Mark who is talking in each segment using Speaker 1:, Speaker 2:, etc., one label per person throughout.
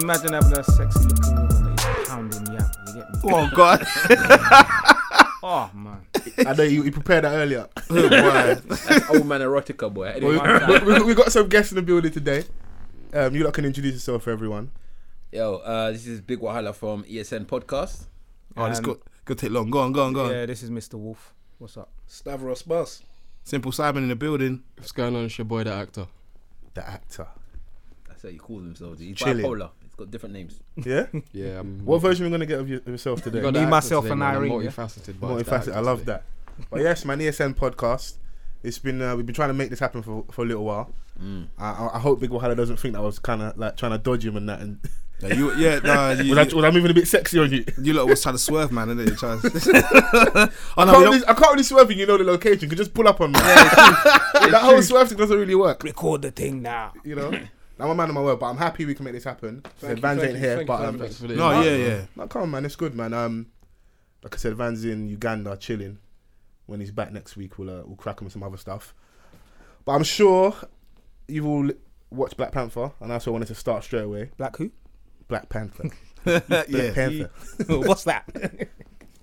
Speaker 1: imagine having a sexy looking woman that is pounding me out. You get me?
Speaker 2: Oh God!
Speaker 1: Oh man.
Speaker 2: I know you, you prepared that earlier.
Speaker 3: Old man erotica boy. Anyway,
Speaker 2: we, we, we got some guests in the building today. Um, you lot can introduce yourself for everyone.
Speaker 3: yo, uh, this is Big Wahala from ESN Podcast.
Speaker 4: Oh, this
Speaker 1: Um,
Speaker 4: got gonna take long. Go on, go on, go on.
Speaker 1: Yeah, this is Mr. Wolf. What's up?
Speaker 5: Stavros Bus.
Speaker 4: Simple Simon in the building.
Speaker 6: What's going on? It's your boy, the actor.
Speaker 2: The actor.
Speaker 3: That's how you call themselves. He's
Speaker 2: Chilling.
Speaker 3: bipolar. It's got different names.
Speaker 2: Yeah.
Speaker 6: Yeah. I'm,
Speaker 2: What version are we gonna get of, you, of yourself
Speaker 6: You
Speaker 2: today?
Speaker 6: got
Speaker 1: Me,
Speaker 6: the actor
Speaker 1: myself,
Speaker 6: today,
Speaker 1: and
Speaker 6: man. I'm
Speaker 1: Irene, yeah?
Speaker 6: Multifaceted, but it's the
Speaker 2: Multifaceted.
Speaker 6: actor
Speaker 2: I love
Speaker 6: today.
Speaker 2: that. But yes, man, ESN podcast. It's been uh, we've been trying to make this happen for, for a little while.
Speaker 6: Mm.
Speaker 2: I, I- I hope Big Wahala doesn't think that I was kind of like trying to dodge him and that. And
Speaker 4: Now, you, yeah, nah, you,
Speaker 2: was, I,
Speaker 4: you,
Speaker 2: was I moving a bit sexy on you?
Speaker 4: you lot was trying to swerve, man, didn't you? Trying to... oh
Speaker 2: I
Speaker 4: no,
Speaker 2: can't,
Speaker 4: we
Speaker 2: really,
Speaker 4: don't.
Speaker 2: I can't really swerve. if You know the location. You can just pull up on me. that whole swerve thing doesn't really work.
Speaker 1: Record the thing now.
Speaker 2: You know. I'm a man of my word, but I'm happy we can make this happen.
Speaker 5: Thank
Speaker 2: so
Speaker 5: you,
Speaker 2: Vans
Speaker 5: thank
Speaker 2: ain't
Speaker 5: you,
Speaker 2: here,
Speaker 5: thank you
Speaker 2: but
Speaker 5: very
Speaker 2: um,
Speaker 5: much.
Speaker 6: Thanks for the
Speaker 4: No, yeah,
Speaker 6: invite, man.
Speaker 4: yeah.
Speaker 2: No, come on, man. It's good, man. Um, like I said, Van's in Uganda chilling. When he's back next week, we'll uh, we'll crack him with some other stuff. But I'm sure you've all watched Black Panther, and that's why I wanted to start straight away.
Speaker 1: Black who?
Speaker 2: Black Panther, Black
Speaker 4: yeah.
Speaker 2: Panther.
Speaker 1: What's that?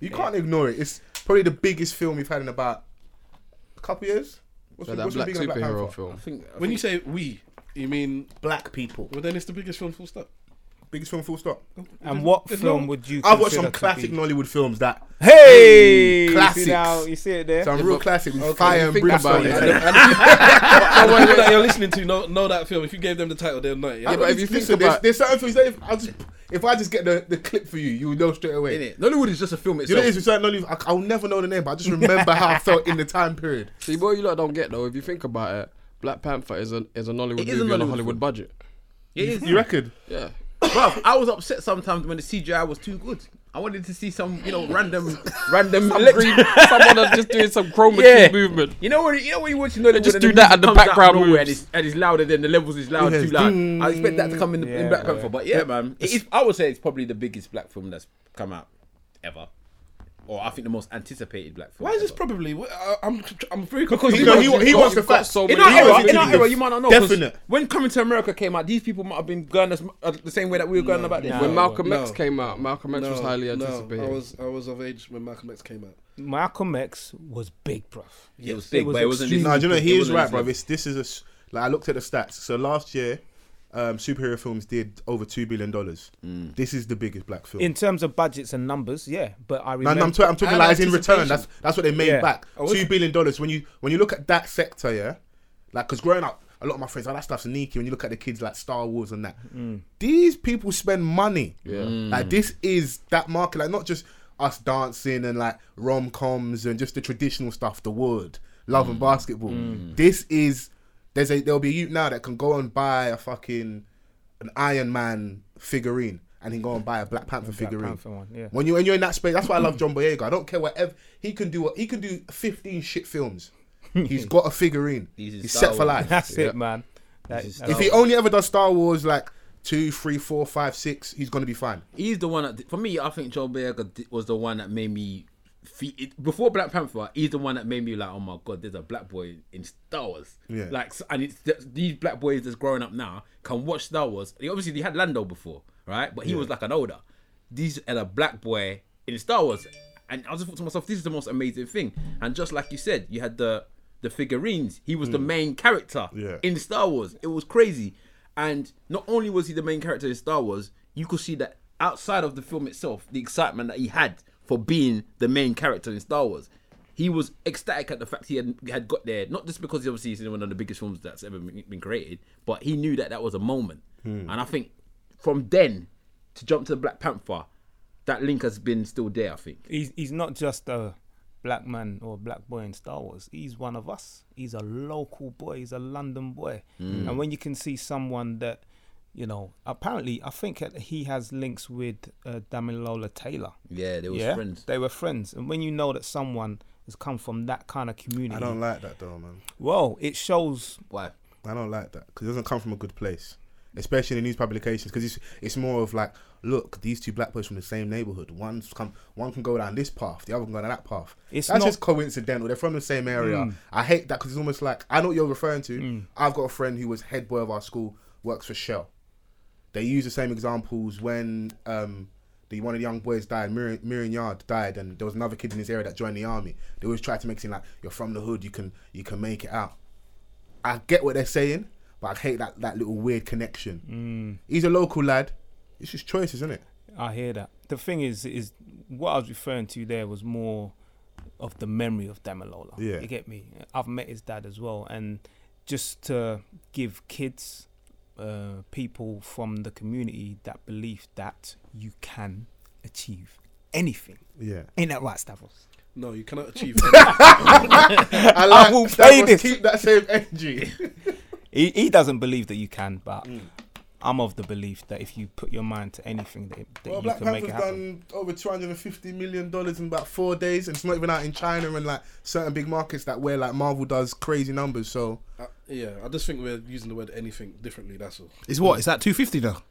Speaker 2: You can't ignore it. It's probably the biggest film we've had in about a couple years. What's,
Speaker 6: So
Speaker 2: the-
Speaker 6: that
Speaker 2: what's the
Speaker 6: black
Speaker 2: biggest Black
Speaker 6: superhero
Speaker 2: Panther?
Speaker 3: I
Speaker 6: film.
Speaker 3: think. I
Speaker 5: When you
Speaker 3: think
Speaker 5: say we, you mean
Speaker 2: Black people,
Speaker 5: well then it's the biggest film full stop.
Speaker 2: biggest film, full stop.
Speaker 1: And what
Speaker 5: There's
Speaker 1: film
Speaker 5: no-
Speaker 1: would you?
Speaker 2: I've watched
Speaker 1: consider
Speaker 2: some
Speaker 1: to
Speaker 2: classic
Speaker 1: be-
Speaker 2: Nollywood films that
Speaker 1: Hey, you see
Speaker 2: classics.
Speaker 1: now- You see it there.
Speaker 2: some
Speaker 6: Yeah,
Speaker 2: real
Speaker 6: but-
Speaker 2: classic with
Speaker 5: okay,
Speaker 2: fire and
Speaker 6: think about
Speaker 2: brimstone.
Speaker 6: it.
Speaker 2: in
Speaker 5: and,
Speaker 2: it.
Speaker 5: and, and the people that you're listening to know, know that film. If you gave them the title, they'll know it. Yeah?
Speaker 6: Yeah, but if you
Speaker 2: Listen,
Speaker 6: think
Speaker 2: there's-
Speaker 6: about-
Speaker 2: there's, certain films that if I just if I just get the, the clip for you, you will know straight away.
Speaker 3: innit? Nollywood is just a film
Speaker 2: You know,
Speaker 3: itself.
Speaker 2: it's with certain Nollywood, I, I'll never know the name, but I just remember how I felt in the time period.
Speaker 6: See, what you lot don't get though, if you think about it, Black Panther is a is a Nollywood
Speaker 3: It
Speaker 6: movie
Speaker 3: is a
Speaker 6: on a
Speaker 3: Nollywood
Speaker 6: Hollywood
Speaker 3: film.
Speaker 6: budget.
Speaker 3: It is.
Speaker 2: You reckon?
Speaker 6: Yeah.
Speaker 3: Bruv, I was upset sometimes when the CGI was too good. I wanted to see some, you know, random, random. elect-
Speaker 6: Green, someone that's just doing some chroma
Speaker 3: Yeah.
Speaker 6: key movement.
Speaker 3: You know when you know when you watch Nollywood,
Speaker 6: just
Speaker 3: and the
Speaker 6: do that
Speaker 3: music
Speaker 6: and the
Speaker 3: comes out
Speaker 6: background
Speaker 3: nowhere and
Speaker 6: moves.
Speaker 3: it's, and it's louder than the levels is loud
Speaker 2: Yes.
Speaker 3: too loud.
Speaker 2: Ding.
Speaker 3: I expect that to come in, the in
Speaker 1: Yeah,
Speaker 3: Black
Speaker 1: yeah.
Speaker 3: Panther, but yeah, man, it is, I would say it's probably the biggest black film that's come out ever, or I think the most anticipated black film.
Speaker 5: Why is this
Speaker 3: ever.
Speaker 5: probably? I, I'm I'm very
Speaker 3: Because
Speaker 5: confused.
Speaker 3: you
Speaker 2: You
Speaker 3: know,
Speaker 2: know,
Speaker 3: got-
Speaker 2: he,
Speaker 3: you've
Speaker 2: he
Speaker 3: got-
Speaker 2: wants to
Speaker 6: you've got
Speaker 2: fact.
Speaker 6: so
Speaker 3: In
Speaker 6: many-
Speaker 3: our
Speaker 2: He
Speaker 3: era,
Speaker 2: wants
Speaker 3: in
Speaker 2: to
Speaker 3: our
Speaker 2: do
Speaker 3: era,
Speaker 2: this.
Speaker 3: you might not know. 'cause
Speaker 2: Definite.
Speaker 3: When Coming to America came out, these people might have been going as, uh, the same way that we were going about this.
Speaker 1: no.
Speaker 6: When Malcolm
Speaker 5: no.
Speaker 6: X came out, Malcolm X
Speaker 5: No,
Speaker 6: was highly
Speaker 5: no,
Speaker 6: anticipated.
Speaker 5: I was I was of age when Malcolm X came out.
Speaker 1: Malcolm X was big, bruv.
Speaker 3: It was big,
Speaker 1: was
Speaker 3: but it wasn't.
Speaker 1: extreme.
Speaker 2: Nah, do you know,
Speaker 3: it
Speaker 2: he is
Speaker 3: wasn't
Speaker 2: right,
Speaker 3: this
Speaker 2: bro.
Speaker 3: level.
Speaker 2: This, this is a. s- Like, I looked at the stats. So last year, um, superhero films did over $2 billion.
Speaker 5: Mm.
Speaker 2: This is the biggest black film.
Speaker 1: In terms of budgets and numbers, yeah. But I
Speaker 2: No,
Speaker 1: remember.
Speaker 2: no, I'm, t- I'm talking
Speaker 5: and
Speaker 2: like as in
Speaker 5: anticipation.
Speaker 2: return. That's that's what they made
Speaker 1: Yeah. Oh,
Speaker 2: back.
Speaker 5: I wish-
Speaker 2: Two billion dollars. When you when you look at that sector, yeah, like because growing up, a lot of my friends, all that stuff's sneaky. When you look at the kids like Star Wars and that,
Speaker 1: Mm.
Speaker 2: these people spend money.
Speaker 6: Yeah.
Speaker 2: like this is that market. Like not just us dancing and like rom coms and just the traditional stuff, the wood, love
Speaker 1: Mm.
Speaker 2: and basketball. This is there's a there'll be a youth now that can go and buy a fucking an Iron Man figurine and he can go and buy a Black Panther figurine.
Speaker 1: Panther one, yeah.
Speaker 2: When you when you're in that space, that's why I love John Boyega. I don't care whatever he can do. What he can do, fifteen shit films. He's got a figurine.
Speaker 3: He's in
Speaker 2: He's set
Speaker 3: Star
Speaker 2: for
Speaker 3: Wars.
Speaker 2: life.
Speaker 1: That's it, man. That,
Speaker 3: is
Speaker 1: that's
Speaker 2: if he only ever does Star Wars like two, three, four, five, six, he's gonna be fine.
Speaker 3: He's the one that, did- for me, I think Joe Boyega di- was the one that made me. Fe- it, before Black Panther, he's the one that made me like, oh my god, there's a black boy in Star Wars.
Speaker 2: Yeah.
Speaker 3: Like, s- and it's th- these black boys that's growing up now can watch Star Wars. They obviously they had Lando before, right? But he was like an older. These are a black boy in Star Wars, and I just thought to myself, this is the most amazing thing. And just like you said, you had the the figurines. He was the main character
Speaker 2: Yeah.
Speaker 3: in Star Wars. It was crazy. And not only was he the main character in Star Wars, you could see that outside of the film itself, the excitement that he had for being the main character in Star Wars. He was ecstatic at the fact he had, had got there, not just because he obviously is in one of the biggest films that's ever been been created, but he knew that that was a moment. And I think from then to jump to the Black Panther, that link has been still there, I think.
Speaker 1: he's he's not just a black man or black boy in Star Wars. He's one of us. He's a local boy. He's a London boy.
Speaker 3: Hmm.
Speaker 1: And when you can see someone that, you know, apparently I think that he has links with uh, Damilola Taylor.
Speaker 3: Yeah, they were friends.
Speaker 1: They were friends. And when you know that someone has come from that kind of community,
Speaker 2: I don't like that though, man.
Speaker 1: well, it shows.
Speaker 3: Why?
Speaker 2: I don't like that because it doesn't come from a good place, especially in the news publications. Because it's it's more of like, look, these two black boys from the same neighborhood. One's come, one can go down this path, the other can go down that path.
Speaker 1: It's
Speaker 2: That's
Speaker 1: not- Hmm.
Speaker 2: just coincidental. They're from the same area. I hate that because it's almost like I know what you're referring to. I've got a friend who was head boy of our school, works for Shell. They use the same examples when um, the one of the young boys died, Mir- Miriam Yard died, and there was another kid in his area that joined the army. They always try to make it seem like you're from the hood, you can you can make it out. I get what they're saying, but I hate that that little weird connection. He's a local lad. It's his choice, isn't it?
Speaker 1: I hear that. The thing is, is what I was referring to there was more of the memory of Damilola.
Speaker 2: Yeah.
Speaker 1: you get me. I've met his dad as well, and just to give kids, uh, people from the community that belief that you can achieve anything.
Speaker 2: Yeah.
Speaker 1: Ain't that right, Stavros?
Speaker 5: No, you cannot achieve.
Speaker 2: I, like
Speaker 1: will
Speaker 2: that
Speaker 1: pay
Speaker 2: was-
Speaker 1: this.
Speaker 2: Keep that same energy.
Speaker 1: He, he doesn't believe that you can, but I'm of the belief that if you put your mind to anything, that, that
Speaker 2: Well,
Speaker 1: you
Speaker 2: Black
Speaker 1: can make
Speaker 2: Panther's
Speaker 1: it happen.
Speaker 2: done over two hundred and fifty million dollars in about four days, and it's not even out in China and like certain big markets that where like Marvel does crazy numbers. So
Speaker 5: Uh, yeah, I just think we're using the word anything differently. That's all.
Speaker 4: It's what? It's that 250 now?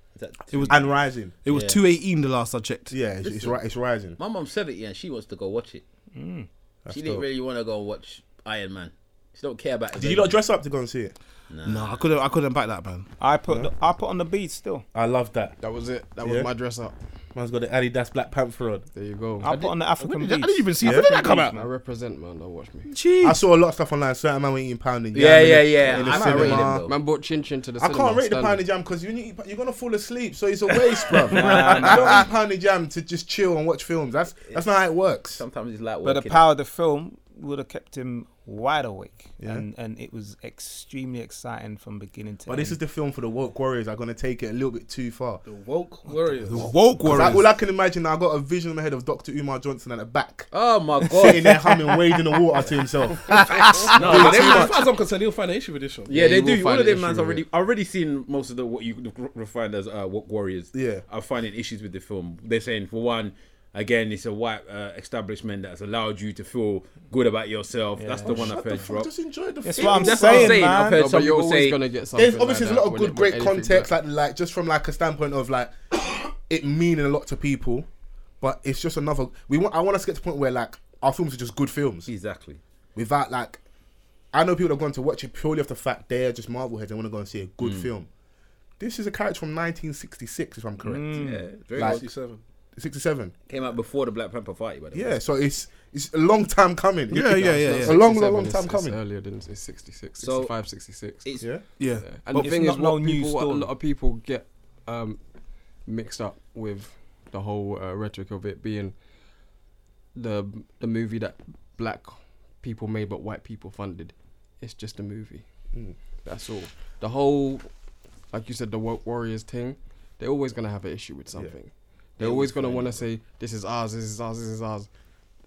Speaker 4: It was
Speaker 2: and rising,
Speaker 4: it was
Speaker 7: Yeah.
Speaker 4: 218 the last I checked.
Speaker 2: yeah, it's it's, ri- it's rising.
Speaker 7: My mum's 70 and she wants to go watch it. she didn't
Speaker 2: Mm, dope.
Speaker 7: really want to go watch Iron Man. She don't care about it.
Speaker 2: Did you not dress up to go and see it?
Speaker 4: No, I couldn't. I couldn't back that man.
Speaker 1: I put the, I put on the beads still.
Speaker 2: I love that.
Speaker 6: That was it. That
Speaker 2: Yeah.
Speaker 6: was my dress up.
Speaker 2: Man's got the Adidas Black Panther on.
Speaker 6: There you go.
Speaker 1: I, put on the African
Speaker 4: When
Speaker 1: beads.
Speaker 4: did, I didn't even see. When did that come
Speaker 6: I
Speaker 4: out?
Speaker 6: represent, man. Don't watch me.
Speaker 2: I
Speaker 4: Jeez.
Speaker 2: saw a lot of stuff online. Certain man were eating pounding. Jam
Speaker 7: Yeah,
Speaker 2: in
Speaker 7: yeah,
Speaker 2: the-
Speaker 7: yeah.
Speaker 2: in the
Speaker 7: I can't rate
Speaker 2: cinema.
Speaker 7: them though.
Speaker 6: Man bought chin chin to the
Speaker 2: I
Speaker 6: cinema.
Speaker 2: can't rate the
Speaker 6: standing.
Speaker 2: pounded jam because you need, you're gonna fall asleep, so it's a waste, bro. you don't eat pounded jam to just chill and watch films. That's that's not how it works.
Speaker 7: Sometimes it's like
Speaker 1: But
Speaker 7: working.
Speaker 1: the power of the film would have kept him wide awake,
Speaker 2: Yeah.
Speaker 1: and and it was extremely exciting from beginning to
Speaker 2: But
Speaker 1: end.
Speaker 2: this is the film for the woke warriors. I'm gonna take it a little bit too far.
Speaker 5: The woke warriors.
Speaker 4: Woke
Speaker 2: Like,
Speaker 4: warriors.
Speaker 2: all I can imagine, I got a vision in my head of Dr. Umar Johnson at the back,
Speaker 7: oh my god.
Speaker 2: sitting there humming, wading the water to himself.
Speaker 5: no, but they- as far as I'm concerned, he'll find an issue with this show.
Speaker 7: Yeah,
Speaker 6: Yeah,
Speaker 7: they
Speaker 6: you will
Speaker 7: do. All
Speaker 6: find
Speaker 7: of
Speaker 6: an
Speaker 7: them man's
Speaker 6: issue with
Speaker 7: already already seen most of the what you r- refined as uh, what warriors.
Speaker 2: Yeah.
Speaker 7: are finding issues with the film. They're saying for one, again, it's a white uh, establishment that's allowed you to feel good about yourself. That's the one I've heard. drop.
Speaker 2: Just enjoy the
Speaker 1: That's
Speaker 2: film.
Speaker 1: what I'm
Speaker 7: That's what I'm
Speaker 1: saying,
Speaker 7: saying,
Speaker 1: man.
Speaker 7: I've heard-
Speaker 6: No,
Speaker 7: Some
Speaker 6: but you're
Speaker 7: people
Speaker 6: always
Speaker 7: say-
Speaker 6: gonna get something.
Speaker 2: There's obviously there's
Speaker 6: like
Speaker 2: a
Speaker 6: that
Speaker 2: lot of
Speaker 6: when
Speaker 2: good,
Speaker 6: it-
Speaker 2: great
Speaker 6: when anything
Speaker 2: context,
Speaker 6: black.
Speaker 2: like like just from like a standpoint of like it meaning a lot to people, but it's just another. We want I want us to get to the point where like our films are just good films
Speaker 7: Exactly.
Speaker 2: without like. I know people have gone to watch it purely off the fact they're just Marvel heads. They want to go and see a good
Speaker 6: Mm.
Speaker 2: film. This is a character from 1966, if I'm correct,
Speaker 6: Mm.
Speaker 7: Yeah, very
Speaker 2: Like-
Speaker 7: much.
Speaker 5: 67.
Speaker 2: 67.
Speaker 7: Came out before the Black Panther party, by the way.
Speaker 2: Yeah, so it's it's a long time coming.
Speaker 4: Yeah, yeah, yeah,
Speaker 2: It's
Speaker 4: yeah.
Speaker 2: a long, long,
Speaker 6: 67
Speaker 2: long time
Speaker 6: is- is
Speaker 2: coming.
Speaker 6: Earlier than it's 66,
Speaker 7: So-
Speaker 6: 65, 66.
Speaker 7: It's
Speaker 2: Yeah.
Speaker 4: Yeah.
Speaker 6: Yeah. And
Speaker 4: But
Speaker 6: the
Speaker 1: it's
Speaker 6: thing is,
Speaker 1: not
Speaker 6: what
Speaker 1: no new
Speaker 6: people, what a
Speaker 1: story.
Speaker 6: lot of people get um, mixed up with the whole uh, rhetoric of it being the the movie that black people made but white people funded. It's just a movie.
Speaker 2: Mm.
Speaker 6: That's all. The whole, like you said, the woke warriors thing. They're always gonna have an issue with something. They're always gonna want to say, "This is ours. This is ours. This is ours."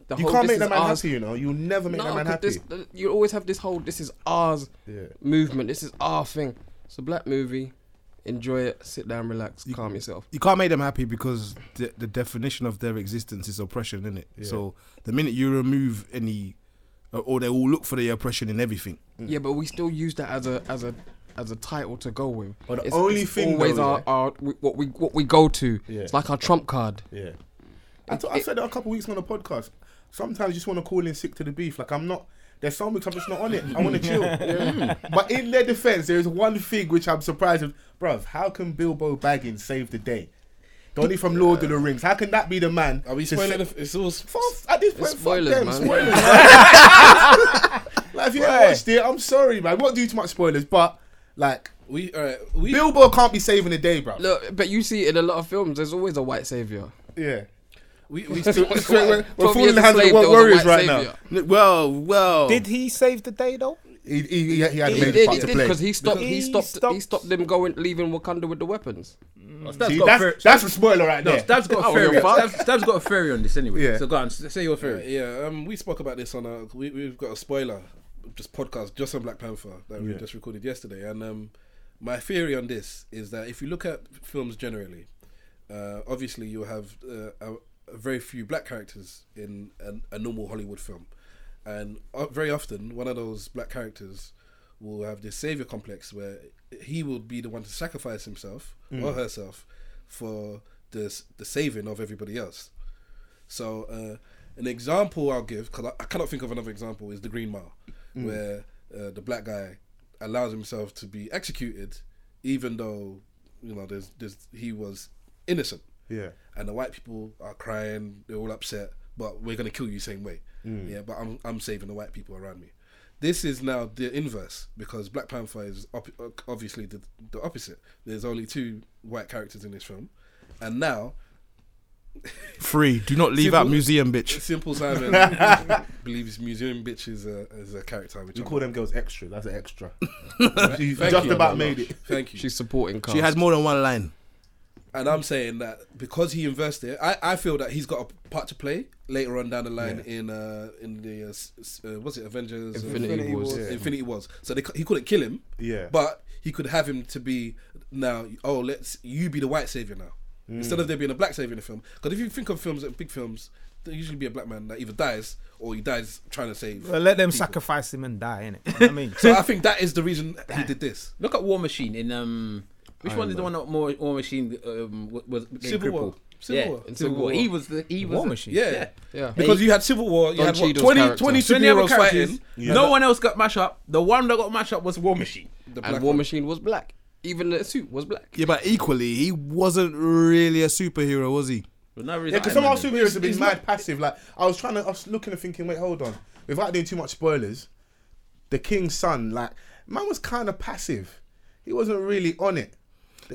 Speaker 6: The
Speaker 2: You
Speaker 6: whole,
Speaker 2: can't
Speaker 6: "This
Speaker 2: make
Speaker 6: is
Speaker 2: that man
Speaker 6: ours,"
Speaker 2: happy, you know. You'll never make that man
Speaker 6: 'cause
Speaker 2: happy.
Speaker 6: This, you always have this whole "this is ours"
Speaker 2: Yeah.
Speaker 6: movement. This is our thing. It's a black movie. Enjoy it. Sit down, relax, calm yourself.
Speaker 4: You can't make them happy because the, the definition of their existence is oppression, innit? it? So the minute you remove any, or they will look for the oppression in everything.
Speaker 2: Mm.
Speaker 6: Yeah, but we still use that as a as a as a title to go with.
Speaker 2: But the only thing,
Speaker 6: always
Speaker 2: though,
Speaker 6: our,
Speaker 2: yeah.
Speaker 6: our we- what we what we go to.
Speaker 2: Yeah.
Speaker 6: It's like our trump card.
Speaker 2: Yeah. I t- I said that a couple weeks ago on the podcast. Sometimes you just want to call in sick to the beef. Like I'm not. There's some weeks I'm just not on it. I want to chill. Mm. But in their defense, there is one thing which I'm surprised with. Bruv, how can Bilbo Baggins save the day? Donnie from Lord of the Rings. How can that be the man?
Speaker 5: Are we
Speaker 2: to
Speaker 5: spoiling?
Speaker 2: sa-
Speaker 5: the f- it's all. s-
Speaker 2: Fuck, at this point, fuck
Speaker 6: spoilers,
Speaker 2: them,
Speaker 6: man.
Speaker 2: spoilers. man. like, if you haven't watched it, I'm sorry, man. Won't do too much spoilers, but like,
Speaker 5: We all right. We
Speaker 2: Bilbo can't be saving the day, bro.
Speaker 6: Look, but you see it in a lot of films. There's always a white savior.
Speaker 2: Yeah.
Speaker 5: we we
Speaker 2: we're
Speaker 5: still.
Speaker 2: we're, we're
Speaker 6: 12
Speaker 2: falling in
Speaker 6: Years
Speaker 2: the
Speaker 6: a
Speaker 2: hands of
Speaker 6: Slave,
Speaker 2: the
Speaker 6: there was
Speaker 2: wo-
Speaker 6: a
Speaker 2: warriors
Speaker 6: white
Speaker 2: right now.
Speaker 6: savior.
Speaker 4: Well, well.
Speaker 1: Did he save the day though?
Speaker 2: He, he, he, he had
Speaker 6: He
Speaker 2: made his
Speaker 6: did, he
Speaker 2: part to
Speaker 6: did,
Speaker 2: play.
Speaker 6: because he stopped.
Speaker 1: He
Speaker 6: He stopped. He
Speaker 1: stopped-
Speaker 6: stopped them going, leaving Wakanda with the weapons.
Speaker 7: Oh, Stab's
Speaker 2: See,
Speaker 7: got
Speaker 2: that's,
Speaker 7: a fair-
Speaker 2: that's a spoiler right
Speaker 7: No,
Speaker 2: there.
Speaker 7: Stab's got a
Speaker 6: Oh, well,
Speaker 7: theory.
Speaker 6: fuck.
Speaker 7: Stab's, Stab's got a theory on this anyway.
Speaker 2: Yeah.
Speaker 7: So go on, s- say your theory.
Speaker 5: Yeah, um, we spoke about this on a we we've got a spoiler, just podcast just on Black Panther that we just recorded yesterday, and um, my theory on this is that if you look at films generally, uh, obviously you have uh, a, a very few black characters in an, a normal Hollywood film, and uh, very often one of those black characters will have this savior complex where he will be the one to sacrifice himself
Speaker 7: Mm.
Speaker 5: or herself for the s- the saving of everybody else. So uh, an example I'll give because I, I cannot think of another example is the Green Mile, where uh, the black guy allows himself to be executed, even though you know, there's, there's he was innocent,
Speaker 2: Yeah.
Speaker 5: and the white people are crying, they're all upset, but we're gonna kill you same way. Yeah, but I'm I'm saving the white people around me. This is now the inverse because Black Panther is op- obviously the the opposite. There's only two white characters in this film, and now
Speaker 4: Free. Do not leave out
Speaker 5: Simple.
Speaker 4: museum, bitch.
Speaker 5: Simple Simon believes museum bitch is a is a character which
Speaker 2: You
Speaker 5: I'm-
Speaker 2: call them girls extra. That's an extra. you
Speaker 5: Thank
Speaker 2: just
Speaker 5: you.
Speaker 2: about made it.
Speaker 5: Thank you.
Speaker 6: She's supporting cast.
Speaker 4: She has more than one line.
Speaker 5: And I'm saying that because he invested, I, I feel that he's got a part to play later on down the line in uh in the uh, s- s- uh, was it Avengers uh,
Speaker 6: Infinity Infinity Wars.
Speaker 2: Wars. Yeah.
Speaker 5: Infinity Wars. So they, cou- he couldn't kill him.
Speaker 2: Yeah.
Speaker 5: But he could have him to be now. Oh, let's you be the white savior now
Speaker 2: Hmm.
Speaker 5: instead of there being a black savior in the film. Because if you think of films, big films, there usually be a black man that either dies or he dies trying to save.
Speaker 1: Well, let them
Speaker 5: people.
Speaker 1: sacrifice him and die, innit? You know what I mean,
Speaker 5: So I think that is the reason he did this.
Speaker 3: Look at War Machine in um. Which one is the one that War, War Machine um, w- was became
Speaker 5: Civil War.
Speaker 3: crippled?
Speaker 5: Civil
Speaker 3: yeah,
Speaker 5: War.
Speaker 3: in Civil War. He was the he was
Speaker 1: War
Speaker 3: the-
Speaker 1: Machine.
Speaker 5: Yeah.
Speaker 3: Yeah.
Speaker 6: Yeah.
Speaker 5: Because you had Civil War, you
Speaker 6: Don
Speaker 5: had what,
Speaker 6: Cheadle's
Speaker 5: 20,
Speaker 6: character.
Speaker 5: 20
Speaker 3: Many other
Speaker 5: superheroes
Speaker 3: characters.
Speaker 5: fighting.
Speaker 3: No one else got mash up. The one that got mash up was War Machine.
Speaker 5: The
Speaker 6: and
Speaker 5: black
Speaker 6: War
Speaker 5: one.
Speaker 6: Machine was black. Even the suit was black.
Speaker 4: Yeah, but equally, he wasn't really a superhero, was he?
Speaker 3: For no reason.
Speaker 2: Yeah, because some of our
Speaker 3: Iron Man.
Speaker 2: superheroes have been mad passive. Like I was trying to, I was looking and thinking, wait, hold on. Without doing too much spoilers, the king's son, like man, was kind of passive. He wasn't really on it.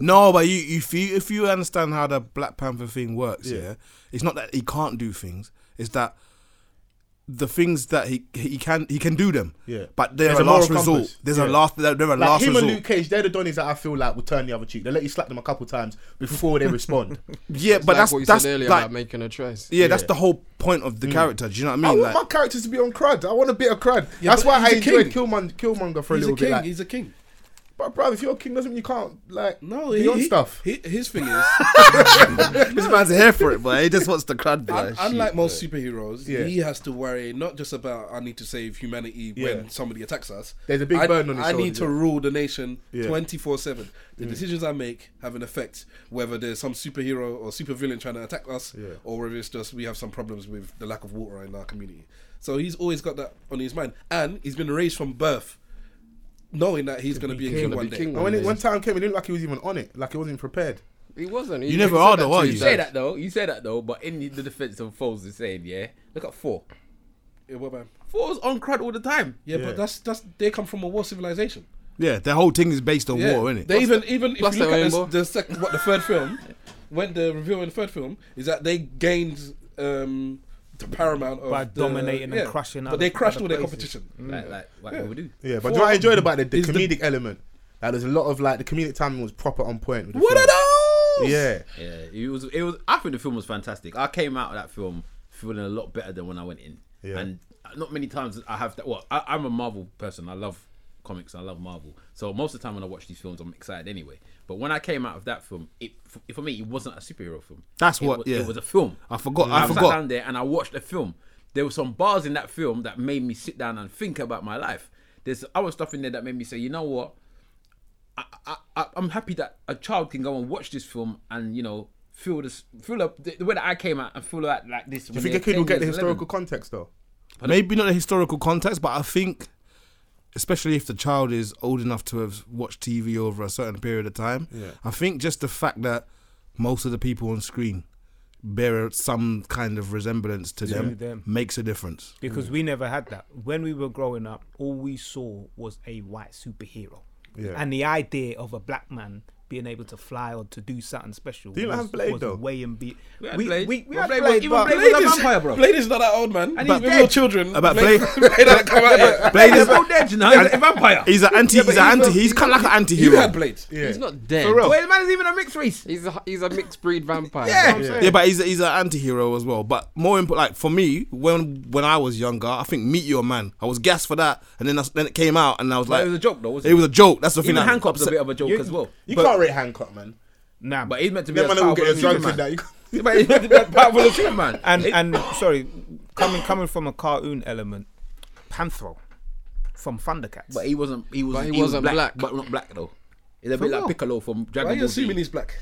Speaker 4: No, but you, if you if you understand how the Black Panther thing works, yeah.
Speaker 2: Yeah.
Speaker 4: it's not that he can't do things; it's that the things that he he can he can do them.
Speaker 2: Yeah.
Speaker 4: but they're
Speaker 2: There's
Speaker 4: a,
Speaker 2: a
Speaker 4: last
Speaker 2: moral
Speaker 4: resort.
Speaker 2: compass.
Speaker 4: There's a
Speaker 2: Yeah.
Speaker 4: last. They're, they're a
Speaker 2: Like
Speaker 4: last
Speaker 2: him
Speaker 4: resort.
Speaker 2: and Luke Cage, they're the donnies that I feel like will turn the other cheek. They let you slap them a couple times before they respond.
Speaker 4: yeah, but
Speaker 6: like
Speaker 4: that's
Speaker 6: what you
Speaker 4: that's
Speaker 6: said earlier
Speaker 4: like
Speaker 6: about making a choice.
Speaker 4: yeah, that's the whole point of the character. Do you know what I
Speaker 2: Mm. I
Speaker 4: mean?
Speaker 2: want
Speaker 4: like,
Speaker 2: my characters to be on crud. I want a bit of crud.
Speaker 5: Yeah,
Speaker 2: That's
Speaker 5: but
Speaker 2: why I
Speaker 5: he's a
Speaker 2: enjoyed
Speaker 5: king.
Speaker 2: Killmon- Killmonger for a
Speaker 5: He's a
Speaker 2: little
Speaker 5: king.
Speaker 2: bit. Like,
Speaker 5: He's a king.
Speaker 2: but bro, if you're a king, doesn't mean you can't like
Speaker 5: No,
Speaker 2: be
Speaker 5: he,
Speaker 2: on
Speaker 5: he-
Speaker 2: stuff.
Speaker 5: he- his thing is,
Speaker 4: this man's here for it, but he just wants the crud.
Speaker 5: un- unlike most superheroes,
Speaker 2: Yeah.
Speaker 5: he has to worry not just about I need to save humanity
Speaker 2: Yeah.
Speaker 5: when somebody attacks us.
Speaker 2: There's a big
Speaker 5: I,
Speaker 2: burden on his
Speaker 5: I need
Speaker 2: shoulders,
Speaker 5: to
Speaker 2: yeah.
Speaker 5: rule the nation
Speaker 2: Yeah.
Speaker 5: twenty four seven. The decisions I make have an effect, whether there's some superhero or supervillain trying to attack us,
Speaker 2: Yeah.
Speaker 5: or whether it's just we have some problems with the lack of water in our community. So he's always got that on his mind, and he's been raised from birth, knowing that he's going to be a
Speaker 6: He's
Speaker 5: king
Speaker 6: gonna
Speaker 5: one
Speaker 6: be
Speaker 5: day.
Speaker 6: king
Speaker 2: and
Speaker 6: one
Speaker 2: when
Speaker 6: day.
Speaker 2: it, one time came, it looked like he was even on it. Like he wasn't prepared.
Speaker 6: He wasn't. He,
Speaker 4: You never
Speaker 6: he said
Speaker 4: are
Speaker 6: that
Speaker 4: though,
Speaker 6: to
Speaker 4: are
Speaker 6: his
Speaker 4: you?
Speaker 6: dad.
Speaker 3: say that though. You say that though, but in the defense of foes is saying, yeah. Look at four.
Speaker 5: Yeah, what about him?
Speaker 3: Four was on crud all the time.
Speaker 5: Yeah, but that's that's they come from a war civilization.
Speaker 4: Yeah, the whole thing is based on
Speaker 5: Yeah,
Speaker 4: war, isn't it?
Speaker 5: they even even
Speaker 6: plus
Speaker 5: if you look
Speaker 6: their
Speaker 5: at
Speaker 6: own war.
Speaker 5: the, the second, what the third film, when the reveal in the third film is that they gained um, the paramount of
Speaker 1: By
Speaker 5: the-
Speaker 1: dominating and crushing
Speaker 5: but
Speaker 1: other-
Speaker 5: they crushed
Speaker 1: other
Speaker 5: all their
Speaker 1: places.
Speaker 5: competition.
Speaker 3: Like, like what people do.
Speaker 2: Yeah, but do you know what I enjoyed about it? The
Speaker 5: Is the-
Speaker 2: comedic element. Like, there's a lot of like the comedic timing was proper on point. With the
Speaker 3: What
Speaker 2: film.
Speaker 3: are those?
Speaker 2: Yeah,
Speaker 3: Yeah, it was. It was. I think the film was fantastic. I came out of that film feeling a lot better than when I went in.
Speaker 2: Yeah.
Speaker 3: And not many times I have that. Well, I, I'm a Marvel person. I love comics. I love Marvel. So most of the time when I watch these films, I'm excited anyway. But when I came out of that film, it for, for me it wasn't a superhero film.
Speaker 4: That's
Speaker 3: It
Speaker 4: what-
Speaker 3: wa-
Speaker 4: yeah.
Speaker 3: It was a film.
Speaker 4: I forgot- I
Speaker 3: sat
Speaker 4: forgot.
Speaker 3: down there and I watched a film. There were some bars in that film that made me sit down and think about my life. There's other stuff in there that made me say, you know what? I, I, I'm happy that a child can go and watch this film and you know feel this feel up the, the way that I came out and feel like like this.
Speaker 2: do you think a kid will get the historical context though?
Speaker 4: Maybe not the historical context, but I think, especially if the child is old enough to have watched TV over a certain period of time,
Speaker 2: Yeah.
Speaker 4: I think just the fact that most of the people on screen bear some kind of resemblance to them,
Speaker 1: them.
Speaker 4: makes a difference.
Speaker 1: because we never had that. When we were growing up, all we saw was a white superhero,
Speaker 2: Yeah.
Speaker 1: and the idea of a black man being able to fly or to do something special.
Speaker 2: you not
Speaker 1: was,
Speaker 2: have Blade,
Speaker 1: was
Speaker 2: though?
Speaker 1: way and be.
Speaker 3: We had Blade.
Speaker 1: we, we
Speaker 3: Well,
Speaker 1: had
Speaker 3: Blade
Speaker 1: Blade,
Speaker 3: was- even
Speaker 1: but-
Speaker 3: Blade was a
Speaker 1: is-
Speaker 3: vampire, bro.
Speaker 5: Blade is not that old man.
Speaker 3: And
Speaker 5: And
Speaker 3: he's
Speaker 5: he's little
Speaker 3: dead.
Speaker 5: children.
Speaker 4: About
Speaker 5: Blade that come out here.
Speaker 4: Blade
Speaker 3: He's
Speaker 4: is
Speaker 3: still dead, you know. He's a vampire.
Speaker 4: he's an anti, he's
Speaker 5: but
Speaker 4: an
Speaker 5: he's
Speaker 4: anti,
Speaker 5: not-
Speaker 4: he's kind of like an
Speaker 5: You
Speaker 4: anti-hero.
Speaker 5: had Blade.
Speaker 2: Yeah,
Speaker 6: He's not dead.
Speaker 4: real.
Speaker 3: Wait, the man is even a mixed race.
Speaker 6: He's a he's a mixed breed vampire.
Speaker 3: Yeah.
Speaker 6: You know what I'm
Speaker 4: Yeah, but he's a, he's an anti-hero as well. But more important, like for me, when when I was younger, I think Meet Your Man, I was gassed for that, and then I, then it came out, and I was
Speaker 3: But
Speaker 4: like,
Speaker 3: it was a joke though, wasn't
Speaker 4: It was a joke. That's the
Speaker 3: Even
Speaker 4: thing. that
Speaker 3: Hancock's a
Speaker 4: upset-
Speaker 3: bit of a joke as well.
Speaker 2: you
Speaker 4: but-
Speaker 2: can't rate Hancock, man.
Speaker 1: Nah,
Speaker 3: But he's meant to be
Speaker 2: Them
Speaker 3: a
Speaker 2: man will
Speaker 3: powerful
Speaker 2: get as drunk
Speaker 3: Superman.
Speaker 2: that. You can't-
Speaker 3: But he's meant to be a powerful Superman.
Speaker 1: and and sorry, coming coming from a cartoon element, Panthro from Thundercats.
Speaker 3: But he wasn't. He was.
Speaker 6: But he
Speaker 3: was
Speaker 6: wasn't black.
Speaker 3: But not black though. He's a bit like
Speaker 5: real?
Speaker 3: Piccolo from Dragon
Speaker 5: Why are you
Speaker 3: Ball Z.
Speaker 5: assuming he's black?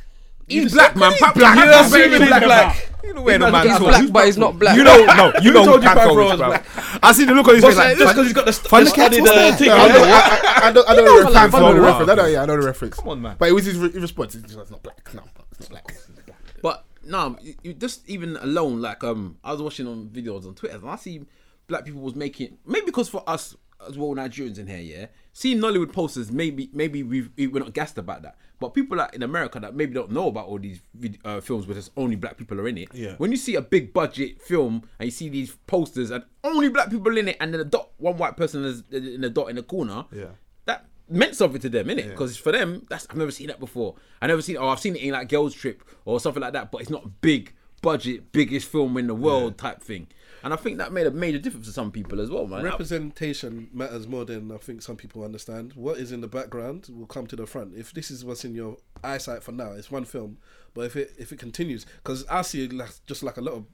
Speaker 3: He's black, man. Pap-
Speaker 1: black,
Speaker 3: You're
Speaker 1: man.
Speaker 3: assuming
Speaker 1: He's
Speaker 3: he's
Speaker 1: black.
Speaker 3: black.
Speaker 1: You know where the
Speaker 6: saying?
Speaker 1: man's
Speaker 6: He's
Speaker 1: from.
Speaker 6: black, but he's not black.
Speaker 1: You don't know. You
Speaker 5: Who
Speaker 1: know
Speaker 5: told you
Speaker 1: Panthro
Speaker 5: Panthro
Speaker 1: is
Speaker 5: was
Speaker 1: black.
Speaker 5: black?
Speaker 4: I see the look on his face.
Speaker 3: What's
Speaker 4: Like,
Speaker 3: that? Just because he's got the, st- the studded uh, thing.
Speaker 2: I,
Speaker 3: on it.
Speaker 2: I, I, I don't, I don't know the reference. I know the reference. I know, yeah, I know the reference.
Speaker 1: Come on, man.
Speaker 2: But it was his re- response. It's, just, it's not black. No, it's not black.
Speaker 3: But no, you, you just even alone, like um, I was watching on videos on Twitter, and I see black people was making maybe because for us as well Nigerians in here, yeah, seeing Nollywood posters, maybe maybe we we're not gassed about that. But people like in America that maybe don't know about all these vid- uh, films where there's only black people are in it.
Speaker 5: Yeah.
Speaker 3: When you see a big budget film and you see these posters and only black people in it, and then a dot one white person is in a dot in the corner. Yeah. That meant something to them, innit? Because for them, that's I've never seen that before. I never seen. Oh, I've seen it in like Girls Trip or something like that, but it's not big budget, biggest film in the world type thing. And I think that made a major difference to some people as well, man.
Speaker 5: Representation matters more than I think some people understand. What is in the background will come to the front. If this is what's in your eyesight for now, it's one film, but if it if it continues, because I see like, just like a lot of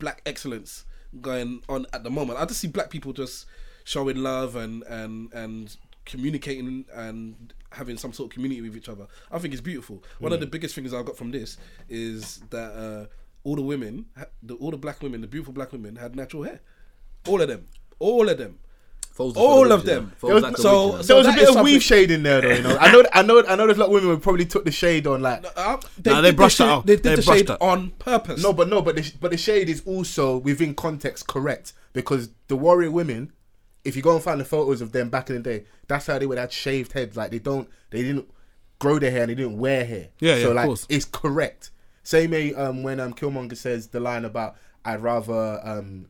Speaker 5: black excellence going on at the moment. I just see black people just showing love and and and communicating and having some sort of community with each other. I think it's beautiful. One of the biggest things I got from this is that uh, all the women, ha- the, all the black women, the beautiful black women had natural hair. All of them. All of them.
Speaker 3: Foles is
Speaker 5: all
Speaker 3: the
Speaker 5: of them.
Speaker 3: original. Foles is
Speaker 5: There
Speaker 3: like
Speaker 5: was-
Speaker 3: the
Speaker 5: so-
Speaker 3: original.
Speaker 5: so-
Speaker 2: there was a
Speaker 5: that
Speaker 2: bit
Speaker 5: is
Speaker 2: of weave
Speaker 5: something-
Speaker 2: shade in there, though. You know, I know, I know, I know. There's like women who probably took the shade on, like.
Speaker 5: Uh,
Speaker 4: Nah, they
Speaker 5: did the
Speaker 4: brushed that
Speaker 5: shade-
Speaker 4: out.
Speaker 5: They did
Speaker 4: They
Speaker 5: the
Speaker 4: brushed
Speaker 5: shade
Speaker 4: that.
Speaker 5: on purpose.
Speaker 2: No, but no, but the sh- but the shade is also within context correct because the warrior women, if you go and find the photos of them back in the day, that's how they would have shaved heads. Like they don't, they didn't grow their hair and they didn't wear hair.
Speaker 4: Yeah, yeah,
Speaker 2: So
Speaker 4: of
Speaker 2: like
Speaker 4: course.
Speaker 2: it's correct. Same way um, when um, Killmonger says the line about I'd rather um,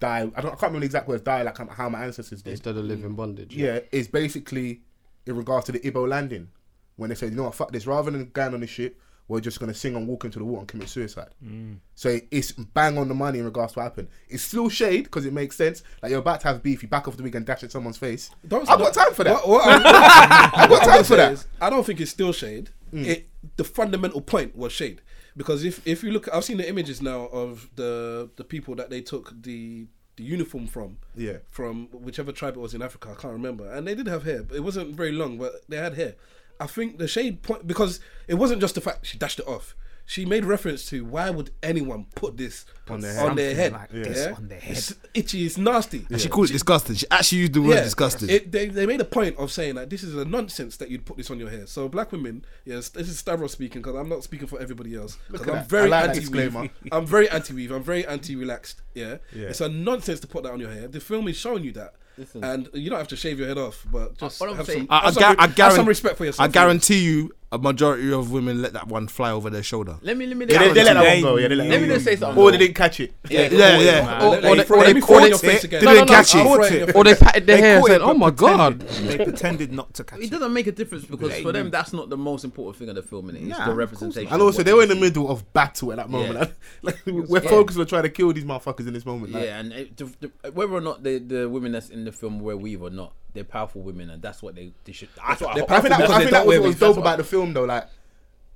Speaker 2: die. I don't. I can't remember the exact words. Die like how my ancestors did.
Speaker 6: instead of living bondage.
Speaker 2: Yeah, it's basically in regards to the Igbo landing when they said, you know what, fuck this, rather than going on the ship, we're just going to sing and walk into the water and commit suicide.
Speaker 5: Mm.
Speaker 2: So it's bang on the money in regards to what happened. It's still shade because it makes sense. Like you're about to have beef, you back off the wig and dash at someone's face.
Speaker 5: Don't-
Speaker 2: I've got time for that.
Speaker 5: What, what I'm- I've
Speaker 2: got time for that. Mm.
Speaker 5: I don't think it's still shade. It the fundamental point was shade because if if you look, I've seen the images now of the the people that they took the the uniform from.
Speaker 2: Yeah.
Speaker 5: From whichever tribe it was in Africa, I can't remember, and they did have hair. But it wasn't very long, but they had hair. I think the shade point because it wasn't just the fact she dashed it off. She made reference to why would anyone put this on
Speaker 2: their
Speaker 5: their
Speaker 2: head.
Speaker 5: head? On
Speaker 1: Something
Speaker 5: their head.
Speaker 1: like this on their head.
Speaker 5: It's itchy. It's nasty.
Speaker 4: She called it disgusting. She actually used the word disgusting.
Speaker 5: It, they, they made a point of saying that this is a nonsense that you'd put this on your hair. So black women, yes, this is Stavros speaking because I'm not speaking for everybody else.
Speaker 2: Look
Speaker 5: Because
Speaker 2: at
Speaker 5: I'm
Speaker 2: that. I
Speaker 5: very
Speaker 2: like that disclaimer.
Speaker 5: anti-weave. I'm very anti-weave. I'm very anti-relaxed. Yeah? it's a nonsense to put that on your hair. The film is showing you that, and you don't have to shave your head off,
Speaker 2: Uh,
Speaker 5: but just
Speaker 3: what I'm
Speaker 5: have,
Speaker 3: saying-
Speaker 5: some,
Speaker 4: I, I,
Speaker 5: have, some,
Speaker 4: gar-
Speaker 5: re-
Speaker 4: I
Speaker 5: have
Speaker 4: guarantee,
Speaker 5: some respect for yourself.
Speaker 4: I guarantee you, a majority of women let that one fly over their shoulder.
Speaker 3: Let me let me.
Speaker 2: Yeah, they, they let that
Speaker 1: Guarantee.
Speaker 2: one go. Yeah, they let,
Speaker 3: Let
Speaker 2: that
Speaker 3: me
Speaker 2: one
Speaker 3: just
Speaker 2: go.
Speaker 3: say something,
Speaker 2: Or
Speaker 3: though.
Speaker 2: they didn't catch it.
Speaker 3: Yeah,
Speaker 4: Yeah,
Speaker 3: yeah.
Speaker 4: yeah.
Speaker 5: Or-
Speaker 4: Or, they,
Speaker 5: or they- or they
Speaker 4: caught
Speaker 5: caught
Speaker 4: it,
Speaker 5: your face again.
Speaker 4: they
Speaker 5: No,
Speaker 4: didn't
Speaker 5: no, no,
Speaker 4: catch
Speaker 5: I
Speaker 4: it.
Speaker 5: caught it in your
Speaker 6: Or they patted their hair and
Speaker 1: caught
Speaker 6: said,
Speaker 1: it,
Speaker 6: "Oh
Speaker 1: but
Speaker 6: my god."
Speaker 1: pretended- They pretended not to catch
Speaker 3: It
Speaker 1: it.
Speaker 3: doesn't make a difference because for them that's not the most important thing of the film. innit? It's
Speaker 1: Nah,
Speaker 3: the
Speaker 1: of
Speaker 3: representation.
Speaker 2: And
Speaker 3: of
Speaker 2: also,
Speaker 3: what
Speaker 2: they were in the
Speaker 3: you see.
Speaker 2: middle of battle at that moment.
Speaker 3: Yeah.
Speaker 2: like we're focused on trying to kill these motherfuckers in this moment. Like,
Speaker 3: Yeah, and it, the, the, whether or not the, the women that's in the film were weave or not, they're powerful women, and that's what they, they should. That's what
Speaker 5: They're
Speaker 3: I,
Speaker 2: I think that was, I
Speaker 5: Because
Speaker 2: think
Speaker 5: they
Speaker 2: that was
Speaker 5: don't wear
Speaker 2: what was
Speaker 5: wigs, that's
Speaker 2: dope
Speaker 5: why.
Speaker 2: about the film though. Like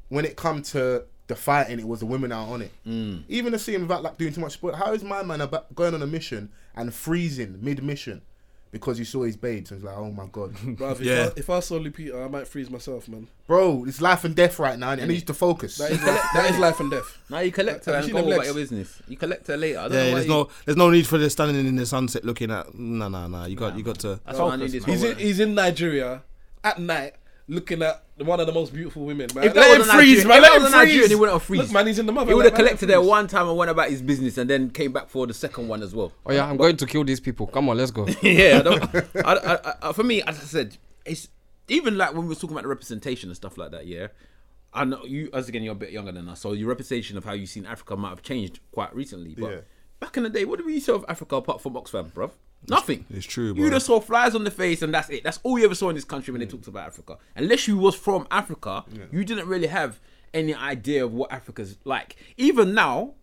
Speaker 2: when it come to the fighting, it was the women that were on it.
Speaker 5: Mm.
Speaker 2: Even the scene without like doing too much sport. How is my man about going on a mission and freezing mid mission because you saw his babes and was like, oh my god,
Speaker 5: Bruv, if,
Speaker 4: Yeah.
Speaker 5: I, if I saw Lupita, I might freeze myself, man.
Speaker 2: bro, it's life and death right now, and I need to focus.
Speaker 5: That is, life, that is life and death.
Speaker 3: now you collect her
Speaker 5: Have you
Speaker 3: and
Speaker 5: seen
Speaker 3: go
Speaker 5: them
Speaker 3: about
Speaker 5: legs?
Speaker 3: your business. You collect her later. I don't
Speaker 4: Yeah,
Speaker 3: know why
Speaker 4: there's
Speaker 3: you-
Speaker 4: no, there's no need for the standing in the sunset looking at. No, no, no. You got, you got to.
Speaker 3: That's why I need this.
Speaker 5: He's
Speaker 3: for
Speaker 5: in,
Speaker 3: work.
Speaker 5: he's in Nigeria at night looking at one of the most beautiful women, man.
Speaker 3: If that
Speaker 5: let him
Speaker 3: was a
Speaker 5: freeze,
Speaker 3: Nigerian-
Speaker 5: man.
Speaker 3: if that
Speaker 5: Let him
Speaker 3: was a Nigerian,
Speaker 5: freeze.
Speaker 3: he wouldn't have freeze.
Speaker 5: Look, man, he's in the mother.
Speaker 3: He would
Speaker 5: like,
Speaker 3: have
Speaker 5: man, let him
Speaker 3: collected her
Speaker 5: freeze.
Speaker 3: one time and went about his business, and then came back for the second one as well.
Speaker 6: Oh yeah, I'm going to kill these people. Come on, let's go.
Speaker 3: yeah, I don't. I, I, I, for me, as I said, it's even like when we were talking about the representation and stuff like that. Yeah, I know you. As again, you're a bit younger than us, so your representation of how you seen Africa might have changed quite recently. But
Speaker 2: Yeah.
Speaker 3: back in the day, what did we see of Africa apart from Oxfam, bruv? Nothing.
Speaker 4: it's true,
Speaker 3: You
Speaker 4: bruv.
Speaker 3: just saw flies on the face, and that's it. That's all you ever saw in this country
Speaker 5: Mm.
Speaker 3: when they talked about Africa. Unless you was from Africa, you didn't really have any idea of what Africa's like. Even now.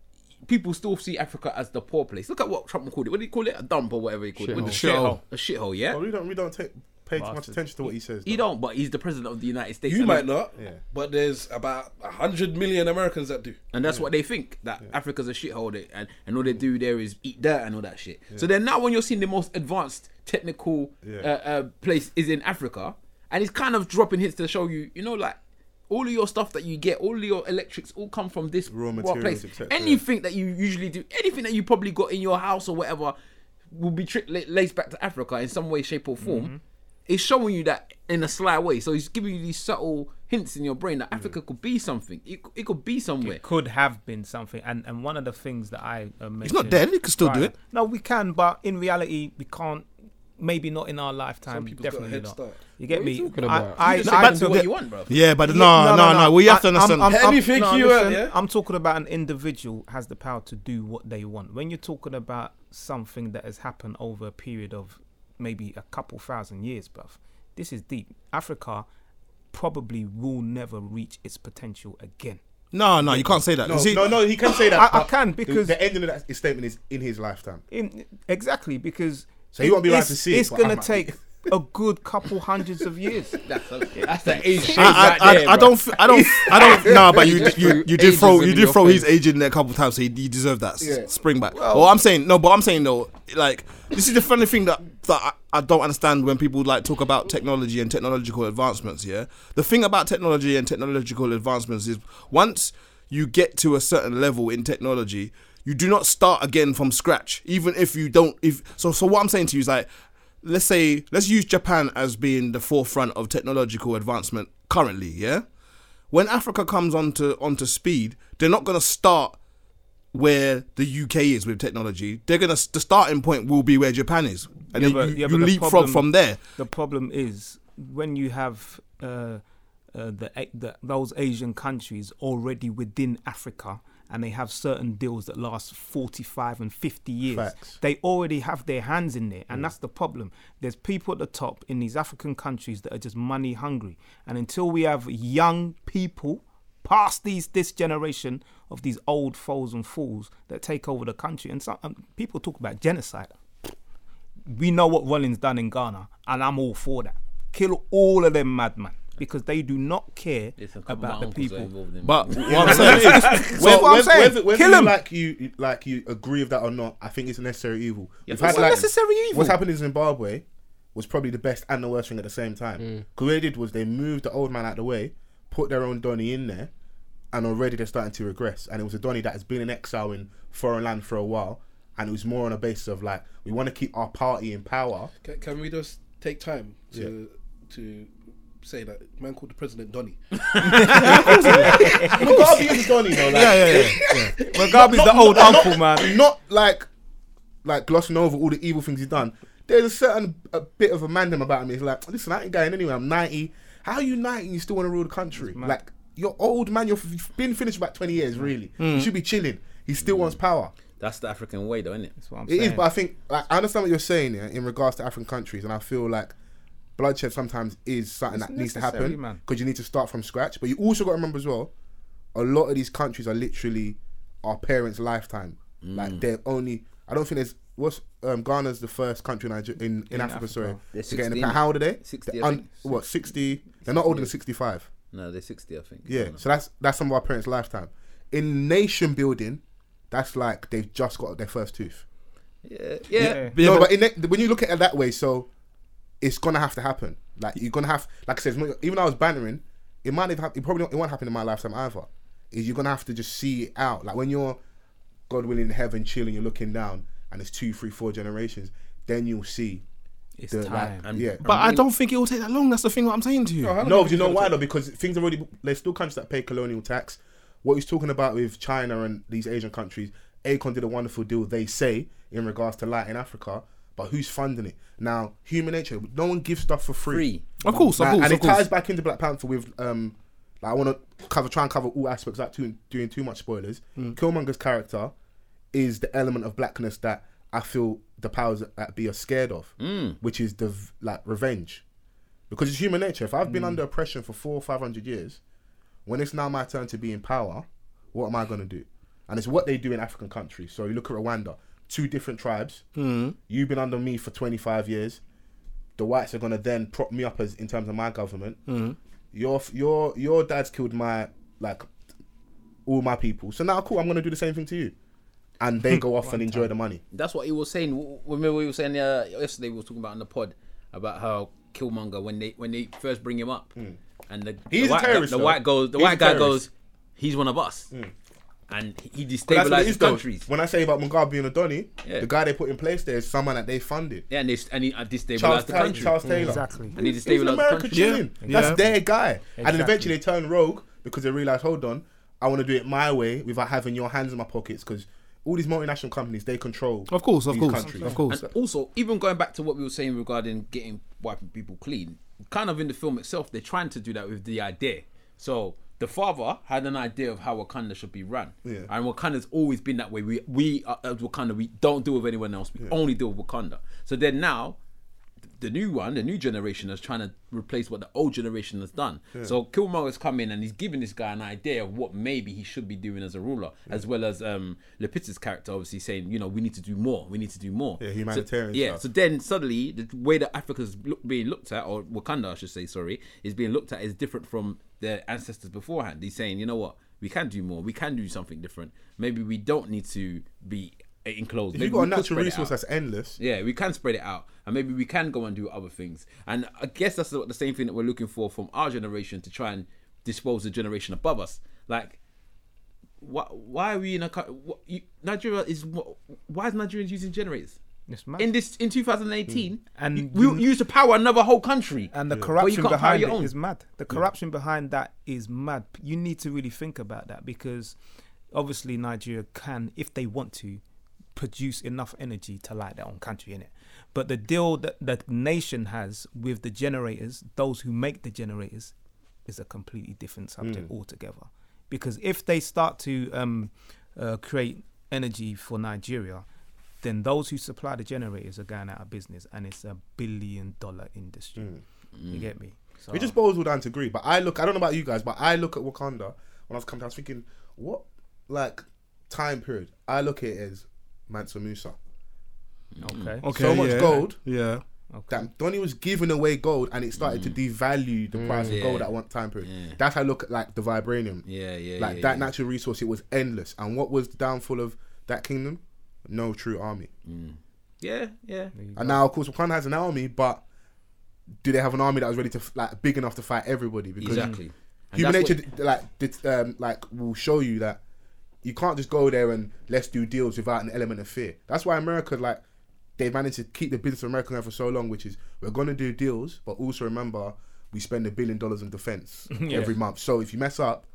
Speaker 3: People still see Africa as the poor place. Look at what Trump called it. What did he call it? A dump or whatever he called it. What did-
Speaker 4: Shithole.
Speaker 3: a shithole,
Speaker 5: Oh,
Speaker 3: yeah?
Speaker 2: But we don't we don't take, pay too much attention to what he says.
Speaker 3: He
Speaker 2: though.
Speaker 3: don't, but he's the president of the United States.
Speaker 5: You
Speaker 3: and
Speaker 5: might
Speaker 3: that's-
Speaker 5: not, but there's about a hundred million Americans that do.
Speaker 3: And that's what they think that Africa's a shithole, they- and, and all they do there is eat dirt and all that shit. So then now when you're seeing the most advanced technical
Speaker 2: Yeah.
Speaker 3: uh, uh, place is in Africa, and it's kind of dropping hints to show you, you know, like all of your stuff that you get, all of your electrics, all come from this
Speaker 2: Raw
Speaker 3: one
Speaker 2: materials,
Speaker 3: place.
Speaker 2: et cetera.
Speaker 3: Anything that you usually do, anything that you probably got in your house or whatever,
Speaker 7: will be tri- la- laced back to Africa in some way, shape, or form,
Speaker 2: Mm-hmm.
Speaker 7: it's showing you that in a sly way. So it's giving you these subtle hints in your brain that Africa could be something. It, c- it could be somewhere.
Speaker 1: It could have been something, and and one of the things that I uh, mentioned.
Speaker 4: not dead, he could still do
Speaker 1: prior-
Speaker 4: it.
Speaker 1: No, we can, but in reality, we can't. Maybe not in our lifetime.
Speaker 5: Some people's got a
Speaker 1: definitely
Speaker 5: head
Speaker 1: not.
Speaker 5: start.
Speaker 1: You get
Speaker 6: What are
Speaker 1: me?
Speaker 6: you talking
Speaker 1: I-
Speaker 6: about?
Speaker 1: I,
Speaker 7: You just
Speaker 1: I-
Speaker 7: said you can do
Speaker 1: I-
Speaker 7: what you want, bro.
Speaker 4: Yeah, but
Speaker 1: Yeah,
Speaker 4: no, no, no. We have to
Speaker 1: I- I'm-
Speaker 4: understand.
Speaker 1: I'm- I'm-
Speaker 5: Anything
Speaker 1: no,
Speaker 5: you
Speaker 1: listen,
Speaker 5: want, yeah?
Speaker 1: I'm talking about an individual has the power to do what they want. When you're talking about something that has happened over a period of maybe a couple thousand years, bruv, this is deep. Africa probably will never reach its potential again.
Speaker 4: No, no, you can't say that.
Speaker 2: No,
Speaker 4: You see-
Speaker 2: no, no, he can say that.
Speaker 1: I- I
Speaker 2: but
Speaker 1: can,
Speaker 2: the-
Speaker 1: because-
Speaker 2: the, ending of that statement is in his lifetime.
Speaker 1: In, exactly because
Speaker 2: So you won't be around
Speaker 1: it's-
Speaker 2: to see it,
Speaker 1: It's
Speaker 2: but I
Speaker 1: gonna
Speaker 2: might.
Speaker 1: take a good couple hundreds of years.
Speaker 7: That's, that's the age shade
Speaker 4: I,
Speaker 7: right
Speaker 4: I, I,
Speaker 7: there,
Speaker 4: I
Speaker 7: bro.
Speaker 4: don't, f- I don't, I don't. Nah, but you,
Speaker 6: just
Speaker 4: you,
Speaker 6: threw
Speaker 4: you did throw,
Speaker 6: ageism
Speaker 4: you
Speaker 6: in
Speaker 4: did
Speaker 6: your
Speaker 4: throw his
Speaker 6: face.
Speaker 4: age in there a couple times, so he, he deserved that s-
Speaker 2: Yeah.
Speaker 4: spring back. well, I'm saying no, but I'm saying though, like this is the funny thing that that I, I don't understand when people like talk about technology and technological advancements. Yeah, the thing about technology and technological advancements is once you get to a certain level in technology, you do not start again from scratch, even if you don't. If so, so what I'm saying to you is like let's say let's use Japan as being the forefront of technological advancement currently, yeah? When Africa comes onto onto speed, they're not going to start where the UK is with technology. They're going to the starting point will be where Japan is. And
Speaker 1: Yeah,
Speaker 4: then
Speaker 1: but-
Speaker 4: you,
Speaker 1: yeah,
Speaker 4: you
Speaker 1: but the
Speaker 4: leap
Speaker 1: problem-
Speaker 4: from from there.
Speaker 1: The problem is when you have uh, uh, the, A- the those Asian countries already within Africa, and they have certain deals that last 45 and 50 years.
Speaker 2: Facts.
Speaker 1: They already have their hands in there, and that's the problem. There's people at the top in these African countries that are just money hungry, and until we have young people past these this generation of these old foes and fools that take over the country, and some um, people talk about genocide we know what Rollins done in Ghana, and I'm all for that. Kill all of them madmen because they do not care
Speaker 7: Listen, a couple of
Speaker 1: about
Speaker 7: my
Speaker 1: the
Speaker 7: uncles are
Speaker 1: people.
Speaker 7: involved in-
Speaker 4: But what I'm saying is
Speaker 1: So what I'm saying,
Speaker 2: whether, whether
Speaker 1: kill
Speaker 2: you
Speaker 1: 'em.
Speaker 2: like you like you agree with that or not, I think it's a necessary evil. We've
Speaker 7: it's
Speaker 2: had,
Speaker 7: a
Speaker 2: like,
Speaker 1: necessary evil.
Speaker 2: What's happened in Zimbabwe was probably the best and the worst thing at the same time. 'Cause what they did was they moved the old man out of the way, put their own Donny in there, and already they're starting to regress. And it was a Donny that has been in exile in foreign land for a while, and it was more on a basis of like we want to keep our party in power.
Speaker 5: Can, can we just take time to to say that man called the president Donny?
Speaker 2: Mugabe is Donny, though. Like,
Speaker 4: yeah, yeah, yeah.
Speaker 1: Mugabe's the old uncle, man.
Speaker 2: not like like glossing over all the evil things he's done. There's a certain a bit of a mandem about him. It's like, listen, I ain't going anywhere. I'm 90. How are you 90 and you still want to rule the country? Like, you're old, man. You're, you've been finished about 20 years, really. You should be chilling. He still wants power.
Speaker 7: That's the African way, though, isn't it?
Speaker 1: That's what I'm
Speaker 2: It is,
Speaker 1: saying.
Speaker 2: but I think like, I understand what you're saying yeah, in regards to African countries, and I feel like bloodshed sometimes is something
Speaker 1: It's
Speaker 2: that needs to
Speaker 1: necessary,
Speaker 2: happen
Speaker 1: man.
Speaker 2: because you need to start from scratch. But you also got to remember as well, a lot of these countries are literally our parents' lifetime. Like they're only. I don't think there's. What's um, Ghana's the first country in Niger- in, in, Africa,
Speaker 1: Africa.
Speaker 2: Sorry,
Speaker 7: They're
Speaker 2: to get in
Speaker 7: 60,
Speaker 2: the How old are they?
Speaker 7: 60,
Speaker 2: They're
Speaker 7: I think.
Speaker 2: what sixty? They're not older than sixty-five.
Speaker 7: No, they're 60, I think.
Speaker 2: Yeah, so that's that's some of our parents' lifetime. In nation building, that's like they've just got their first tooth
Speaker 7: Yeah. yeah.
Speaker 4: Yeah,
Speaker 2: no,
Speaker 4: but-
Speaker 2: but, in that, when you look at it that way, so it's gonna have to happen. Like you're gonna have, like I said, even though I was bantering, it might not happen. It probably not, it won't happen in my lifetime either. Is you're gonna have to just see it out. Like when you're, God willing, in heaven chilling, you're looking down, and it's two, three, four generations, then you'll see.
Speaker 1: It's
Speaker 2: the,
Speaker 1: time.
Speaker 2: Like, yeah.
Speaker 4: But I don't think it will take that long. That's the thing. What I'm saying to you.
Speaker 1: Oh,
Speaker 5: how long
Speaker 2: No,
Speaker 5: have
Speaker 2: do you know
Speaker 5: been
Speaker 2: why
Speaker 5: at
Speaker 2: though? Because things are already there's still countries that pay colonial tax. What he's talking about with China and these Asian countries, Acon did a wonderful deal, they say, in regards to light in Africa, but who's funding it? Now, human nature, no one gives stuff for free.
Speaker 7: Free.
Speaker 4: Of course, of
Speaker 2: Like,
Speaker 4: course, of
Speaker 2: and it ties
Speaker 4: course.
Speaker 2: back into Black Panther with um like I wanna cover try and cover all aspects without too, doing too much spoilers.
Speaker 4: Hmm.
Speaker 2: Killmonger's character is the element of blackness that I feel the powers that be are scared of,
Speaker 4: Hmm.
Speaker 2: which is the v- like revenge because it's human nature. If I've
Speaker 4: Hmm.
Speaker 2: been under oppression for four or five hundred years, when it's now my turn to be in power, what am I going to do? And it's what they do in African countries. So you look at Rwanda, two different tribes.
Speaker 4: Hmm.
Speaker 2: You've been under me for twenty five years. The whites are going to then prop me up as in terms of my government.
Speaker 4: Mm-hmm.
Speaker 2: Your f- your your dad's killed my like all my people. So now cool, I'm going to do the same thing to you, and they go off and enjoy the money.
Speaker 7: That's what he was saying. W- Remember, we were saying uh, yesterday. We were talking about on the pod about how Killmonger when they when they first bring him up, and the,
Speaker 2: Hmm. He's
Speaker 7: the
Speaker 2: a
Speaker 7: white, guy-
Speaker 2: terrorist,
Speaker 7: The,
Speaker 2: though.
Speaker 7: white goes. The
Speaker 2: He's a
Speaker 7: white guy
Speaker 2: terrorist.
Speaker 7: goes. He's one of us.
Speaker 3: and he
Speaker 2: That's what it
Speaker 3: destabilized
Speaker 2: is,
Speaker 3: his
Speaker 2: though.
Speaker 3: countries.
Speaker 2: When I say about Mugabe being a Donny,
Speaker 3: Yeah.
Speaker 2: the guy they put in place there is someone that they funded.
Speaker 3: Yeah, and they and he
Speaker 7: uh,
Speaker 3: and destabilized
Speaker 2: Charles,
Speaker 3: the
Speaker 2: Ta-
Speaker 3: country.
Speaker 2: Charles Taylor.
Speaker 1: Exactly.
Speaker 3: and he
Speaker 2: He's in
Speaker 3: destabilized the
Speaker 2: America
Speaker 3: country.
Speaker 2: chilling. That's
Speaker 4: Yeah.
Speaker 2: their guy. And then
Speaker 1: Exactly.
Speaker 2: eventually they turn rogue because they realize, hold on, I want to do it my way without having your hands in my pockets because all these multinational companies they control.
Speaker 4: Of course, of
Speaker 2: these
Speaker 4: course,
Speaker 2: countries.
Speaker 4: of course.
Speaker 3: And also, even going back to what we were saying regarding getting wiping people clean, kind of in the film itself, they're trying to do that with the idea. So the father had an idea of how Wakanda should be run,
Speaker 2: Yeah.
Speaker 3: and Wakanda's always been that way. We we are, as Wakanda, we don't deal with anyone else. We only deal with Wakanda. So then now. th- The new one, the new generation is trying to replace what the old generation has done. So Killmonger's come in and he's giving this guy an idea of what maybe he should be doing as a ruler, as well as um Lepitz's character obviously saying, you know, we need to do more, we need to do more.
Speaker 2: Yeah, humanitarian
Speaker 3: So, yeah.
Speaker 2: stuff.
Speaker 3: So then suddenly the way that Africa's look, being looked at, or Wakanda, I should say, sorry, is being looked at is different from their ancestors beforehand. He's saying, you know what, we can do more. We can do something different. Maybe we don't need to be enclosed.
Speaker 2: If
Speaker 3: Maybe
Speaker 2: you've got a
Speaker 3: we could
Speaker 2: natural
Speaker 3: spread it
Speaker 2: resource
Speaker 3: out.
Speaker 2: that's endless,
Speaker 3: Yeah, we can spread it out, and maybe we can go and do other things. And I guess that's the the same thing that we're looking for from our generation to try and dispose the generation above us. Like, why, why are we in a cou- what, you, Nigeria is what, why is Nigerians using generators?
Speaker 1: It's mad. Hmm.
Speaker 3: In this in 2018,
Speaker 1: And
Speaker 3: and we
Speaker 1: you-
Speaker 3: used to power another whole country.
Speaker 1: And the
Speaker 3: But you
Speaker 1: corruption
Speaker 3: can't power
Speaker 1: behind
Speaker 3: your
Speaker 1: it
Speaker 3: own.
Speaker 1: is mad. The corruption behind that is mad. You need to really think about that because obviously Nigeria can, if they want to, produce enough energy to light their own country in it. But the deal that the nation has with the generators, those who make the generators, is a completely different subject altogether. Because if they start to um, uh, create energy for Nigeria, then those who supply the generators are going out of business, and it's a billion dollar industry. You get me? So
Speaker 2: it just boils all down to greed. But I look, I don't know about you guys, but I look at Wakanda when I was coming, I was thinking, what like time period? I look at it as Mansa Musa.
Speaker 1: Mm. okay.
Speaker 4: Okay,
Speaker 2: so much
Speaker 4: yeah.
Speaker 2: gold.
Speaker 4: Yeah.
Speaker 2: that Donny was giving away gold and it started to devalue the price of gold
Speaker 3: Mm. Yeah.
Speaker 2: at one time period. That's how I look at like the vibranium.
Speaker 3: Yeah, yeah,
Speaker 2: Like
Speaker 3: yeah,
Speaker 2: that
Speaker 3: yeah.
Speaker 2: natural resource, it was endless. And what was the downfall of that kingdom? No true army.
Speaker 3: yeah, yeah.
Speaker 2: And now, of course, Wakanda has an army, but do they have an army that was ready to f- like big enough to fight everybody? Because
Speaker 3: Exactly. And
Speaker 2: human
Speaker 3: that's
Speaker 2: nature, d like did, um, like will show you that you can't just go there and let's do deals without an element of fear. That's why America, like, they managed to keep the business of America going for so long, which is we're gonna do deals, but also remember we spend a billion dollars on defense every month. So if you mess up,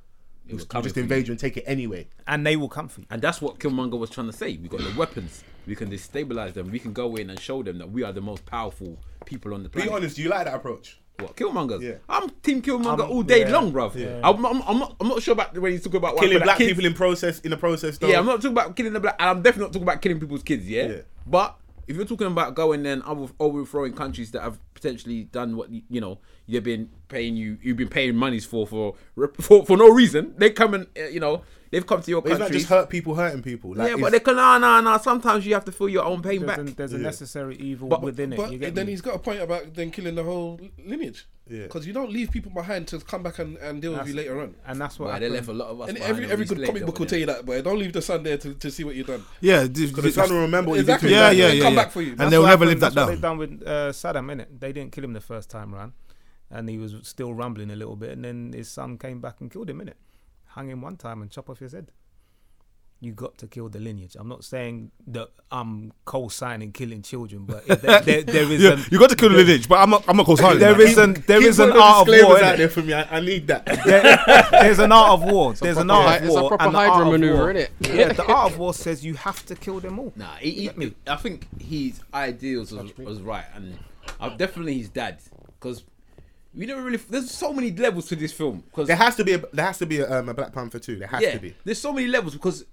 Speaker 2: we'll,
Speaker 3: will
Speaker 2: we'll
Speaker 3: come
Speaker 2: just
Speaker 3: for you.
Speaker 2: invade you and take it anyway.
Speaker 1: And they will come for you.
Speaker 3: And that's what Killmonger was trying to say. We got the weapons. We can destabilize them. We can go in and show them that we are the most powerful people on the
Speaker 2: Be
Speaker 3: planet.
Speaker 2: honest, do you like that approach?
Speaker 3: What Killmonger?
Speaker 2: Yeah.
Speaker 3: I'm Team Killmonger
Speaker 1: I'm-
Speaker 3: all day
Speaker 1: yeah,
Speaker 3: long, bruv. I'm, I'm, I'm, not, I'm not sure about when he's talking about
Speaker 2: Killing
Speaker 3: wiping out
Speaker 2: black
Speaker 3: kids.
Speaker 2: people in process in the process. Though,
Speaker 3: Yeah, I'm not talking about killing the black. And I'm definitely not talking about killing people's kids. Yeah.
Speaker 2: Yeah.
Speaker 3: But if you're talking about going then over, overthrowing countries that have potentially done what you, you know you've been paying you you've been paying monies for for for, for no reason, they come and uh, you know they've come to your
Speaker 2: But it's not
Speaker 3: country.
Speaker 2: just hurt people hurting people. Like,
Speaker 3: yeah,
Speaker 2: it's-
Speaker 3: but they can. Nah, nah, nah. Sometimes you have to feel your own pain
Speaker 1: There's
Speaker 3: back.
Speaker 1: a, there's a necessary evil
Speaker 3: But-
Speaker 1: within it.
Speaker 5: But
Speaker 1: you get
Speaker 5: then
Speaker 1: me?
Speaker 5: he's got a point about then killing the whole lineage.
Speaker 2: Yeah.
Speaker 5: Because you don't leave people behind to come back and, and deal with you later on.
Speaker 1: and that's what
Speaker 3: Well, they
Speaker 1: happened.
Speaker 3: left a lot of us.
Speaker 5: And
Speaker 3: behind
Speaker 5: every
Speaker 3: on
Speaker 5: every
Speaker 3: these
Speaker 5: good
Speaker 3: slaves
Speaker 5: comic book
Speaker 3: over
Speaker 5: will
Speaker 3: there.
Speaker 5: tell you that, boy. Don't leave the son there to, to see what you've done.
Speaker 4: Yeah.
Speaker 2: Because the son will remember what
Speaker 5: Exactly.
Speaker 2: you did to
Speaker 4: yeah,
Speaker 2: him.
Speaker 4: yeah,
Speaker 5: They'll
Speaker 4: yeah,
Speaker 5: come
Speaker 4: yeah.
Speaker 5: back for you.
Speaker 4: And they'll
Speaker 1: what
Speaker 4: never
Speaker 1: happened-
Speaker 4: live that
Speaker 1: that's what
Speaker 4: down.
Speaker 1: They done with uh, Saddam, innit? They didn't kill him the first time round, and he was still rumbling a little bit, and then his son came back and killed him, innit? Hung him one time and chop off his head. You got to kill the lineage. I'm not saying that I'm co-signing killing children, but if there, there, there is
Speaker 4: Yeah,
Speaker 1: an,
Speaker 4: you got to kill the lineage, but I'm not. I'm not co-signing.
Speaker 1: there
Speaker 4: that.
Speaker 1: is an there
Speaker 2: Keep
Speaker 1: is an
Speaker 2: putting the
Speaker 1: art of war.
Speaker 2: disclaimers out
Speaker 1: innit?
Speaker 2: there for me. I, I need that.
Speaker 1: There- there's an art of war. There's an
Speaker 6: proper
Speaker 1: art
Speaker 6: hy-
Speaker 1: of
Speaker 6: it's a
Speaker 1: war.
Speaker 6: proper
Speaker 1: and the art
Speaker 6: Hydra
Speaker 1: of
Speaker 6: maneuver,
Speaker 1: war-
Speaker 6: innit?
Speaker 1: Yeah, the art of war says you have to kill them all.
Speaker 3: Nah, he, he, I think his ideals was, was right, and I'm definitely his dad because we never really. There's so many levels to this film because
Speaker 2: There has to be a there has to be a, um, a Black Panther too. There has
Speaker 3: yeah,
Speaker 2: to be.
Speaker 3: there's so many levels because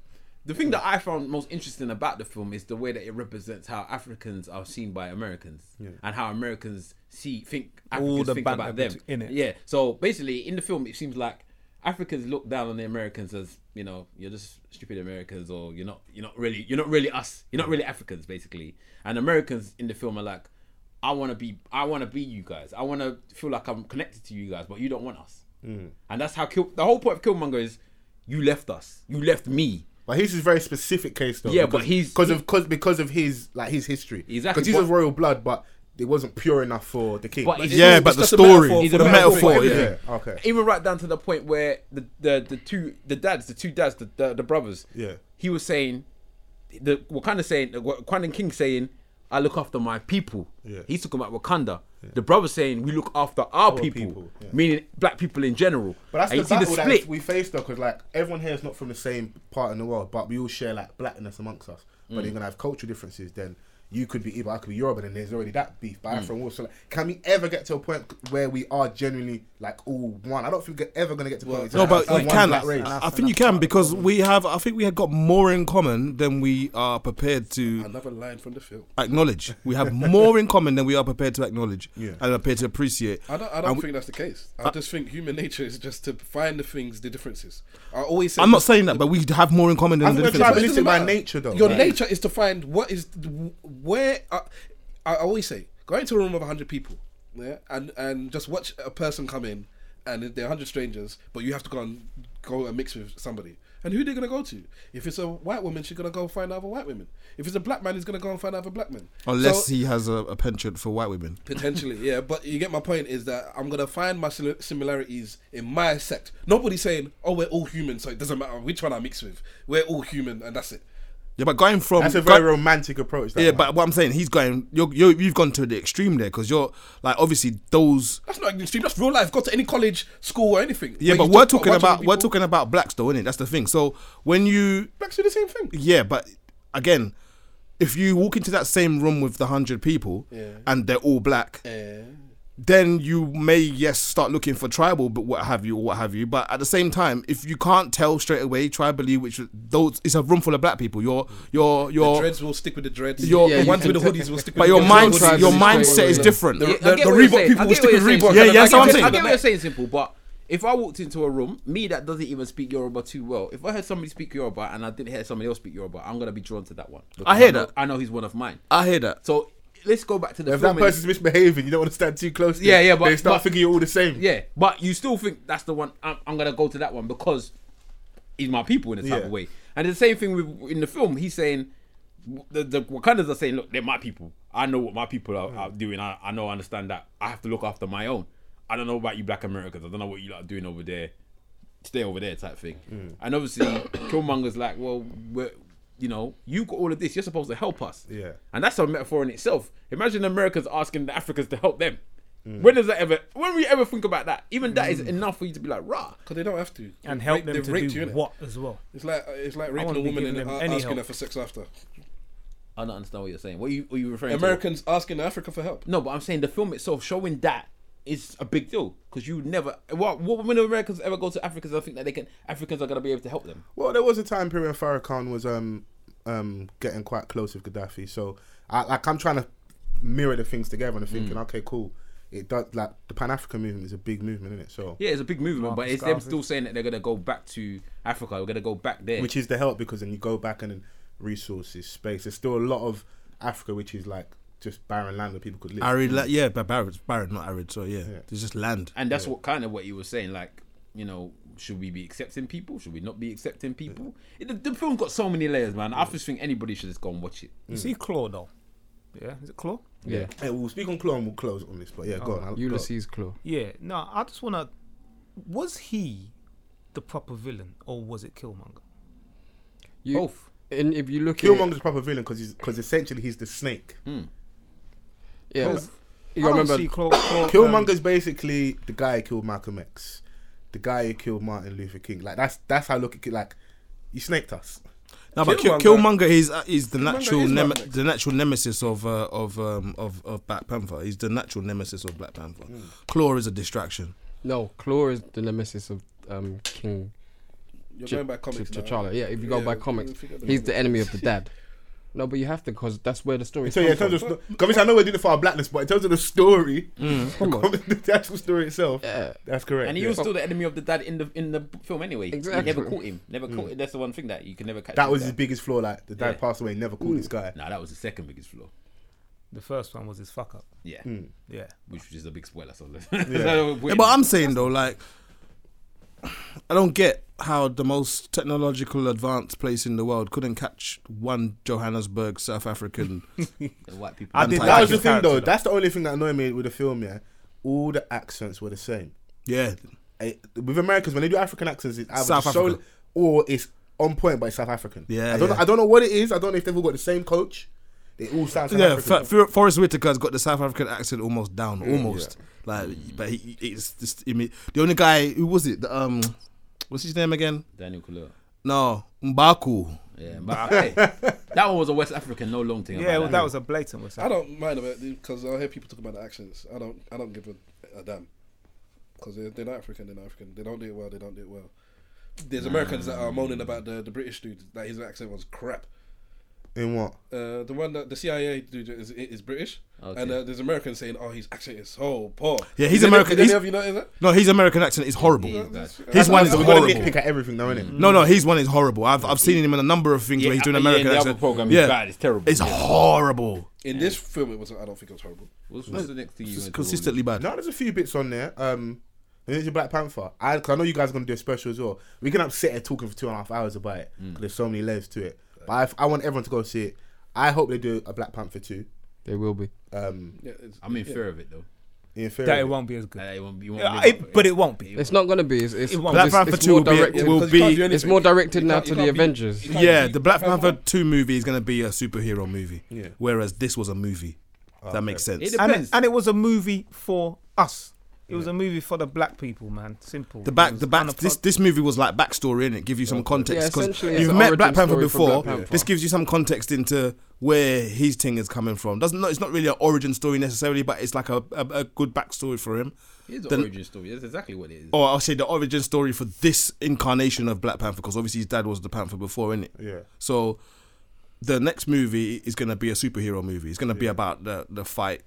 Speaker 3: the thing that I found most interesting about the film is the way that it represents how Africans are seen by Americans and how Americans see think Africans
Speaker 1: All the
Speaker 3: think
Speaker 1: banter
Speaker 3: about them.
Speaker 1: betw- in it.
Speaker 3: Yeah. So basically, in the film, it seems like Africans look down on the Americans as you know you're just stupid Americans or you're not you're not really you're not really us you're not really Africans basically. And Americans in the film are like, I want to be I want to be you guys. I want to feel like I'm connected to you guys, but you don't want us.
Speaker 1: Mm.
Speaker 3: And that's how Kill, the whole point of Killmonger is. You left us. You left me.
Speaker 2: But his is a very specific case though.
Speaker 3: Yeah, but he's-
Speaker 2: because 'cause of cause, because of his like his history.
Speaker 3: Exactly,
Speaker 2: Because he's
Speaker 3: but-
Speaker 2: of royal blood, but it wasn't pure enough for the king.
Speaker 3: But it's-
Speaker 4: yeah, but
Speaker 5: it's
Speaker 4: the
Speaker 5: just a
Speaker 4: story,
Speaker 5: metaphor
Speaker 4: the
Speaker 5: for
Speaker 4: metaphor,
Speaker 5: everything.
Speaker 4: yeah.
Speaker 2: okay.
Speaker 3: even right down to the point where the the, the two the dads, the two dads, the the, the brothers.
Speaker 2: Yeah.
Speaker 3: He was saying, the Wakanda saying, Wakanda King saying, "I look after my people."
Speaker 2: Yeah.
Speaker 3: He's talking about Wakanda. The brother saying, "We look after our, people,",
Speaker 2: people, yeah.
Speaker 3: meaning black people in general.
Speaker 2: But that's
Speaker 3: and
Speaker 2: the battle that we face though, because like everyone here is not from the same part in the world, but we all share like blackness amongst us.
Speaker 4: Mm.
Speaker 2: But they're gonna have cultural differences. Then you could be either I could be Yoruba, and there's already that beef.
Speaker 4: Mm.
Speaker 2: But I'm from Wolves. So like, can we ever get to a point where we are genuinely like all one? I don't think we're ever gonna get to a point. where it's
Speaker 4: No,
Speaker 2: like,
Speaker 4: but
Speaker 2: I'm
Speaker 4: we
Speaker 2: one
Speaker 4: can.
Speaker 2: black race.
Speaker 4: I think you can because we have. I think we have got more in common than we are prepared to
Speaker 5: Another line from the film.
Speaker 4: acknowledge. We have more in common than we are prepared to acknowledge
Speaker 2: Yeah.
Speaker 4: and are prepared to appreciate.
Speaker 5: I don't, I
Speaker 4: And
Speaker 5: don't
Speaker 4: we-
Speaker 5: think that's the case. I just think human nature is just to find the things, the differences. I always say
Speaker 4: I'm not saying that, but we have more in common
Speaker 2: I
Speaker 4: than the
Speaker 2: think we're
Speaker 4: difference.
Speaker 5: It doesn't
Speaker 2: tribalistic by
Speaker 5: matter.
Speaker 2: nature though.
Speaker 5: Your
Speaker 2: Like,
Speaker 5: nature is to find what is where. I, I always say, go into a room of hundred people, yeah, and and just watch a person come in, and they're hundred strangers, but you have to go and go and mix with somebody. And who they gonna go to? If it's a white woman, she's gonna go find other white women. If it's a black man, he's gonna go and find other black men.
Speaker 4: Unless
Speaker 5: So-
Speaker 4: he has a, a penchant for white women.
Speaker 5: Potentially, yeah. But you get my point is that I'm gonna find my sil- similarities in my sect. Nobody's saying, "Oh, we're all human, so it doesn't matter which one I mix with. We're all human, and that's it."
Speaker 4: Yeah, but going from
Speaker 2: That's a very
Speaker 4: go-
Speaker 2: romantic approach. That
Speaker 4: yeah,
Speaker 2: one.
Speaker 4: but what I'm saying, he's going. You're, you're, you've gone to the extreme there because you're like obviously those.
Speaker 5: That's not extreme. That's real life. Go to any college, school, or anything.
Speaker 4: Yeah,
Speaker 5: Where
Speaker 4: but
Speaker 5: you
Speaker 4: we're
Speaker 5: talk
Speaker 4: talking
Speaker 5: a bunch of
Speaker 4: about we're
Speaker 5: people,
Speaker 4: talking about blacks though, innit? That's the thing. So when you
Speaker 5: blacks do the same thing.
Speaker 4: Yeah, but again, if you walk into that same room with the hundred people
Speaker 5: Yeah.
Speaker 4: and they're all black, then you may yes start looking for tribal, but what have you, or what have you. But at the same time, if you can't tell straight away tribally, which those it's a room full of black people, your your
Speaker 5: The
Speaker 4: your
Speaker 5: dreads will stick with the dreads.
Speaker 4: Your-
Speaker 5: the
Speaker 4: Yeah,
Speaker 5: ones
Speaker 6: you
Speaker 5: with the
Speaker 6: can-
Speaker 5: hoodies will stick.
Speaker 4: but
Speaker 5: with
Speaker 4: your
Speaker 5: the
Speaker 4: mind
Speaker 5: hoodies.
Speaker 6: tribalism
Speaker 4: your
Speaker 6: is
Speaker 4: mindset is
Speaker 6: tribalism.
Speaker 4: different.
Speaker 5: The,
Speaker 3: Yeah,
Speaker 5: the,
Speaker 3: I get
Speaker 5: the
Speaker 3: what you're
Speaker 5: Reebok
Speaker 3: saying. I
Speaker 5: people will
Speaker 3: get
Speaker 5: stick
Speaker 3: what
Speaker 5: with
Speaker 3: you're
Speaker 5: Reebok.
Speaker 3: saying.
Speaker 4: Yeah,
Speaker 5: and
Speaker 4: yeah,
Speaker 5: I
Speaker 4: that's what I'm
Speaker 5: get
Speaker 4: saying.
Speaker 5: it.
Speaker 3: I get what you're saying, simple, but if I walked into a room, me that doesn't even speak Yoruba too well, if I heard somebody speak Yoruba and I didn't hear somebody else speak Yoruba, I'm gonna be drawn to that one.
Speaker 4: I hear
Speaker 3: know-
Speaker 4: that.
Speaker 3: I know he's one of mine.
Speaker 4: I hear that.
Speaker 3: So let's go back to the
Speaker 2: if
Speaker 3: film
Speaker 2: that
Speaker 3: and-
Speaker 2: person's misbehaving, you don't want to stand too close. to
Speaker 3: Yeah,
Speaker 2: it.
Speaker 3: yeah, but-
Speaker 2: they start
Speaker 3: but-
Speaker 2: thinking you're all the same.
Speaker 3: Yeah, but you still think that's the one. I'm, I'm gonna go to that one because he's my people in a type
Speaker 2: Yeah.
Speaker 3: of way. And the same thing with in the film, he's saying the, the Wakandans are saying, "Look, they're my people. I know what my people are, are doing. I, I know, I understand that. I have to look after my own. I don't know about you, Black Americans. I don't know what you lot are doing over there. Stay over there, type thing."
Speaker 2: Mm.
Speaker 3: And obviously, Killmonger's like, "Well, we're." You know, you got all of this. You're supposed to help us.
Speaker 2: Yeah.
Speaker 3: and that's a metaphor in itself. Imagine Americans asking the Africans to help them.
Speaker 2: Mm.
Speaker 3: When does that ever? When we ever think about that? Even that is enough for you to be like, rah.
Speaker 5: Because they don't have to.
Speaker 1: and help
Speaker 5: They-
Speaker 1: them
Speaker 5: they've raped
Speaker 1: to do
Speaker 5: innit?
Speaker 1: what as well.
Speaker 5: It's like it's like raping
Speaker 1: wanna
Speaker 5: a
Speaker 1: be
Speaker 5: woman
Speaker 1: giving
Speaker 5: and
Speaker 1: them
Speaker 5: a-
Speaker 1: any
Speaker 5: asking
Speaker 1: help.
Speaker 5: her for sex after.
Speaker 3: I don't understand what you're saying. What are you, what are you referring to?
Speaker 5: Americans asking Africa for help.
Speaker 3: No, but I'm saying the film itself showing that is a big deal because you never. What, what when Americans ever go to Africans, I think that they can. Africans are gonna be able to help them.
Speaker 2: Well, there was a time period when Farrakhan was um um getting quite close with Gaddafi. So I like I'm trying to mirror the things together and I'm thinking, okay, cool. It does like the Pan African movement is a big movement, isn't it? So
Speaker 3: Yeah, it's a big movement, but
Speaker 1: Marcus
Speaker 3: it's them
Speaker 1: Garvey.
Speaker 3: still saying that they're gonna go back to Africa. We're gonna go back there.
Speaker 2: which is the help because then you go back and then resources, space. There's still a lot of Africa which is like just barren land where people could live.
Speaker 4: Arid, la- yeah, but barren, barren, not arid. So yeah, it's just land.
Speaker 3: and that's what kind of what you were saying like you know should we be accepting people should we not be accepting people It- the, the film got so many layers man i just think anybody should just go and watch it
Speaker 1: You see Claw though. Yeah, is it Claw?
Speaker 6: Yeah.
Speaker 2: Hey, we'll speak on Claw and we'll close on this, but yeah, go on. I'll- go on.
Speaker 6: Ulysses Claw.
Speaker 1: Yeah. No, I just wanna. Was he the proper villain or was it Killmonger?
Speaker 6: You,
Speaker 3: both
Speaker 6: And if you look at it,
Speaker 2: Killmonger's a proper villain because because essentially he's the snake.
Speaker 6: yeah,
Speaker 1: Both. I
Speaker 6: you gotta
Speaker 1: don't
Speaker 6: remember
Speaker 1: see Claw. Claw um,
Speaker 2: Killmonger's basically the guy who killed Malcolm X, the guy who killed Martin Luther King. Like that's that's how I look at it. Like you snaked us.
Speaker 4: No, but Kill-
Speaker 5: Killmonger-
Speaker 4: Killmonger is uh, is the natural
Speaker 5: is
Speaker 4: nem-
Speaker 5: Malcolm X.
Speaker 4: the natural nemesis of uh, of um of, of Black Panther. He's the natural nemesis of Black Panther. Claw is a distraction.
Speaker 6: no Claw is the nemesis of um, King
Speaker 5: You're
Speaker 6: Ch-
Speaker 5: going by comics.
Speaker 6: Ch-
Speaker 5: now.
Speaker 6: T'Challa. Yeah, if you go
Speaker 5: Yeah,
Speaker 6: by
Speaker 5: we
Speaker 6: comics,
Speaker 5: forget
Speaker 6: he's the enemy of the dad. No, but you have to because that's where the story.
Speaker 2: So yeah, in
Speaker 6: comes
Speaker 2: terms of
Speaker 6: from.
Speaker 2: sto- 'cause obviously I know we're doing it for our blackness, but in terms of the story,
Speaker 6: Come on.
Speaker 2: the actual story itself,
Speaker 6: Yeah.
Speaker 2: that's correct.
Speaker 3: and he
Speaker 2: yeah.
Speaker 3: was still the enemy of the dad in the in the film anyway
Speaker 6: Exactly.
Speaker 3: he never caught him never caught him that's the one thing that you can never catch
Speaker 2: Mm. that was
Speaker 3: guy.
Speaker 2: his biggest flaw. Like the dad
Speaker 3: Yeah.
Speaker 2: passed away, never called this guy.
Speaker 3: nah that was the second biggest flaw
Speaker 1: The first one was his fuck up.
Speaker 3: yeah
Speaker 1: Yeah.
Speaker 3: which is a big spoiler so let's
Speaker 4: Yeah, but I'm saying though, like I don't get how the most technological advanced place in the world couldn't catch one Johannesburg South African.
Speaker 7: The white people.
Speaker 1: I did
Speaker 4: Vampire
Speaker 2: That
Speaker 1: like
Speaker 2: was the
Speaker 1: his
Speaker 2: thing,
Speaker 1: character,
Speaker 2: though. That's the only thing that annoyed me with the film. Yeah, all the accents were the same.
Speaker 4: yeah,
Speaker 2: I- Eh, with Americans when they do African accents, it's either
Speaker 4: South
Speaker 2: so-
Speaker 4: Africa.
Speaker 2: or it's on point, but it's South African.
Speaker 4: Yeah,
Speaker 2: I don't.
Speaker 4: yeah.
Speaker 2: Know, I don't know what it is. I don't know if they've all got the same coach. They all sound South
Speaker 4: yeah.
Speaker 2: African.
Speaker 4: F- F- Forrest Whitaker's got the South African accent almost down, almost. Like, but he, it's just I mean, the only guy who was it? The, um, what's his name again?
Speaker 7: Daniel Kaluuya.
Speaker 4: No, Mbaku.
Speaker 7: Yeah, but hey, that one was a West African no long thing.
Speaker 1: Yeah,
Speaker 7: about
Speaker 1: well, that was a blatant was
Speaker 5: I don't mind about because I hear people talk about the accents. I don't. I don't give a, a damn because they're, they're not African. They're not African. They don't do it well. They don't do it well. There's Americans that are moaning about the, the British dude that his accent was crap.
Speaker 2: In what?
Speaker 5: Uh, the one that the CIA dude is, is British,
Speaker 7: Okay.
Speaker 5: and uh, there's Americans saying, "Oh, his accent is so poor."
Speaker 4: Yeah, he's
Speaker 5: Did any-
Speaker 4: American.
Speaker 5: Did any
Speaker 4: He's-
Speaker 5: of you notice that?
Speaker 4: No, his American accent is horrible.
Speaker 7: Yeah, that's-
Speaker 4: His one is
Speaker 2: I'm gonna
Speaker 4: horrible.
Speaker 2: nitpick at everything now, innit?
Speaker 4: No, no, his one is horrible. I've, I've seen him in a number of things
Speaker 7: Yeah,
Speaker 4: where he's doing
Speaker 7: yeah,
Speaker 4: American
Speaker 7: the other
Speaker 4: accent.
Speaker 7: program is bad, it's terrible.
Speaker 4: It's
Speaker 7: Yeah.
Speaker 4: horrible.
Speaker 5: In this film, it was. I don't think it was horrible.
Speaker 7: What's, what's the next thing you
Speaker 4: It's
Speaker 7: went to
Speaker 4: consistently bad.
Speaker 2: No, there's a few bits on there. Um, there's your Black Panther. I, cause I know you guys are gonna do a special as well. We can sit here talking for two and a half hours about it. 'cause there's so many layers to it. But I, I want everyone to go see it. I hope they do a Black Panther too.
Speaker 6: They will be.
Speaker 2: Um,
Speaker 5: Yeah, it's,
Speaker 7: I'm in fear of it though.
Speaker 2: in
Speaker 1: that
Speaker 2: theory.
Speaker 1: it won't be as good.
Speaker 7: Like, it won't, you won't
Speaker 1: Yeah,
Speaker 7: live up
Speaker 1: Uh, it, but
Speaker 7: it.
Speaker 1: it won't be.
Speaker 6: It's not gonna be. It's, it's,
Speaker 1: It won't.
Speaker 4: Black
Speaker 6: it's-
Speaker 4: Panther
Speaker 6: it's
Speaker 4: 2
Speaker 6: more
Speaker 4: will be,
Speaker 6: directed.
Speaker 4: will
Speaker 5: because you can't
Speaker 4: be-
Speaker 5: do anything.
Speaker 6: it's more directed
Speaker 5: You
Speaker 6: now
Speaker 5: can't-
Speaker 6: to
Speaker 5: you
Speaker 6: the
Speaker 5: can't be-
Speaker 6: Avengers.
Speaker 5: you can't
Speaker 4: yeah,
Speaker 5: be
Speaker 4: the Black
Speaker 5: Panther.
Speaker 4: Panther 2 movie is going to be a superhero movie.
Speaker 2: Yeah.
Speaker 4: Whereas this was a movie. that makes sense.
Speaker 7: It
Speaker 1: and,
Speaker 7: depends.
Speaker 1: it, and it was a movie for us. It was a movie for the black people, man. Simple.
Speaker 4: the
Speaker 1: It
Speaker 4: back,
Speaker 1: was
Speaker 4: the back.
Speaker 1: unapolog-
Speaker 4: This this movie was like backstory in it, give you some
Speaker 6: Yeah,
Speaker 4: context because
Speaker 6: essentially, it's
Speaker 4: you've
Speaker 6: the
Speaker 4: met
Speaker 6: origin
Speaker 4: Black Panther
Speaker 6: story for
Speaker 4: before.
Speaker 6: Black Panther.
Speaker 4: This gives you some context into where his thing is coming from. Doesn't no, it's not really an origin story necessarily, but it's like a, a, a good backstory for him.
Speaker 7: It's
Speaker 4: the-
Speaker 7: an origin story. That's exactly what it is.
Speaker 4: Or I'll say the origin story for this incarnation of Black Panther, because obviously his dad was the Panther before, innit?
Speaker 2: Yeah.
Speaker 4: So the next movie is going to be a superhero movie. It's going to be about the the fight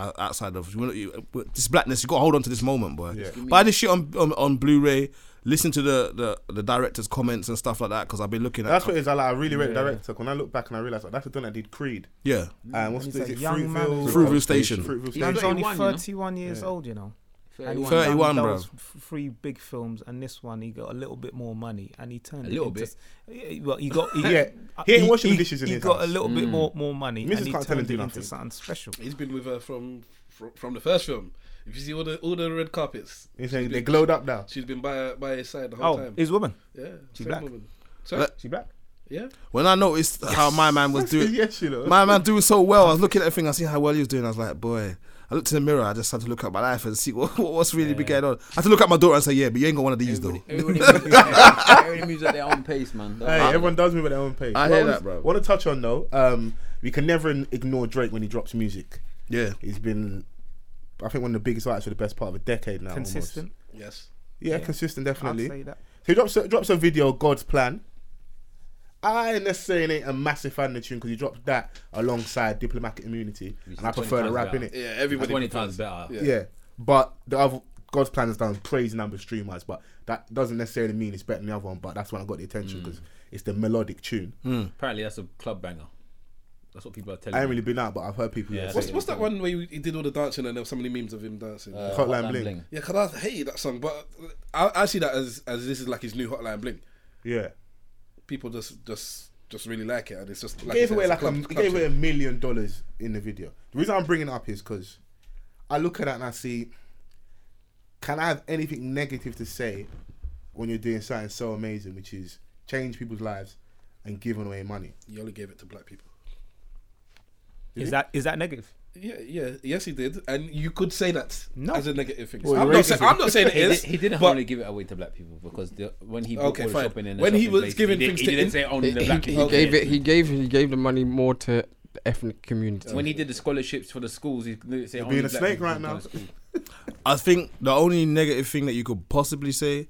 Speaker 4: o- outside of you know, you- but this blackness. You got to hold on to this moment, boy.
Speaker 2: Yeah.
Speaker 4: Buy this shit on on, on Blu-ray. Listen to the, the the director's comments and stuff like that because I've been looking at.
Speaker 2: That's what it is. I, like, I really rate the director. 'cause When I look back and I realize like, that's the one that did Creed.
Speaker 4: yeah.
Speaker 2: Um,
Speaker 1: Mm,
Speaker 2: what's
Speaker 1: He's
Speaker 2: the,
Speaker 1: a
Speaker 2: is it
Speaker 1: young man.
Speaker 2: Fruitville?
Speaker 4: Fruitville Station.
Speaker 2: Fruitville
Speaker 1: He was
Speaker 2: Station.
Speaker 1: only
Speaker 7: 31, you know?
Speaker 1: 31 years old, you know. And he's
Speaker 4: 31,
Speaker 1: done
Speaker 4: bro.
Speaker 1: those f- Three big films, and this one he got a little bit more money, and he turned
Speaker 7: A
Speaker 1: it
Speaker 7: little
Speaker 1: into
Speaker 7: bit.
Speaker 1: s- yeah, well, he got he, uh,
Speaker 2: Yeah. He ain't washing the dishes in
Speaker 1: He
Speaker 2: his
Speaker 1: got
Speaker 2: house.
Speaker 1: a little bit more more money,
Speaker 2: Mrs.
Speaker 1: and he
Speaker 2: can't tell him
Speaker 1: turned
Speaker 2: to
Speaker 1: it
Speaker 2: do
Speaker 1: into
Speaker 2: nothing.
Speaker 1: something special.
Speaker 5: He's been with her from from, from the first film. If you see all the all the red carpets,
Speaker 2: He's saying they glowed up now.
Speaker 5: she's been by her, by his side the whole
Speaker 1: Oh,
Speaker 5: time.
Speaker 1: his woman.
Speaker 5: Yeah,
Speaker 1: She
Speaker 5: same
Speaker 1: black?
Speaker 5: woman. Sorry,
Speaker 4: Black.
Speaker 2: She black?
Speaker 5: yeah.
Speaker 4: When I noticed how my man was doing,
Speaker 2: yes, you know.
Speaker 4: my man doing so well, I was looking at the thing. I see how well he was doing. I was like, boy. I looked in the mirror. I just had to look at my life and see what, what's really been going on. I had to look at my daughter and say, "Yeah, but you ain't got one of these though."
Speaker 7: Everybody, everybody moves at their own pace, man.
Speaker 2: Hey, everyone does move at their own pace.
Speaker 4: I hear that, bro.
Speaker 2: Want to touch on though? Um, we can never in- ignore Drake when he drops music.
Speaker 4: Yeah.
Speaker 2: He's been, I think, one of the biggest artists for the best part of a decade now. almost.
Speaker 1: Consistent.
Speaker 5: Yes.
Speaker 2: Yeah, consistent,
Speaker 1: I'd
Speaker 2: definitely.
Speaker 1: say that.
Speaker 2: So he drops a, drops a video, God's Plan. I necessarily ain't a massive fan of the tune because he dropped that alongside Diplomatic Immunity,
Speaker 7: Which
Speaker 2: and I
Speaker 7: is 20
Speaker 2: prefer the
Speaker 7: times
Speaker 2: rap in
Speaker 7: better.
Speaker 2: it.
Speaker 5: Yeah,
Speaker 7: Everybody
Speaker 5: everybody.
Speaker 7: Twenty times better.
Speaker 5: Yeah.
Speaker 2: Yeah. but the other God's Plan has done crazy numbers stream wise, but that doesn't necessarily mean it's better than the other one. But that's when I got the attention because it's the melodic tune.
Speaker 7: Apparently, that's a club banger. That's what people are telling.
Speaker 2: I ain't
Speaker 7: me.
Speaker 2: really been out, but I've heard people.
Speaker 7: Yeah,
Speaker 2: Yeah,
Speaker 7: that's
Speaker 2: say it.
Speaker 5: What's, what's that one where he did all the dancing and there were so many memes of him dancing?
Speaker 7: Uh,
Speaker 2: Hotline Bling.
Speaker 5: yeah, because I hated that song, but I, I see that as as this is like his new Hotline Bling.
Speaker 2: yeah.
Speaker 5: People just just just really like it, and it's just
Speaker 2: He
Speaker 5: like you
Speaker 2: gave
Speaker 5: said,
Speaker 2: away
Speaker 5: it's
Speaker 2: like a,
Speaker 5: club-
Speaker 2: he
Speaker 5: club
Speaker 2: gave away a
Speaker 5: tune.
Speaker 2: million dollars in the video. The reason I'm bringing it up is because I look at that and I see, can I have anything negative to say when you're doing something so amazing, which is change people's lives and giving away money?
Speaker 5: He only gave it to black people.
Speaker 1: Is that is that negative?
Speaker 5: Yeah, yeah, yes, he did, and you could say that
Speaker 1: No.
Speaker 5: as a negative thing.
Speaker 2: Well,
Speaker 5: I'm,
Speaker 2: you're
Speaker 5: not say,
Speaker 2: racist.
Speaker 5: I'm not saying it
Speaker 7: He,
Speaker 5: is.
Speaker 7: did, he didn't
Speaker 5: but
Speaker 7: only give it away to black people because the, when he bought
Speaker 5: Okay,
Speaker 7: all the
Speaker 5: fine.
Speaker 7: shopping in the
Speaker 5: When he
Speaker 7: shopping
Speaker 5: was
Speaker 7: place,
Speaker 5: giving
Speaker 7: he did,
Speaker 5: things
Speaker 7: he
Speaker 5: to
Speaker 7: didn't
Speaker 5: in-
Speaker 7: say only
Speaker 6: He,
Speaker 7: the black
Speaker 6: he- he
Speaker 7: people.
Speaker 6: gave it. He gave. He gave the money more to the ethnic community.
Speaker 7: When he did the scholarships for the schools, he didn't say only
Speaker 2: being a
Speaker 7: black
Speaker 2: snake
Speaker 7: people
Speaker 2: right
Speaker 7: can
Speaker 2: now.
Speaker 7: go to school.
Speaker 4: I think the only negative thing that you could possibly say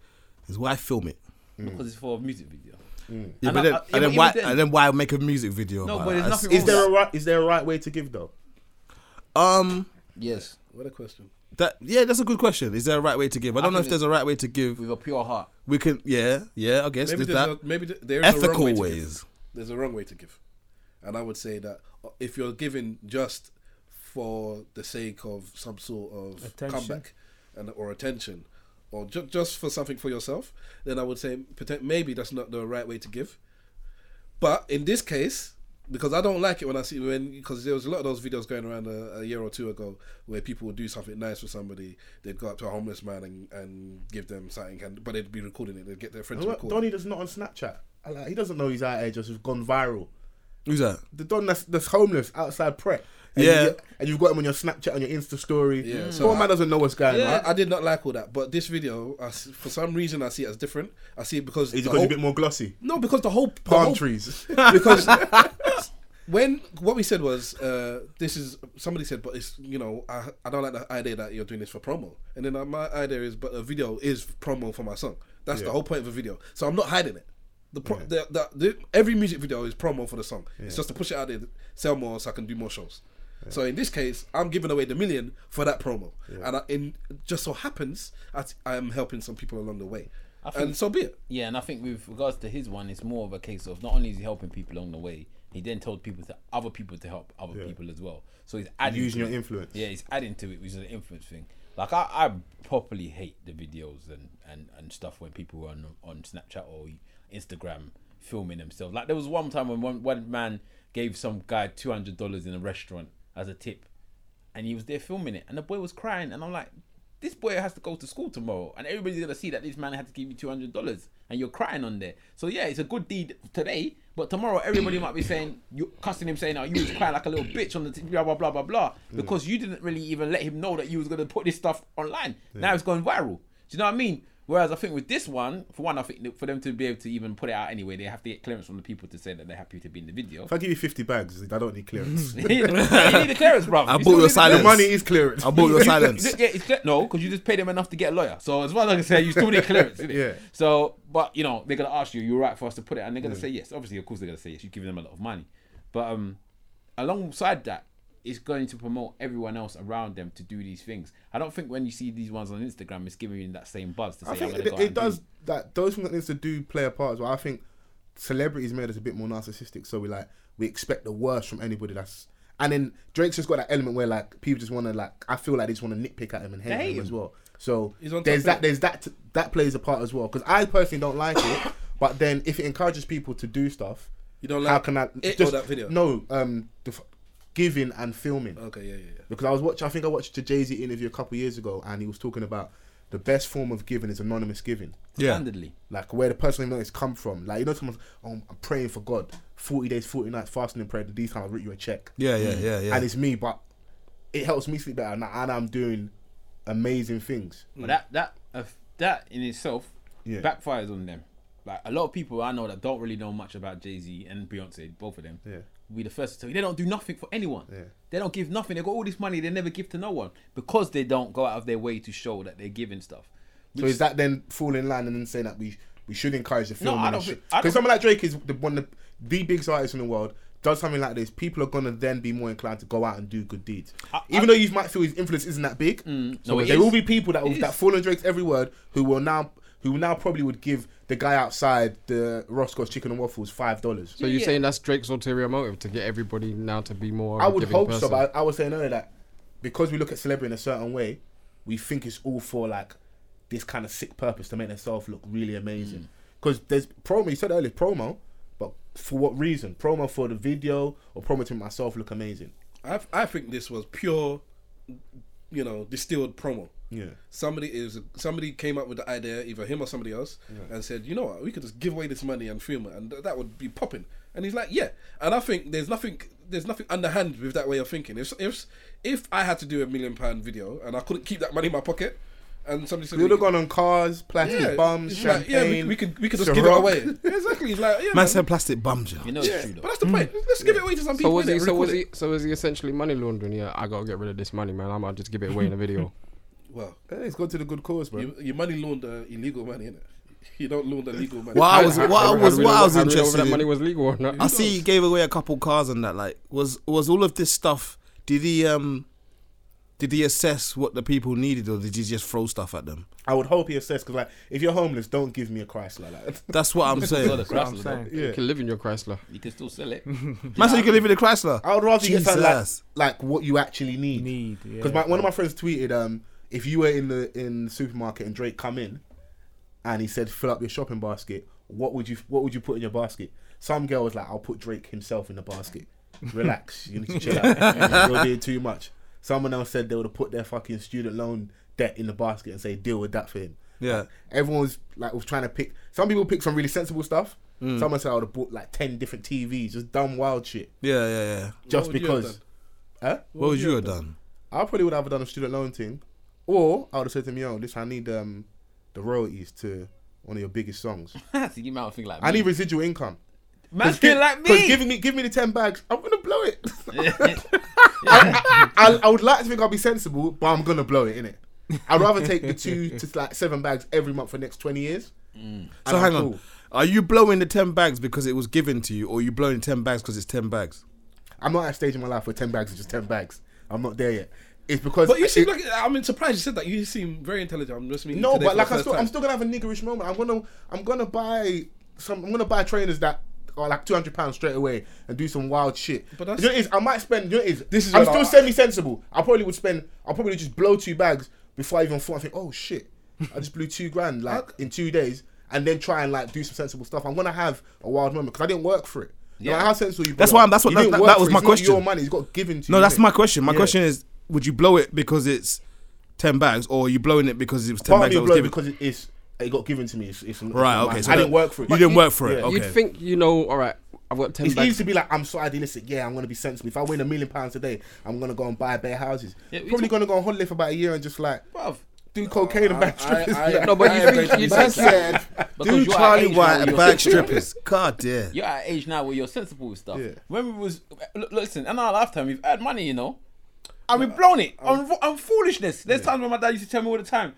Speaker 4: is why film it.
Speaker 7: because it's for a music video.
Speaker 4: Yeah,
Speaker 7: And
Speaker 4: but
Speaker 7: I-
Speaker 4: then,
Speaker 7: I- yeah,
Speaker 4: and then
Speaker 7: but
Speaker 4: why
Speaker 7: even then-
Speaker 4: and then why make a music video?
Speaker 7: No,
Speaker 4: about
Speaker 7: but
Speaker 4: it?
Speaker 7: there's
Speaker 4: That's-
Speaker 7: nothing
Speaker 2: Is
Speaker 7: wrong
Speaker 2: there a
Speaker 7: with
Speaker 2: right? Is there a right way to give though?
Speaker 4: um
Speaker 7: Yes,
Speaker 5: what a question.
Speaker 4: that yeah, that's a good question. Is there a right way to give? I don't know if
Speaker 7: think
Speaker 4: there's a right way to give.
Speaker 7: with a pure heart.
Speaker 4: We can yeah yeah I guess
Speaker 5: Maybe
Speaker 4: there's
Speaker 5: there's
Speaker 4: that
Speaker 5: a, maybe th- there is
Speaker 4: ethical
Speaker 5: a wrong way to give.
Speaker 4: ways.
Speaker 5: There's a wrong way to give, and I would say that uh, if you're giving just for the sake of some sort of
Speaker 1: Attention.
Speaker 5: comeback and or attention, or ju- just for something for yourself, then I would say potent- maybe that's not the right way to give. But in this case, because I don't like it when I see when because there was a lot of those videos going around a, a year or two ago where people would do something nice for somebody. They'd go up to a homeless man and, and give them something, and, but they'd be recording it. They'd get their friends to record.
Speaker 2: Donny that's not on Snapchat. I Like, he doesn't know he's out here just has gone viral.
Speaker 4: Who's that?
Speaker 2: The Don that's, that's homeless outside prep. And
Speaker 4: Yeah.
Speaker 2: you get- and you've got him on your Snapchat on your Insta story.
Speaker 5: Yeah,
Speaker 2: Yeah.
Speaker 5: so
Speaker 2: Poor man doesn't know what's going on.
Speaker 5: I, I did not like all that, but this video, I s for some reason, I see it as different. I see it because
Speaker 2: He's
Speaker 5: the
Speaker 2: got a
Speaker 5: whole-
Speaker 2: bit more glossy.
Speaker 5: no, because the whole the
Speaker 2: Palm
Speaker 5: whole-
Speaker 2: trees.
Speaker 5: because when what we said was uh, this is somebody said, but it's you know I, I don't like the idea that you're doing this for promo, and then uh, my idea is but a video is promo for my song. That's the whole point of a video, so I'm not hiding it. The, pro- the, the, the every music video is promo for the song. It's just to push it out there, sell more, so I can do more shows. So in this case, I'm giving away the million for that promo, and I, in just so happens I, I am helping some people along the way, and so be it.
Speaker 3: Yeah, and I think with regards to his one, it's more of a case of not only is he helping people along the way, he then told people to other people to help other people as well. So he's adding
Speaker 2: Using
Speaker 3: to
Speaker 2: your
Speaker 3: it.
Speaker 2: influence.
Speaker 3: Yeah, he's adding to it, which is an influence thing. Like I, I properly hate the videos and, and, and stuff when people are on on Snapchat or Instagram filming themselves. Like there was one time when one, one man gave some guy two hundred dollars in a restaurant as a tip, and he was there filming it, and the boy was crying, and I'm like, this boy has to go to school tomorrow, and everybody's gonna see that this man had to give you two hundred dollars, and you're crying on there. So yeah, it's a good deed today, but tomorrow everybody might be saying you cussing him, saying, "Oh, you was crying like a little bitch on the t- blah blah blah blah blah," because you didn't really even let him know that you was gonna put this stuff online. Now it's going viral. Do you know what I mean? Whereas I think with this one, for one, I think that for them to be able to even put it out anyway, they have to get clearance from the people to say that they're happy to be in the video.
Speaker 2: If I give you 50 bags, I don't need clearance.
Speaker 3: you need the clearance, bro.
Speaker 4: I bought your
Speaker 2: the
Speaker 4: silence.
Speaker 2: money is clearance.
Speaker 4: I bought your silence.
Speaker 3: Yeah, it's clear. No, because you just paid them enough to get a lawyer. So as far as I can say, you still need clearance. Innit?
Speaker 2: Yeah.
Speaker 3: So, but you know, they're gonna ask you, you're right for us to put it, and they're gonna say yes. Obviously, of course, they're gonna say yes. You're giving them a lot of money, but um, alongside that, it's going to promote everyone else around them to do these things. I don't think when you see these ones on Instagram, it's giving you that same buzz to say.
Speaker 2: I think
Speaker 3: I'm
Speaker 2: it,
Speaker 3: gonna go out
Speaker 2: it
Speaker 3: and do
Speaker 2: does that. Those things that needs to do play a part as well. I think celebrities made us a bit more narcissistic, so we like we expect the worst from anybody that's. And then Drake's just got that element where like people just want to like. I feel like they just want to nitpick at him and hate,
Speaker 3: hate
Speaker 2: him,
Speaker 3: him.
Speaker 2: as well. So
Speaker 5: He's on
Speaker 2: there's
Speaker 5: top
Speaker 2: that.
Speaker 5: of it.
Speaker 2: There's that. that plays a part as well because I personally don't like it. But then if it encourages people to do stuff,
Speaker 5: You don't
Speaker 2: how
Speaker 5: like
Speaker 2: can I
Speaker 5: it or that video?
Speaker 2: No, um, the f- giving and filming
Speaker 5: Okay, yeah, yeah, yeah.
Speaker 2: because I was watching. I think I watched a Jay Z intervw a couple years ago, and he was talking about the best form of giving is anonymous giving,
Speaker 4: Yeah.
Speaker 3: Candidly,
Speaker 2: like where the personal notice come from. Like you know, someone's oh, I'm praying for God, forty days, forty nights fasting and prayer. And these times I wrote you a check,
Speaker 4: Yeah, yeah, yeah, yeah.
Speaker 2: and it's me, but it helps me sleep better, and, I, and I'm doing amazing things.
Speaker 3: But that that uh, that in itself
Speaker 2: Mm. Yeah.
Speaker 3: backfires on them. Like a lot of people I know that don't really know much about Jay Z and Beyonce, both of them.
Speaker 2: Yeah.
Speaker 3: We the first to tell you they don't do nothing for anyone.
Speaker 2: Yeah.
Speaker 3: They don't give nothing. They got all this money they never give to no one because they don't go out of their way to show that they're giving stuff.
Speaker 2: So is that then fall in line and then saying that we we should encourage the film?
Speaker 3: I don't think- I don't-
Speaker 2: Because someone like Drake is the one of the, the biggest artist in the world. Does something like this, people are gonna then be more inclined to go out and do good deeds. Even though you might feel his influence isn't that big, so
Speaker 3: Mm, no, it
Speaker 2: there
Speaker 3: is.
Speaker 2: will be people that will,
Speaker 3: is.
Speaker 2: that fall on Drake's every word who will now who now probably would give the guy outside the Roscoe's chicken and waffles five dollars.
Speaker 6: So you're
Speaker 3: Yeah.
Speaker 6: saying that's Drake's ulterior motive to get everybody now to be more. of
Speaker 2: I
Speaker 6: a
Speaker 2: would
Speaker 6: giving
Speaker 2: hope so,
Speaker 6: person?
Speaker 2: but I, I was saying earlier that because we look at celebrity in a certain way, we think it's all for like this kind of sick purpose to make themselves look really
Speaker 6: Mm.
Speaker 2: amazing. Because there's promo, you said earlier, promo, but for what reason? Promo for the video or promo to make myself look amazing?
Speaker 5: I, I think this was pure, you know, distilled promo.
Speaker 2: Yeah.
Speaker 5: Somebody is somebody came up with the idea, either him or somebody else, and said, you know what, we could just give away this money and film it, and th- that would be popping. And he's like, yeah. And I think there's nothing there's nothing underhand with that way of thinking. If if if I had to do a million pound video and I couldn't keep that money in my pocket, and somebody said,
Speaker 2: We would have gone on cars, plastic bums,
Speaker 5: it's
Speaker 2: champagne.
Speaker 5: like, yeah, we, we could we could just give it
Speaker 2: Ciroc.
Speaker 5: away. Yeah, exactly. He's like, yeah, man.
Speaker 4: Man said plastic bums, yeah.
Speaker 3: You know
Speaker 5: yeah.
Speaker 3: it's true though.
Speaker 5: But that's the point. Let's
Speaker 2: Mm.
Speaker 5: give it away to some
Speaker 6: So
Speaker 5: people.
Speaker 6: was he?
Speaker 5: innit?
Speaker 6: So was
Speaker 5: Record
Speaker 6: he? So was he essentially money laundering? Yeah, I gotta get rid of this money, man. I might just give it away in a video.
Speaker 5: it. Well,
Speaker 2: Yeah, it's gone to the good cause, bro.
Speaker 5: You, you money launder illegal money, innit? You don't launder legal money.
Speaker 4: Well, I was,
Speaker 6: How-
Speaker 4: what I
Speaker 6: how do we
Speaker 4: was,
Speaker 6: know-
Speaker 4: what I was
Speaker 6: how do we know whether
Speaker 4: interested
Speaker 6: That
Speaker 4: in.
Speaker 6: money was legal or not?
Speaker 4: I see he gave away a couple cars and that. Like, was was all of this stuff? Did he um, did he assess what the people needed, or did he just throw stuff at them?
Speaker 2: I would hope he assessed because, like, if you're homeless, don't give me a Chrysler. Like, that.
Speaker 4: That's what I'm
Speaker 3: It's not a
Speaker 4: saying.
Speaker 1: That's what I'm
Speaker 3: Chrysler,
Speaker 1: saying.
Speaker 3: though.
Speaker 6: You can live in your Chrysler.
Speaker 3: You can still sell it.
Speaker 4: Man said you could live in a Chrysler.
Speaker 2: I would rather you get something like,
Speaker 4: Jesus.
Speaker 2: like what you actually need.
Speaker 1: Need, yeah.
Speaker 2: Because one of my friends tweeted, um, if you were in the in the supermarket and Drake come in, and he said fill up your shopping basket, what would you what would you put in your basket? Some girl was like, I'll put Drake himself in the basket. Relax, you need to chill out. You're doing too much. Someone else said they would have put their fucking student loan debt in the basket and say deal with that for him.
Speaker 4: Yeah.
Speaker 2: Everyone's like was trying to pick. Some people pick some really sensible stuff.
Speaker 5: Mm.
Speaker 2: Someone said I would have bought like ten different TVs, just dumb wild shit,
Speaker 4: Yeah, yeah, yeah.
Speaker 2: just
Speaker 5: would you have
Speaker 2: because. Huh?
Speaker 4: What would you have done?
Speaker 2: I probably would have done a student loan thing, or I would have said to him, "Yo, listen, I need um the royalties to one of your biggest songs.
Speaker 3: See, you might think like
Speaker 2: I
Speaker 3: me.
Speaker 2: need residual income."
Speaker 3: Man, feel like
Speaker 2: Because
Speaker 3: me.
Speaker 2: giving me give me the ten bags, I'm gonna blow it. I, I, I, I would like to think I'll be sensible, but I'm gonna blow it in it. I'd rather take the two to like seven bags every month for the next twenty years.
Speaker 4: So
Speaker 2: I'm
Speaker 4: hang on.
Speaker 2: cool.
Speaker 4: Are you blowing the 10 bags because it was given to you, or are you blowing 10 bags because it's 10 bags?
Speaker 2: I'm not at a stage in my life where ten bags is just ten bags. I'm not there yet. It's because
Speaker 5: But you
Speaker 2: it-
Speaker 5: seem like I mean, surprised you said that. You seem very intelligent. I'm just meeting you
Speaker 2: No,
Speaker 5: today
Speaker 2: but
Speaker 5: for
Speaker 2: like
Speaker 5: the
Speaker 2: I
Speaker 5: first
Speaker 2: still, I'm
Speaker 5: time.
Speaker 2: still gonna have a niggerish moment. I'm gonna, I'm gonna buy some. I'm gonna buy trainers that are like 200 pounds straight away and do some wild shit.
Speaker 5: But that's-
Speaker 2: you know what it is. I might spend. You know what it is.
Speaker 5: This is
Speaker 2: I'm
Speaker 5: what
Speaker 2: still
Speaker 5: I-
Speaker 2: semi sensible. I probably would spend. I'll probably just blow two bags before I even thought. I think, oh shit, I just blew two grand like in two days, and then try and like do some sensible stuff. I'm gonna have a wild moment because I didn't work for it. No matter how sensible you.
Speaker 4: That's
Speaker 2: blow,
Speaker 4: why I'm- that's what-
Speaker 2: you
Speaker 4: that-
Speaker 2: didn't
Speaker 4: that-
Speaker 2: work
Speaker 4: that
Speaker 2: for
Speaker 4: was
Speaker 2: it.
Speaker 4: my
Speaker 2: It's not
Speaker 4: question.
Speaker 2: Your money, it's got given to
Speaker 4: No,
Speaker 2: you.
Speaker 4: that's
Speaker 2: innit?
Speaker 4: my question. My
Speaker 2: Yeah.
Speaker 4: question is would you blow it because it's 10 bags, or are you blowing it because it was 10
Speaker 2: Part of
Speaker 4: bags
Speaker 2: me
Speaker 4: that was
Speaker 2: blow
Speaker 4: given?
Speaker 2: because it is. It got given to me. It's, it's
Speaker 4: right,
Speaker 2: it's
Speaker 4: okay.
Speaker 2: mine.
Speaker 4: So
Speaker 2: I
Speaker 4: that-
Speaker 2: didn't work for it.
Speaker 4: You didn't work for it,
Speaker 2: Yeah.
Speaker 4: okay.
Speaker 6: You'd think you know. All right, I've got ten
Speaker 2: It's
Speaker 6: bags.
Speaker 2: easy to be like, I'm so idealistic. Yeah, I'm gonna be sensible. If I win a million pounds today, I'm gonna go and buy bare houses. Probably gonna go on holiday for about a year and just like
Speaker 5: Bruv,
Speaker 2: do cocaine and
Speaker 5: I-
Speaker 2: back
Speaker 5: I-
Speaker 2: strippers.
Speaker 5: I-
Speaker 2: Like,
Speaker 6: no, but you
Speaker 5: I
Speaker 6: think
Speaker 5: agree.
Speaker 6: you
Speaker 5: Man
Speaker 6: think
Speaker 2: said,
Speaker 3: Because
Speaker 4: Dude,
Speaker 3: you're at
Speaker 4: Charlie
Speaker 3: age
Speaker 4: White
Speaker 3: now
Speaker 4: and
Speaker 3: where
Speaker 4: bag
Speaker 3: you're-
Speaker 4: strippers. God dear.
Speaker 3: You're at an age now where you're sensible with stuff.
Speaker 2: Yeah.
Speaker 3: When we was look, listen, in our lifetime we've earned money, you know, and we've blown it
Speaker 4: Um,
Speaker 3: on, on foolishness. There's times when my dad used to tell me all the time,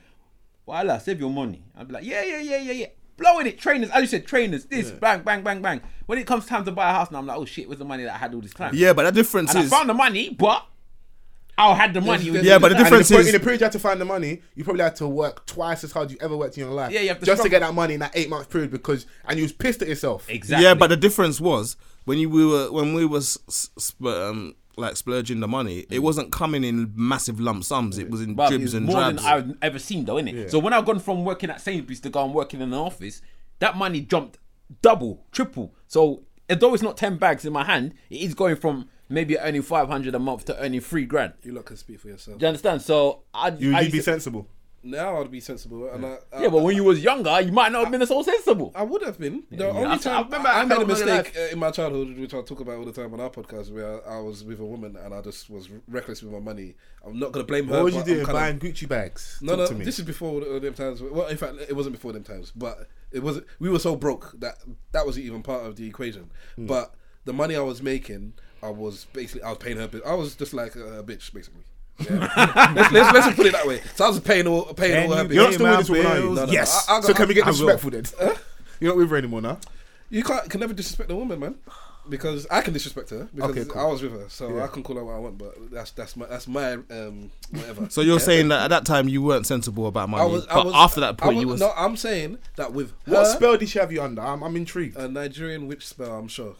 Speaker 3: "Well, save your money." I'd be like, "Yeah, yeah, yeah, yeah, yeah." Blowing it, trainers. As you said, trainers. This, bang, bang, bang, bang. When it comes time to buy a house, now I'm like, "Oh shit, where's the money that I had all this time?"
Speaker 4: Yeah, but the difference
Speaker 3: and I
Speaker 4: is.
Speaker 3: found the money, but I had the money.
Speaker 5: yes,
Speaker 4: Yeah, but the
Speaker 2: and in the,
Speaker 4: difference
Speaker 2: period, in
Speaker 4: is.
Speaker 2: the period you had to find the money, you probably had to work twice as hard you ever worked in your life.
Speaker 3: Yeah, you have to
Speaker 2: just to
Speaker 3: struggle.
Speaker 2: get that money in that eight month period because and you was pissed at yourself.
Speaker 3: exactly.
Speaker 4: Yeah, but the difference was when you we were when we was s- s- sp- um, like splurging the money, it wasn't coming in massive lump sums. It was in
Speaker 3: Bruv,
Speaker 4: dribs
Speaker 3: it's
Speaker 4: and
Speaker 3: more
Speaker 4: drabs.
Speaker 3: than I've ever seen though, innit? So when I've gone from working at Sainsbury's to go and working in an office, that money jumped double, triple. So although it's not ten bags in my hand, it is going from maybe earning five hundred a month to earning three grand. Do
Speaker 5: You lot can speak for yourself.
Speaker 3: you understand? So I,
Speaker 2: You,
Speaker 3: I
Speaker 2: you'd
Speaker 3: used
Speaker 2: be
Speaker 3: to-
Speaker 2: sensible.
Speaker 5: Now I'd be sensible. And I, I,
Speaker 3: yeah, but when you was younger, you might not have been so sensible.
Speaker 5: I would have been. The only
Speaker 3: I- I
Speaker 5: time I,
Speaker 3: remember
Speaker 5: I
Speaker 3: I
Speaker 5: made a
Speaker 3: felt my
Speaker 5: mistake
Speaker 3: life-
Speaker 5: uh, in my childhood, which I talk about all the time on our podcast, where I, I was with a woman and I just was reckless with my money. I'm not gonna blame her.
Speaker 2: What was
Speaker 5: Uh, but
Speaker 2: you
Speaker 5: I'm
Speaker 2: doing?
Speaker 5: kinda-
Speaker 2: Buying Gucci bags?
Speaker 5: No,
Speaker 2: Talk
Speaker 5: no.
Speaker 2: to me.
Speaker 5: This is before all them times. Well, in fact, it wasn't before them times, but it was. We were so broke that that wasn't even part of the equation.
Speaker 2: Hmm.
Speaker 5: But the money I was making, I was basically I was paying her. bi- I was just like a, bitch, basically. Yeah. let's, let's let's put it that way. So I was paying all paying all her
Speaker 2: You're not
Speaker 5: bills.
Speaker 2: still with this woman, are you?
Speaker 5: No, no,
Speaker 1: Yes.
Speaker 5: I- I got-
Speaker 2: so can we get
Speaker 5: I will.
Speaker 2: disrespectful then? You're not with her anymore now.
Speaker 5: You can't can never disrespect a woman, man. Because I can disrespect her because
Speaker 2: Okay, cool.
Speaker 5: I was with her, so I can call her what I want. But that's that's my that's my um whatever.
Speaker 4: so you're saying that at that time you weren't sensible about money,
Speaker 5: I was, I
Speaker 4: but
Speaker 5: was,
Speaker 4: after that
Speaker 5: I
Speaker 4: point you was.
Speaker 5: No, I'm saying that with
Speaker 2: What
Speaker 5: her,
Speaker 2: spell did she have you under? I'm, I'm intrigued.
Speaker 5: a Nigerian witch spell, I'm sure.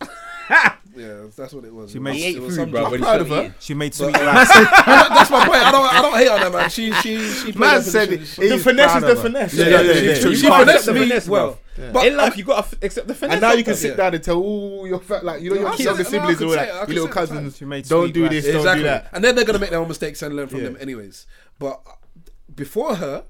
Speaker 5: yeah, that's what it was. She
Speaker 1: made- He
Speaker 5: it
Speaker 1: ate
Speaker 5: was
Speaker 3: food,
Speaker 5: some
Speaker 3: bro,
Speaker 5: drug.
Speaker 3: when
Speaker 5: I'm
Speaker 3: he
Speaker 5: proud of
Speaker 3: started
Speaker 5: her.
Speaker 1: She made
Speaker 5: But,
Speaker 1: sweet
Speaker 5: uh,
Speaker 1: rice.
Speaker 5: that's my point. I don't, I don't hate on her, man. She, she, she. played her
Speaker 2: Man said it.
Speaker 5: position. She,
Speaker 2: The finesse is the finesse.
Speaker 4: Yeah, yeah, yeah, yeah.
Speaker 2: She-
Speaker 4: You
Speaker 2: she
Speaker 4: can't
Speaker 2: finessed
Speaker 5: accept the
Speaker 2: me
Speaker 5: finesse,
Speaker 2: well.
Speaker 5: But
Speaker 3: in life, you gotta f- accept the finesse.
Speaker 2: And now you can
Speaker 5: Yeah.
Speaker 2: sit down and tell all your fa- like you know your
Speaker 5: I
Speaker 2: younger
Speaker 5: said- no, I
Speaker 2: siblings
Speaker 5: could
Speaker 2: and all
Speaker 5: say it, I
Speaker 2: that,
Speaker 5: could
Speaker 2: your little
Speaker 5: say it all the
Speaker 2: cousins.
Speaker 1: She made
Speaker 2: Don't
Speaker 1: sweet
Speaker 2: do
Speaker 1: rice.
Speaker 2: this. Don't
Speaker 5: exactly.
Speaker 2: do that.
Speaker 5: And then they're gonna make their own mistakes and learn from
Speaker 2: Yeah.
Speaker 5: them, anyways. But before her,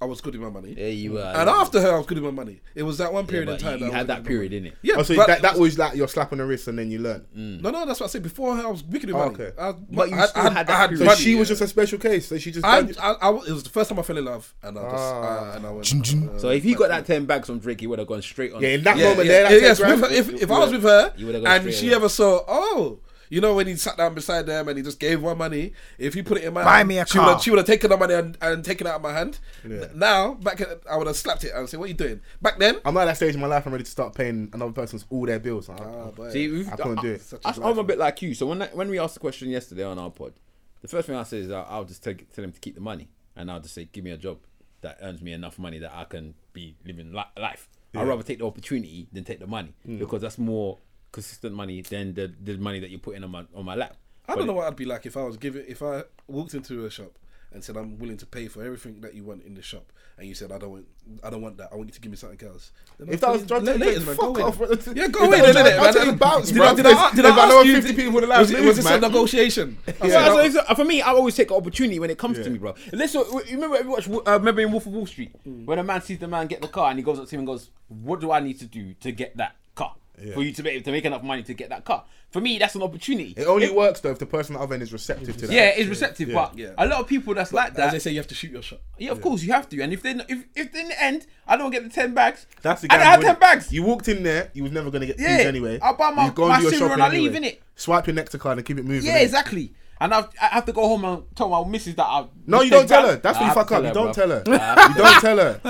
Speaker 5: I was good with my money.
Speaker 3: There you are.
Speaker 5: Mm. And after her, I was good with my money. It was that one
Speaker 3: yeah,
Speaker 5: period
Speaker 3: but
Speaker 5: in time.
Speaker 3: you, you
Speaker 5: I was
Speaker 3: had
Speaker 5: good
Speaker 3: that
Speaker 5: with my
Speaker 3: period,
Speaker 5: money.
Speaker 3: innit?
Speaker 5: Yeah,
Speaker 2: Oh, so
Speaker 5: but Mm.
Speaker 2: that that was like your slap on the wrist, and then you learn.
Speaker 5: no, no, that's what I said. Before her, I was wicked with
Speaker 2: Oh,
Speaker 5: money.
Speaker 2: okay.
Speaker 5: I,
Speaker 3: But you
Speaker 5: I,
Speaker 3: still
Speaker 5: I,
Speaker 3: had
Speaker 5: I
Speaker 3: that
Speaker 5: had
Speaker 3: period.
Speaker 2: So
Speaker 5: money,
Speaker 2: she was
Speaker 5: yeah.
Speaker 2: just a special case. So she just.
Speaker 5: I, I, I, it was the first time I fell in love, and I just uh, and I went. uh,
Speaker 3: So if he got that ten bags from Drake, he would have gone straight on.
Speaker 2: yeah, in that
Speaker 5: yeah,
Speaker 2: moment
Speaker 5: yeah,
Speaker 2: there,
Speaker 5: yeah,
Speaker 2: that
Speaker 5: yes,
Speaker 2: takes
Speaker 5: with her-
Speaker 2: grand-
Speaker 5: if, if I was with her
Speaker 3: you would've gone
Speaker 5: and
Speaker 3: straight
Speaker 5: she
Speaker 3: away.
Speaker 5: ever saw, oh, you know, when he sat down beside them and he just gave one money, if he put it in my
Speaker 1: Buy
Speaker 5: hand,
Speaker 1: me a
Speaker 5: she would
Speaker 1: car.
Speaker 5: have she would have taken the money and, and taken it out of my hand.
Speaker 2: Yeah.
Speaker 5: Now back, at, I would have slapped it and said, "What are you doing?" Back then,
Speaker 2: I'm at that stage in my life. I'm ready to start paying another person's all their bills.
Speaker 5: Ah,
Speaker 2: I,
Speaker 5: boy.
Speaker 3: See, we've-
Speaker 2: Oh, I couldn't do it.
Speaker 5: Such
Speaker 3: I,
Speaker 5: is life,
Speaker 3: I'm a bit like you. So when that, when we asked the question yesterday on our pod, the first thing I said is I'll, I'll just tell, tell them to keep the money, and I'll just say, give me a job that earns me enough money that I can be living li- life. I'd rather take the opportunity than take the money
Speaker 2: Hmm.
Speaker 3: because that's more consistent money than the, the money that you're putting on my on my lap.
Speaker 5: I
Speaker 3: But
Speaker 5: don't know what I'd be like if I was giving if I walked into a shop and said, "I'm willing to pay for everything that you want in the shop," and you said, "I don't want, I don't want that. I want you to give me something else." Then
Speaker 2: If
Speaker 5: I'll
Speaker 2: that was
Speaker 5: tell
Speaker 2: drug
Speaker 5: you
Speaker 2: taking,
Speaker 5: later,
Speaker 2: place,
Speaker 5: man,
Speaker 2: fuck
Speaker 5: go in.
Speaker 2: off.
Speaker 5: Yeah,
Speaker 2: If
Speaker 5: go in,
Speaker 2: that-
Speaker 5: innit?
Speaker 2: I'll
Speaker 5: Man,
Speaker 2: tell you,
Speaker 5: that-
Speaker 2: bounce,
Speaker 5: did
Speaker 2: bro.
Speaker 5: I- did I-
Speaker 2: There's-
Speaker 5: did I
Speaker 2: there's- I
Speaker 5: ask
Speaker 2: know
Speaker 5: you-
Speaker 2: 50 people would allow
Speaker 5: Was it-
Speaker 2: moves,
Speaker 5: was this a
Speaker 2: man.
Speaker 5: negotiation?
Speaker 2: Yeah.
Speaker 3: Well, that's- that's- for me, I always take the opportunity when it comes to me, bro. Listen, you remember you watch, uh, remember in Wolf of Wall Street
Speaker 2: Mm.
Speaker 3: when a man sees the man get the car and he goes up to him and goes, "What do I need to do to get that car for you to be able to make enough money to get that car?" For me, that's an opportunity.
Speaker 2: It only works though if the person at the other end is receptive to that.
Speaker 3: yeah, it's receptive, but
Speaker 5: Yeah.
Speaker 3: a lot of people that's like
Speaker 5: As they
Speaker 3: that.
Speaker 5: say, you have to shoot your shot.
Speaker 3: Yeah, of course you have to. And if they if if in the end I don't get the ten bags,
Speaker 2: That's the guy.
Speaker 3: I don't have ten bags.
Speaker 2: You walked in there, you was never gonna get
Speaker 3: Yeah,
Speaker 2: food anyway.
Speaker 3: I'll buy my-
Speaker 2: You go and
Speaker 3: my
Speaker 2: do your
Speaker 3: cereal
Speaker 2: shopping
Speaker 3: and I leave, innit?
Speaker 2: Swipe your nectar card and keep it moving.
Speaker 3: yeah,
Speaker 2: innit?
Speaker 3: exactly. And I've, I have to go home and tell my missus that I.
Speaker 2: No, you don't tell her. That's what you fuck up. You don't tell her. You don't tell her.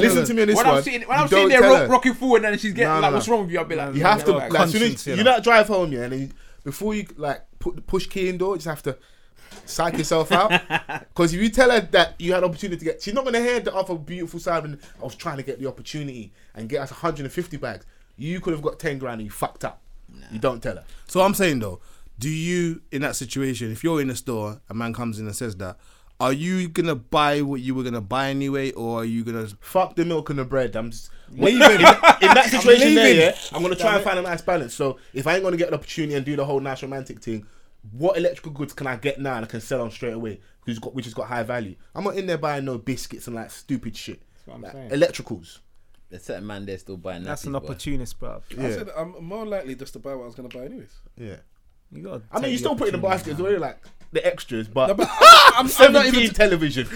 Speaker 2: Listen to me on this
Speaker 3: When
Speaker 2: one.
Speaker 3: I'm sitting, when
Speaker 2: You
Speaker 3: I'm sitting
Speaker 2: don't
Speaker 3: there
Speaker 2: tell
Speaker 3: ro-
Speaker 2: her.
Speaker 3: rocking forward and she's getting
Speaker 2: No, no,
Speaker 3: like,
Speaker 2: no.
Speaker 3: "What's wrong with you?" I'll be like,
Speaker 2: You have to
Speaker 1: Yeah,
Speaker 2: like,
Speaker 1: like
Speaker 2: as soon
Speaker 1: conscience,
Speaker 2: as
Speaker 1: you
Speaker 2: you
Speaker 1: know.
Speaker 2: not drive home, yeah, and then you, before you like put push key in door, you just have to psych yourself out. Because if you tell her that you had an opportunity to get, she's not gonna hear the other beautiful side. And I was trying to get the opportunity and get us 150 bags. You could have got 10 grand and you fucked up. You don't tell her.
Speaker 4: So I'm saying though, do you in that situation, if you're in a store, a man comes in and says that, are you gonna buy what you were gonna buy anyway, or are you gonna?
Speaker 2: Fuck the milk and the bread. I'm just leaving. in, that situation there, yeah, I'm gonna try and find a nice balance. So if I ain't gonna get an opportunity and do the whole nice romantic thing, what electrical goods can I get now and I can sell on straight away? Who's got which has got high value? I'm not in there buying no biscuits and like stupid shit.
Speaker 1: what I'm
Speaker 2: Like,
Speaker 1: saying.
Speaker 2: electricals.
Speaker 3: "There's certain man there still buying."
Speaker 1: That's an
Speaker 3: nappies, boy.
Speaker 1: opportunist, bro.
Speaker 5: I said I'm more likely just to buy what I was going to buy anyways.
Speaker 2: Yeah.
Speaker 1: You gotta
Speaker 2: I mean,
Speaker 1: take
Speaker 2: you still put it in the
Speaker 1: opportunity,
Speaker 2: baskets already, like the extras, but,
Speaker 5: No, but
Speaker 2: I'm, 17 television.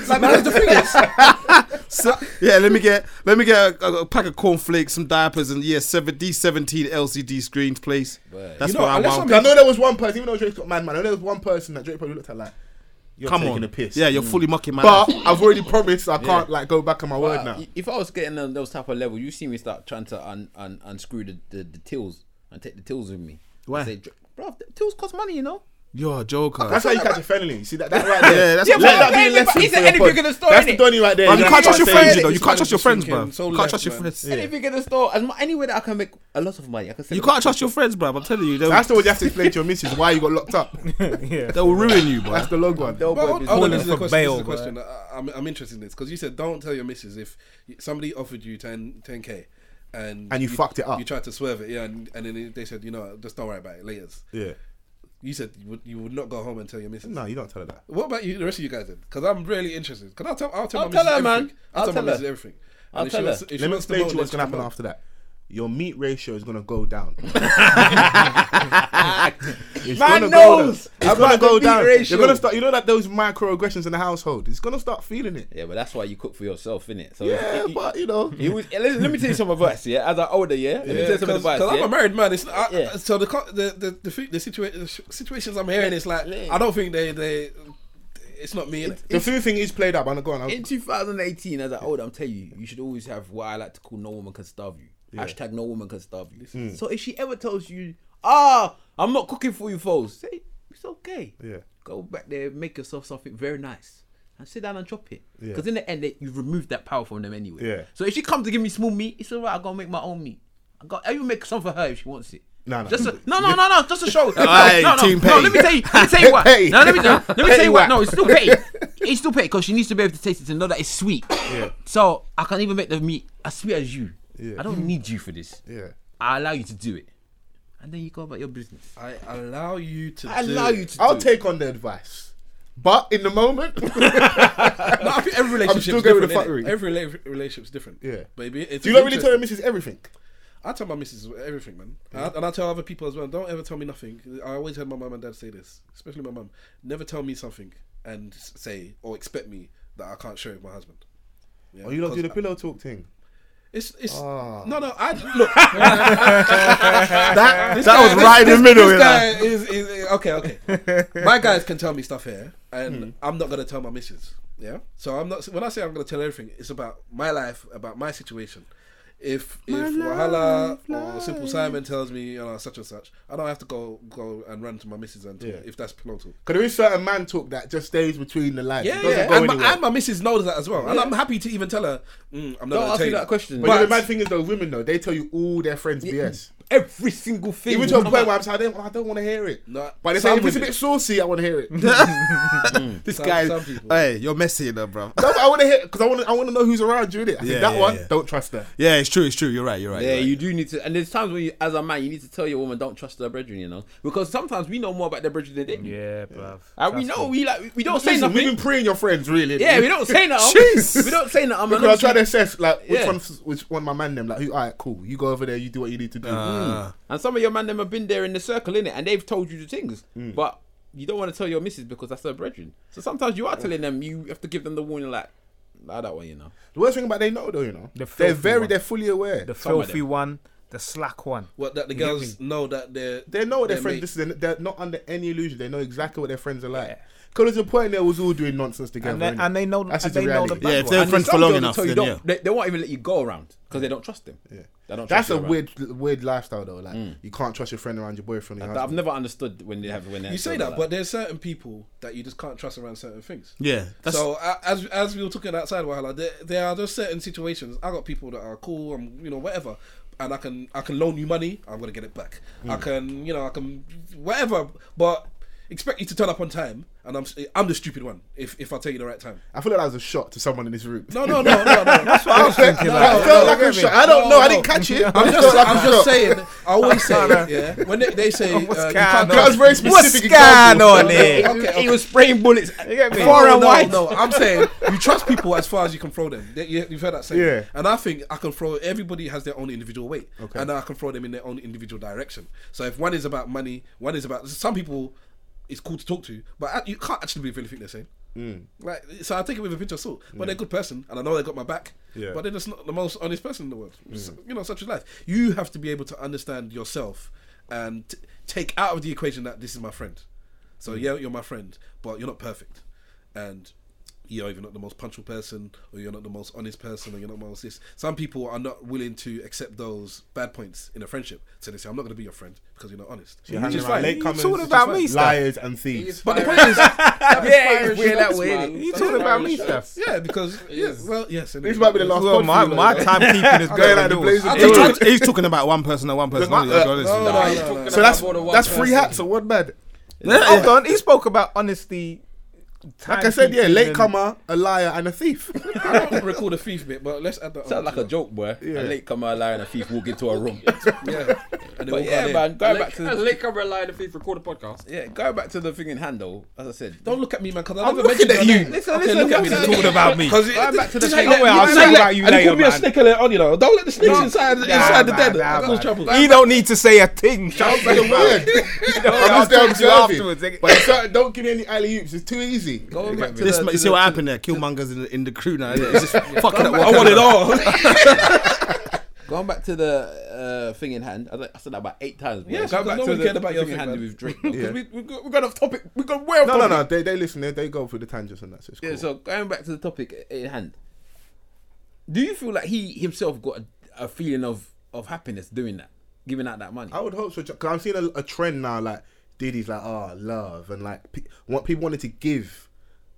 Speaker 4: So, yeah, let me get let me get a, a, a pack of cornflakes, some diapers, and yeah, seven D seventeen LCD screens, please. That's
Speaker 5: You know,
Speaker 4: what I
Speaker 5: unless
Speaker 4: want.
Speaker 5: I'm-
Speaker 2: I know there was one person, even though Drake's got Mad Man, I know there was one person that Drake probably looked at like, you're
Speaker 4: Come
Speaker 2: taking
Speaker 4: on,
Speaker 2: a piss.
Speaker 4: yeah, you're fully mucking my.
Speaker 2: But
Speaker 4: life.
Speaker 2: I've already promised I can't like go back on my word
Speaker 3: Uh,
Speaker 2: now.
Speaker 3: i- If I was getting on those type of level, you see me start trying to un, un, unscrew the, the, the tills and take the tills with me.
Speaker 4: Why?
Speaker 3: I Say, bro, the tills cost money, you know.
Speaker 4: you're a joker.
Speaker 2: That's how you catch a friendly. You see that, that right there.
Speaker 4: Yeah, that's- Yeah,
Speaker 2: Let
Speaker 4: but
Speaker 2: that be a
Speaker 3: anything-
Speaker 2: lesson
Speaker 3: it's
Speaker 2: for
Speaker 3: an
Speaker 2: your
Speaker 3: anything
Speaker 2: pod.
Speaker 3: in the store,
Speaker 2: That's
Speaker 3: innit?
Speaker 2: the Donny right there.
Speaker 4: But you
Speaker 2: know
Speaker 4: can't
Speaker 2: what
Speaker 4: trust your
Speaker 2: I'm saying?
Speaker 4: friends,
Speaker 5: it.
Speaker 4: you know. You
Speaker 5: This
Speaker 4: can't trust your
Speaker 5: man's
Speaker 4: friends,
Speaker 5: thinking
Speaker 4: bro. You
Speaker 5: so
Speaker 4: can't
Speaker 5: left,
Speaker 4: trust your
Speaker 5: man.
Speaker 4: friends.
Speaker 3: Anything in the store, as mu- anywhere that I can make a lot of money, I can. Sell
Speaker 4: You
Speaker 3: it.
Speaker 4: can't trust your friends, bro. I'm telling you, they'll,
Speaker 2: That's the one you have to explain to your missus why you got locked up.
Speaker 1: yeah.
Speaker 4: they'll ruin you, bro.
Speaker 2: That's the long one.
Speaker 3: They'll
Speaker 5: But
Speaker 3: buy
Speaker 5: hold-
Speaker 3: business.
Speaker 5: hold on,
Speaker 1: calling
Speaker 5: this is
Speaker 1: for
Speaker 5: a question.
Speaker 1: bail,
Speaker 5: this is a
Speaker 1: bro.
Speaker 5: question. I, I'm, I'm interested in this because you said don't tell your missus if you- somebody offered you 10 10k and
Speaker 2: And you fucked it up.
Speaker 5: You tried to swerve it, yeah, and, and then they said, you know, what, just don't worry about it. Later.
Speaker 2: Yeah.
Speaker 5: You said you would, you would not go home and tell your missus.
Speaker 2: No, you don't tell her that.
Speaker 5: What about you? The rest of you guys then? Because I'm really interested. Because I'll tell I'll tell
Speaker 3: I'll
Speaker 5: my
Speaker 3: tell
Speaker 5: missus
Speaker 3: her, man.
Speaker 5: everything. I'll,
Speaker 3: I'll
Speaker 5: tell,
Speaker 3: tell
Speaker 5: my
Speaker 3: her.
Speaker 5: missus everything.
Speaker 3: I'll
Speaker 5: if
Speaker 3: tell
Speaker 5: she wants-
Speaker 3: her.
Speaker 5: if she
Speaker 2: Let me
Speaker 5: wants to
Speaker 2: explain
Speaker 5: know,
Speaker 2: to you what's
Speaker 5: then
Speaker 2: gonna
Speaker 5: she
Speaker 2: happen
Speaker 5: will.
Speaker 2: after that. Your meat ratio is gonna go down. It's
Speaker 3: Man
Speaker 2: gonna go
Speaker 3: knows
Speaker 2: down. It's gonna
Speaker 3: about the
Speaker 2: go
Speaker 3: meat
Speaker 2: down.
Speaker 3: ratio.
Speaker 2: You're gonna start. You know that those microaggressions in the household. It's gonna start feeling it.
Speaker 3: Yeah, but that's why you cook for yourself, innit? So
Speaker 2: Yeah,
Speaker 3: you-
Speaker 2: but you know.
Speaker 3: you always- eh, let, let me tell you some advice, yeah. As I older, yeah. Let me tell you some
Speaker 5: because
Speaker 3: advice.
Speaker 5: I'm
Speaker 3: yeah?
Speaker 5: a married man. It's I,
Speaker 3: Yeah.
Speaker 5: so the co- the the the, fi- the, situa- the sh- situations I'm hearing is like
Speaker 3: Yeah.
Speaker 5: I don't think they they it's not me. innit?
Speaker 2: The food thing is played up. I'm going.
Speaker 3: In 2018, as I older, I'm telling you, you should always have what I like to call "No woman can starve you." Hashtag "No woman can starve you."
Speaker 2: Mm.
Speaker 3: So if she ever tells you, "Ah, I'm not cooking for you, folks," say it's okay.
Speaker 2: Yeah.
Speaker 3: Go back there, make yourself something very nice, and sit down and chop it.
Speaker 2: Yeah.
Speaker 3: Because in the end, they- you've removed that power from them anyway.
Speaker 2: Yeah.
Speaker 3: So if she comes to give me small meat, it's alright. I gotta make my own meat. I got. I will make some for her if she wants it.
Speaker 2: No, no.
Speaker 3: Just a, no, no, no, no. Just a show. No,
Speaker 4: Aye,
Speaker 3: no, no,
Speaker 4: team
Speaker 3: no.
Speaker 4: petty.
Speaker 3: Let me tell you. Let me tell you what.
Speaker 2: Petty.
Speaker 3: No, let me no, let me tell
Speaker 2: Petty
Speaker 3: you what.
Speaker 2: whack.
Speaker 3: No, it's still petty. It's still petty because she needs to be able to taste it and know that it's sweet.
Speaker 2: Yeah.
Speaker 3: So I can even make the meat as sweet as you.
Speaker 2: Yeah.
Speaker 3: I don't need you for this.
Speaker 2: Yeah.
Speaker 3: I allow you to do it, and then you go about your business.
Speaker 5: I allow you to.
Speaker 3: I
Speaker 5: do
Speaker 3: allow
Speaker 5: it.
Speaker 3: you to.
Speaker 2: I'll
Speaker 3: do
Speaker 2: take on the advice. But in the moment,
Speaker 5: No, I think every relationship.
Speaker 2: still going with the fuckery.
Speaker 5: Every rela- relationship's different.
Speaker 2: Yeah.
Speaker 5: baby. It's
Speaker 2: do you not really tell your
Speaker 5: interesting.
Speaker 2: missus everything?
Speaker 5: I tell my missus everything, man, And I- and I tell other people as well. Don't ever tell me nothing. I always heard my mum and dad say this, especially my mum. Never tell me something and s- say or expect me that I can't share with my husband. Yeah,
Speaker 2: Or Oh, you don't do the
Speaker 5: because
Speaker 2: pillow talk thing?
Speaker 5: It's it's
Speaker 2: Ah.
Speaker 5: no no. I look.
Speaker 4: That,
Speaker 5: This
Speaker 4: that
Speaker 5: guy-
Speaker 4: was
Speaker 5: this-
Speaker 4: right in the
Speaker 5: this-
Speaker 4: middle.
Speaker 5: This
Speaker 4: you know.
Speaker 5: guy is, is okay, okay. My guys can tell me stuff here, and I'm not gonna tell my missus. Yeah. So I'm not. When I say I'm gonna tell everything, it's about my life, about my situation. If if Wahala or Simple Simon tells me you know such and such, I don't have to go go and run to my missus and talk,
Speaker 2: Yeah.
Speaker 5: if that's pilotal.
Speaker 2: Because there is certain man talk that just stays between the lines.
Speaker 5: Yeah,
Speaker 2: it doesn't
Speaker 5: yeah.
Speaker 2: go
Speaker 5: And my,
Speaker 2: anywhere.
Speaker 5: and my missus knows that as well, and I'm happy to even tell her. Mm, I'm not
Speaker 3: Don't
Speaker 5: gonna
Speaker 3: ask
Speaker 5: tell
Speaker 3: me
Speaker 5: you
Speaker 3: that question.
Speaker 2: but, you know, the mad thing is, though, women though they tell you all their friends BS.
Speaker 3: every single thing.
Speaker 2: Even to a point where I'm saying I don't, I don't want to hear it.
Speaker 5: No,
Speaker 2: But they say
Speaker 5: some
Speaker 2: if it's a
Speaker 5: with
Speaker 2: bit
Speaker 5: it.
Speaker 2: saucy, I want to hear it.
Speaker 4: This
Speaker 5: Some-
Speaker 4: guy,
Speaker 5: some people.
Speaker 4: hey, you're messy enough, bro.
Speaker 2: No, but I want to hear because I want to. I want to know who's around you. innit? I
Speaker 4: Yeah,
Speaker 2: think that
Speaker 4: yeah,
Speaker 2: one,
Speaker 4: yeah.
Speaker 2: don't trust her.
Speaker 4: Yeah, it's true, it's true. You're right, you're right.
Speaker 3: Yeah,
Speaker 4: you're right.
Speaker 3: you do need to, and there's times when, you, as a man, you need to tell your woman don't trust their brethren, you know, because sometimes we know more about their brethren than they do.
Speaker 1: Yeah, bruv.
Speaker 2: Uh,
Speaker 3: And we
Speaker 1: Trust
Speaker 3: know
Speaker 1: me.
Speaker 3: we like we don't say
Speaker 2: Listen, we've
Speaker 3: nothing.
Speaker 2: been preying your friends, really.
Speaker 3: Yeah, we don't say nothing.
Speaker 4: Jeez.
Speaker 3: We don't say nothing.
Speaker 2: Because I was trying to assess like which
Speaker 3: Yeah.
Speaker 2: one, which one my man them like. Who, all right, cool. You go over there. You do what you need to do.
Speaker 1: Ah.
Speaker 2: Hmm.
Speaker 4: Uh,
Speaker 3: And some of your man them have been there in the circle, innit? And they've told you the things.
Speaker 4: Hmm.
Speaker 3: But you don't want to tell your missus because that's her brethren. So sometimes you are telling them, you have to give them the warning, like, nah, that way, you know.
Speaker 2: The worst thing about they know though, you know,
Speaker 1: The
Speaker 2: they're
Speaker 1: filthy
Speaker 2: very,
Speaker 1: one.
Speaker 2: they're fully aware.
Speaker 1: The
Speaker 3: Some of
Speaker 1: filthy
Speaker 3: them.
Speaker 1: one, the slack one.
Speaker 5: What that the
Speaker 1: You get
Speaker 5: girls know that they're
Speaker 2: They know what their
Speaker 5: they're
Speaker 2: friends.
Speaker 5: mate.
Speaker 2: This is they're not under any illusion. They know exactly what their friends are like. Because there's a point they was all doing nonsense together.
Speaker 1: And they,
Speaker 2: innit?
Speaker 1: and they know
Speaker 2: That's
Speaker 1: and
Speaker 2: just
Speaker 1: they
Speaker 2: the
Speaker 1: know the
Speaker 2: reality.
Speaker 1: bad
Speaker 4: Yeah, if
Speaker 1: one.
Speaker 4: they're
Speaker 3: And
Speaker 4: friends
Speaker 3: some
Speaker 4: for long
Speaker 3: girls will
Speaker 4: enough,
Speaker 3: tell you
Speaker 4: then
Speaker 3: don't- they, they won't even let you go around because they don't trust them. Yeah. They don't
Speaker 2: That's
Speaker 3: trust you Mm.
Speaker 2: a
Speaker 3: around.
Speaker 2: weird, weird lifestyle though. Like you can't trust your friend around your boyfriend. Or your
Speaker 3: That I've
Speaker 2: husband.
Speaker 3: never understood when they have when they
Speaker 5: You say
Speaker 3: have
Speaker 5: that,
Speaker 3: like
Speaker 5: but there's certain people that you just can't trust around certain things.
Speaker 4: yeah. That's,
Speaker 5: so a- as as we were talking outside, Wahala, there, there are those certain situations. I got people that are cool, and you know whatever, and I can I can loan you money. I'm gonna get it back. I can you know I can whatever, but expect you to turn up on time, and I'm s- I'm the stupid one if if I tell you the right time.
Speaker 2: I feel like that was a shot to someone in this room.
Speaker 5: No, no, no, no, no. That's what
Speaker 2: I felt
Speaker 5: like-
Speaker 2: like a shot. I don't
Speaker 5: No,
Speaker 2: know. I
Speaker 5: no.
Speaker 2: didn't catch it. I
Speaker 5: I'm
Speaker 2: just felt
Speaker 5: just,
Speaker 2: like
Speaker 5: I'm
Speaker 2: a
Speaker 5: just
Speaker 2: shot.
Speaker 5: saying. I always say,
Speaker 1: Kinda.
Speaker 5: yeah. When they, they say,
Speaker 1: What's
Speaker 5: uh, you
Speaker 1: going
Speaker 2: That
Speaker 5: can't
Speaker 1: on?
Speaker 2: was
Speaker 5: trust-
Speaker 2: very
Speaker 4: What's
Speaker 2: specific.
Speaker 4: going
Speaker 2: example.
Speaker 4: on here?
Speaker 5: Okay, okay.
Speaker 3: He was spraying bullets far
Speaker 5: no,
Speaker 3: and
Speaker 5: no,
Speaker 3: wide.
Speaker 5: No, I'm saying you trust people as far as you can throw them. They- You, have heard that saying.
Speaker 2: Yeah.
Speaker 5: And I think I can throw. Everybody has their own individual weight, and I can throw them in their own individual direction. So if one is about money, one is about some people. It's cool to talk to, but I- you can't actually believe anything they're saying. Like, so I take it with a pinch of salt. But they're a good person, and I know they got my back.
Speaker 2: Yeah.
Speaker 5: But they're just not the most honest person in the world. So, you know, such is life. You have to be able to understand yourself and t- take out of the equation that this is my friend. So
Speaker 2: Mm.
Speaker 5: yeah, you're my friend, but you're not perfect, and you're either not the most punctual person, or you're not the most honest person, or you're not the most this. Some people are not willing to accept those bad points in a friendship, so they say, "I'm not going to be your friend because you're not honest."
Speaker 2: You're
Speaker 5: Which
Speaker 2: hanging
Speaker 5: is
Speaker 2: around
Speaker 5: fine.
Speaker 2: late comers,
Speaker 1: talking about me, Steph?
Speaker 2: liars and thieves.
Speaker 5: But the point is,
Speaker 3: yeah, we're that way. innit?
Speaker 1: You talking about me, Steph?
Speaker 5: yeah, because yeah, well, yes, and
Speaker 2: This might be the last
Speaker 1: Well,
Speaker 2: one.
Speaker 1: my
Speaker 2: for you,
Speaker 1: my
Speaker 2: like,
Speaker 1: timekeeping is
Speaker 2: going
Speaker 1: going
Speaker 2: like
Speaker 1: like
Speaker 2: the blazing.
Speaker 5: I
Speaker 4: he's,
Speaker 5: think-
Speaker 2: doors.
Speaker 4: talking, he's talking about one person and one person.
Speaker 2: Look,
Speaker 4: only, I'll
Speaker 2: uh,
Speaker 4: be honest with you.
Speaker 5: no,
Speaker 4: Nah.
Speaker 5: no, no.
Speaker 2: So that's that's three hats or one man.
Speaker 1: Hold on, he spoke about honesty.
Speaker 2: Like I said, yeah,
Speaker 1: timekeeping
Speaker 2: late
Speaker 1: and-
Speaker 2: comer, a liar, and a thief.
Speaker 5: I don't recall the thief bit, but let's add that. on
Speaker 3: Sounds like
Speaker 5: to
Speaker 3: a joke, boy.
Speaker 2: Yeah.
Speaker 3: A late comer, a liar, and a thief walk into a room.
Speaker 5: it. Yeah, and they all
Speaker 3: but
Speaker 5: go
Speaker 3: yeah,
Speaker 5: there.
Speaker 3: man, going back to
Speaker 6: As late come relying if we record a podcast.
Speaker 3: Yeah, going back to the thing in hand though, as I said,
Speaker 5: Don't look at me, man, because I
Speaker 3: I'm
Speaker 5: never
Speaker 3: looking
Speaker 5: mentioned
Speaker 3: at
Speaker 5: your
Speaker 3: you.
Speaker 5: name.
Speaker 3: Listen,
Speaker 5: Okay,
Speaker 3: listen,
Speaker 5: look at
Speaker 3: listen.
Speaker 5: me. then.
Speaker 1: Talking about me.
Speaker 5: Because
Speaker 3: Going back to the
Speaker 5: just
Speaker 3: thing-
Speaker 5: hang that-
Speaker 1: Oh, well,
Speaker 5: you
Speaker 1: I'll
Speaker 5: just
Speaker 1: talk
Speaker 5: hang that-
Speaker 1: about you
Speaker 5: and
Speaker 1: later,
Speaker 5: call me a
Speaker 1: man.
Speaker 5: snake alert on, you know. Don't let the snakes inside inside the
Speaker 1: nah,
Speaker 5: den.
Speaker 1: nah,
Speaker 5: That cause
Speaker 1: man.
Speaker 5: trouble.
Speaker 1: He don't need to say a thing.
Speaker 2: Sounds like a word. I
Speaker 1: I'll talk
Speaker 2: must
Speaker 1: to you
Speaker 2: observe
Speaker 1: afterwards.
Speaker 2: it. But it's not- don't give me any alley oops. It's too easy.
Speaker 5: Going back to
Speaker 4: This,
Speaker 5: the-
Speaker 4: man-
Speaker 5: to
Speaker 4: you see what
Speaker 5: the-
Speaker 4: happened there? Killmonger's in the, in the crew now. innit? It's just fucking up.
Speaker 3: I want it all. Going back to the uh, thing in hand, I, was like- I said that about eight times. bro.
Speaker 5: Yes,
Speaker 3: Going
Speaker 5: because
Speaker 3: back
Speaker 5: no
Speaker 3: to
Speaker 5: one
Speaker 3: the
Speaker 5: cared about your
Speaker 3: thing in
Speaker 5: thing,
Speaker 3: hand
Speaker 5: man.
Speaker 3: with Drake. Because
Speaker 2: Yeah.
Speaker 3: we, we, got, we got off topic. We got way off
Speaker 2: No, no,
Speaker 3: topic.
Speaker 2: no. They they listen. They, they go through the tangents and that. So it's cool.
Speaker 3: Yeah, so going back to the topic in hand, do you feel like he himself got a, a feeling of, of happiness doing that, giving out that money?
Speaker 2: I would hope so because I'm seeing a, a trend now. Like Diddy's like, oh, love, and like pe- what people wanted to give.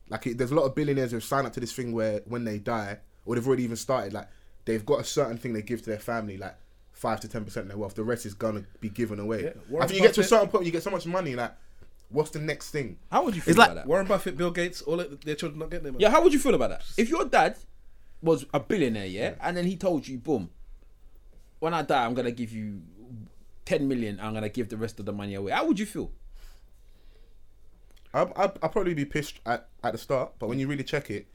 Speaker 2: Like it, there's a lot of billionaires who've signed up to this thing where when they die, or they've already even started, like they've got a certain thing they give to their family, like five to ten percent of their wealth. The rest is gonna be given away. I
Speaker 5: Warren
Speaker 2: think you get to a
Speaker 5: Buffett-
Speaker 2: certain point, you get so much money, like. What's the next thing?
Speaker 3: How would you feel
Speaker 4: like-
Speaker 3: about that?
Speaker 5: Warren Buffett, Bill Gates, all of their children not getting them. man.
Speaker 3: Yeah, how would you feel about that? If your dad was a billionaire, yeah, and then he told you, boom, when I die, I'm gonna give you ten million. I'm gonna give the rest of the money away. How would you feel?
Speaker 2: I I I'll probably be pissed at, at the start, but when you really check it,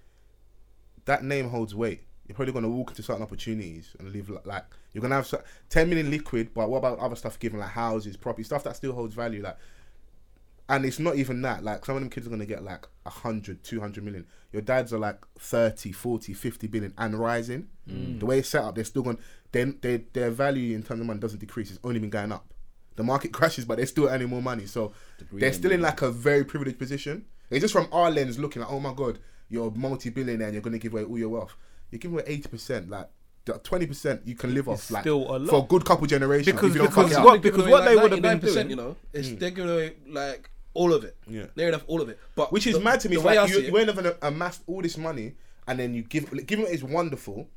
Speaker 2: that name holds weight. You're probably going to walk into certain opportunities and live li- like you're going to have cer- 10 million liquid, but what about other stuff given like houses, property, stuff that still holds value? Like, and it's not even that. Like, some of them kids are going to get like 100, 200 million. Your dads are like 30, 40, 50 billion and rising.
Speaker 1: Mm.
Speaker 2: The way it's set up, they're still going, they, they, their value in terms of money doesn't decrease, it's only been going up. The market crashes, but they're still earning more money. So they're still in like a very privileged position. It's just from our lens looking like, oh my God, you're a multi-billionaire and you're going to give away all your wealth. You're giving away 80%, like, the 20% you can live off like
Speaker 1: still a lot.
Speaker 2: for a good couple generations
Speaker 1: Because-
Speaker 2: if you don't fuck
Speaker 1: because
Speaker 2: it up.
Speaker 1: what-
Speaker 5: They're giving
Speaker 1: because
Speaker 5: away
Speaker 1: what they would have been
Speaker 5: 99%,
Speaker 1: doing-
Speaker 5: you know, it's they're giving away like all of it.
Speaker 2: Yeah.
Speaker 5: they're enough all of it. But
Speaker 2: Which is
Speaker 5: the-
Speaker 2: mad to me.
Speaker 5: The
Speaker 2: It's
Speaker 5: way I
Speaker 2: like
Speaker 5: see
Speaker 2: you,
Speaker 5: it,
Speaker 2: you ain't have amassed all this money, and then you give like, giving it is wonderful,